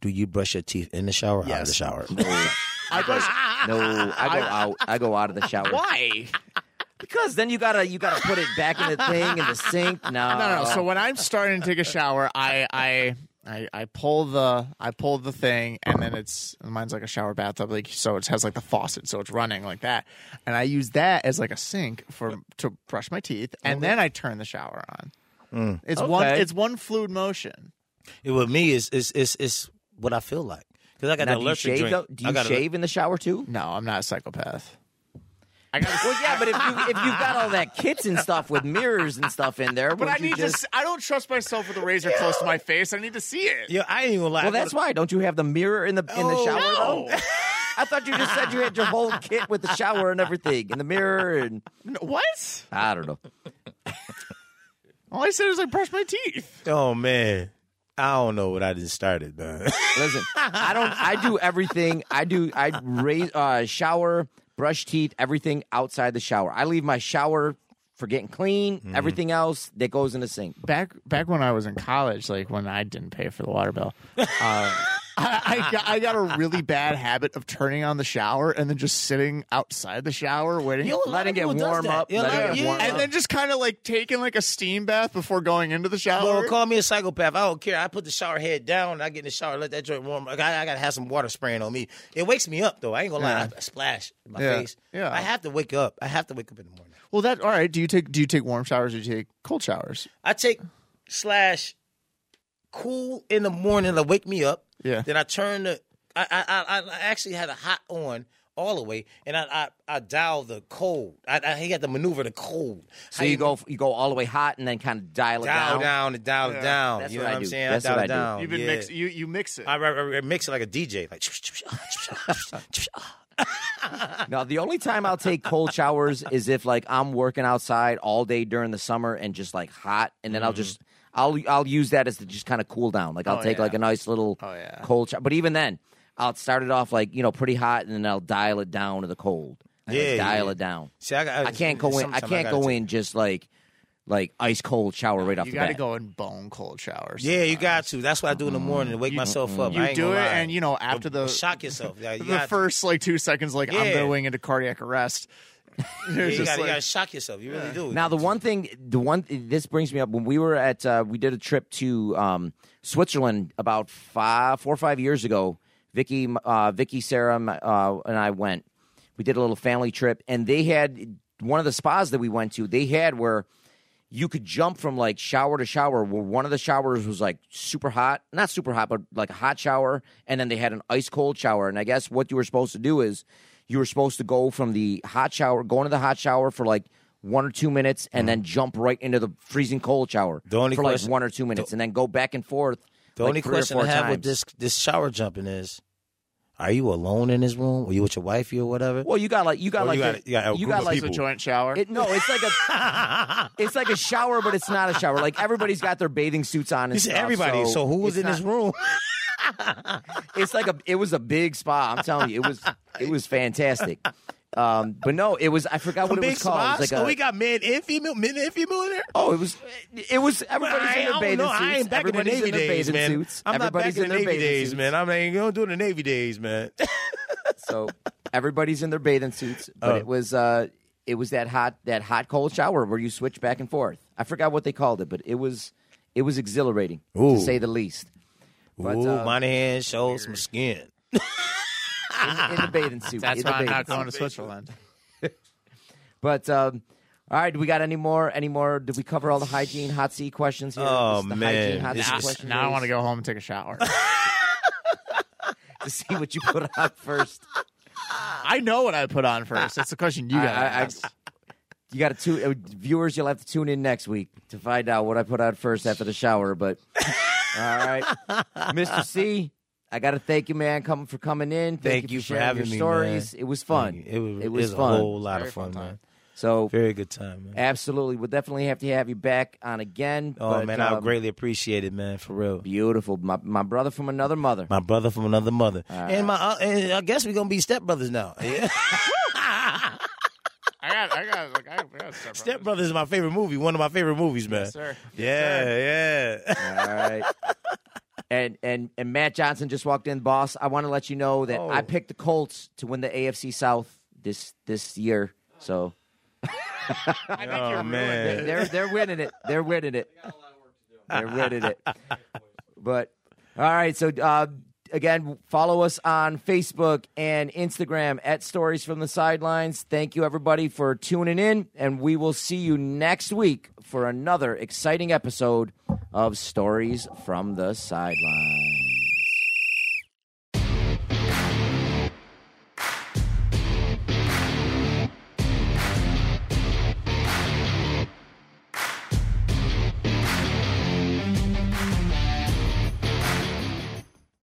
C: Do you brush your teeth in the shower or out of the shower?
B: I brush
A: No, I go out. I go out of the shower
B: Why?
A: because then you gotta you gotta put it back in the thing in the sink. No,
B: No, no, no. So when I'm starting to take a shower, I I I, I pull the I pull the thing and then it's mine's like a shower bathtub like so it has like the faucet so it's running like that and I use that as like a sink for to brush my teeth and then I turn the shower on. It's one
A: Okay.
B: it's one fluid motion.
C: It, with me, is is is is what I feel like because I got
A: Now,
C: the
A: do you
C: allergic
A: shave?
C: drink.
A: though? Do
C: I
A: you
C: got a-
A: shave in the shower too?
B: No, I'm not a psychopath. I got
A: Well, yeah, but if you if you've got all that kits and stuff with mirrors and stuff in there,
B: But I
A: wouldn't you
B: need to
A: just
B: s- I don't trust myself with a razor close to my face. I need to see it.
C: Yeah, I ain't even gonna lie.
A: Well, that's why. Don't you have the mirror in the in
B: Oh,
A: the shower? Though? I thought you just said you had your whole kit with the shower and everything, and the mirror, and
B: No, What?
A: I don't know.
B: All I said is I brush my teeth.
C: Oh man, I don't know what I just started, man.
A: Listen, I don't. I do everything. I do. I raise, uh, shower, brush teeth, everything outside the shower. I leave my shower for getting clean. Everything else that goes in the sink.
B: back back when I was in college, like when I didn't pay for the water bill, uh, I, I, got, I got a really bad habit of turning on the shower and then just sitting outside the shower waiting.
C: Yo, a lot
A: Letting
C: of
A: it
C: people does
A: warm
C: that.
A: up,
C: Yeah,
A: letting
C: like-
A: it
C: yeah.
A: warm
B: and then just kind of like taking like a steam bath before going into the shower.
C: Laura, call me a psychopath. I don't care. I put the shower head down. I get in the shower, let that joint warm. I got, I got to have some water spraying on me. It wakes me up though. I ain't gonna lie. I, I splash in my
B: Yeah.
C: face.
B: Yeah.
C: I have to wake up. I have to wake up in the morning.
B: well, that all right. Do you take do you take warm showers or do you take cold showers?
C: I take slash cool in the morning to wake me up.
B: Yeah.
C: Then I turn the. I I I, I actually had a hot on. All the way, and I I, I dial the cold. I, I got to maneuver the cold.
A: So you go you go all the way hot and then kind of dial it
C: dial
A: down.
C: down and dial it down.
A: That's
C: you
A: what
C: know
A: I
C: what I'm
A: do.
C: saying?
A: That's
C: I dial
A: what
C: it
A: I do.
C: down.
B: You've been
C: yeah.
B: mix you you mix it.
C: I, I, I mix it like a DJ, like.
A: Now the only time I'll take cold showers is if like I'm working outside all day during the summer and just like hot, and
C: Mm-hmm.
A: then I'll just I'll I'll use that as to just kind of cool down. Like I'll
C: Oh,
A: take like a nice little
B: yeah.
A: cold shower, but even then I'll start it off like you know pretty hot, and then I'll dial it down to the cold. I just
C: Yeah,
A: dial
C: yeah.
A: it down.
C: See, I, got,
A: I can't go in. I
C: sometime
A: can't
C: gotta
A: go
C: take-
A: in just like like ice cold shower right off
B: you
A: the
B: got to
A: bat.
B: go in bone cold showers.
C: Yeah, you got to. That's what I do in the morning to
A: Mm-hmm.
C: wake myself up. I
B: You
C: ain't
B: do
C: gonna
B: it,
C: lie.
B: and you know after the
C: shock yourself. Yeah, you
B: the
C: got to.
B: first like two seconds, like I'm
C: Yeah.
B: going into cardiac arrest. It's
C: Yeah, you
B: just
C: got
B: like-
C: to shock yourself. You really do.
A: Now the one thing, the one this brings me up when we were at uh, we did a trip to um, Switzerland about five, four or five years ago. Vicky, uh, Vicky, Sarah, my- uh, and I went. We did a little family trip, and they had one of the spas that we went to. They had where you could jump from like shower to shower. Where one of the showers was like super hot, not super hot, but like a hot shower, and then they had an ice cold shower. And I guess what you were supposed to do is you were supposed to go from the hot shower, go into the hot shower for like one or two minutes, and then jump right into the freezing cold shower
C: Mm-hmm. The only
A: for
C: question-
A: like one or two minutes, and then go back and forth.
C: the
A: like,
C: only
A: three or
C: question
A: four
C: I have with
A: times.
C: this this shower jumping is, are you alone in this room? Were you with your wifey or whatever?
A: Well, you got like you got
C: Well,
A: like
C: you got-
A: the-
C: you got a group of
A: like
B: it's a joint shower.
A: It, no, it's like a it's like a shower, but it's not a shower. Like everybody's got their bathing suits on. And
C: This is
A: stuff,
C: everybody. So, who was
A: it's
C: in this
A: not-
C: room?
A: It's like a it was a big spa. I'm telling you, it was it was fantastic. Um, but no, it was I forgot what it
C: Big
A: was called. It
C: spa.
A: was like
C: So
A: a-
C: we got men and female, men and female in there.
A: oh, it was it was everybody's in
C: I, I
A: their
C: don't
A: bathing
C: know.
A: suits.
C: I ain't back in the
A: everybody's
C: Navy
A: in their
C: days,
A: bathing
C: man.
A: suits.
C: I'm not back
A: everybody's
C: in the
A: their
C: Navy
A: bathing
C: days,
A: suits.
C: man. I ain't going to do the Navy days, man.
A: So everybody's in their bathing suits, but
C: Oh.
A: it was uh, it was that hot that hot cold shower where you switch back and forth. I forgot what they called it, but it was it was exhilarating
C: Ooh.
A: to say the least. But,
C: Ooh,
A: uh,
C: Monahan showed some skin. Ah.
A: in, in the bathing suit.
B: That's
A: in the
B: why I'm
A: bathing
B: not
A: suit.
B: going to Switzerland.
A: But um, all right, do we got any more? Any more? Did we cover all the hygiene hot seat questions here?
C: Oh,
A: This is the
C: man.
A: hygiene hot
C: This
A: seat
C: is-
A: question
B: Now I
A: is
B: want to go home and take a shower.
A: to see what you put on first.
B: I know what I put on first. That's the question you
A: I-
B: got.
A: I- I-
B: ask.
A: You got to tune uh, viewers. You'll have to tune in next week to find out what I put on first after the shower. But all right, Mr. C, I got to thank you, man, coming for coming in. Thank,
C: Thank you
A: for
C: for
A: sharing
C: having
A: your
C: me,
A: stories.
C: man.
A: It was fun.
C: Mm, It was,
A: fun.
C: a whole lot of fun, man.
A: so
C: Very good time, man.
A: absolutely, we'll definitely have to have you back on again.
C: Oh
A: but,
C: man, I
A: um,
C: greatly appreciate it, man. For real,
A: Beautiful, my my brother from another mother.
C: my brother from another mother, and my uh, and I guess we're gonna be stepbrothers now. Yeah.
B: I got, I got, like, I I got step
C: Step Brothers is my favorite movie. One of my favorite movies, man.
B: sir.
C: yeah, yeah.
A: All right. And and and Matt Johnson just walked in, boss. I want to let you know that I picked the Colts to win the AFC South this this year. So
B: I think you're
C: Oh, man.
A: they're they're winning it. They're winning it. They're winning it. But all right, so uh, again, follow us on Facebook and Instagram at Stories from the Sidelines. Thank you everybody for tuning in, and we will see you next week for another exciting episode of Stories from the Sidelines.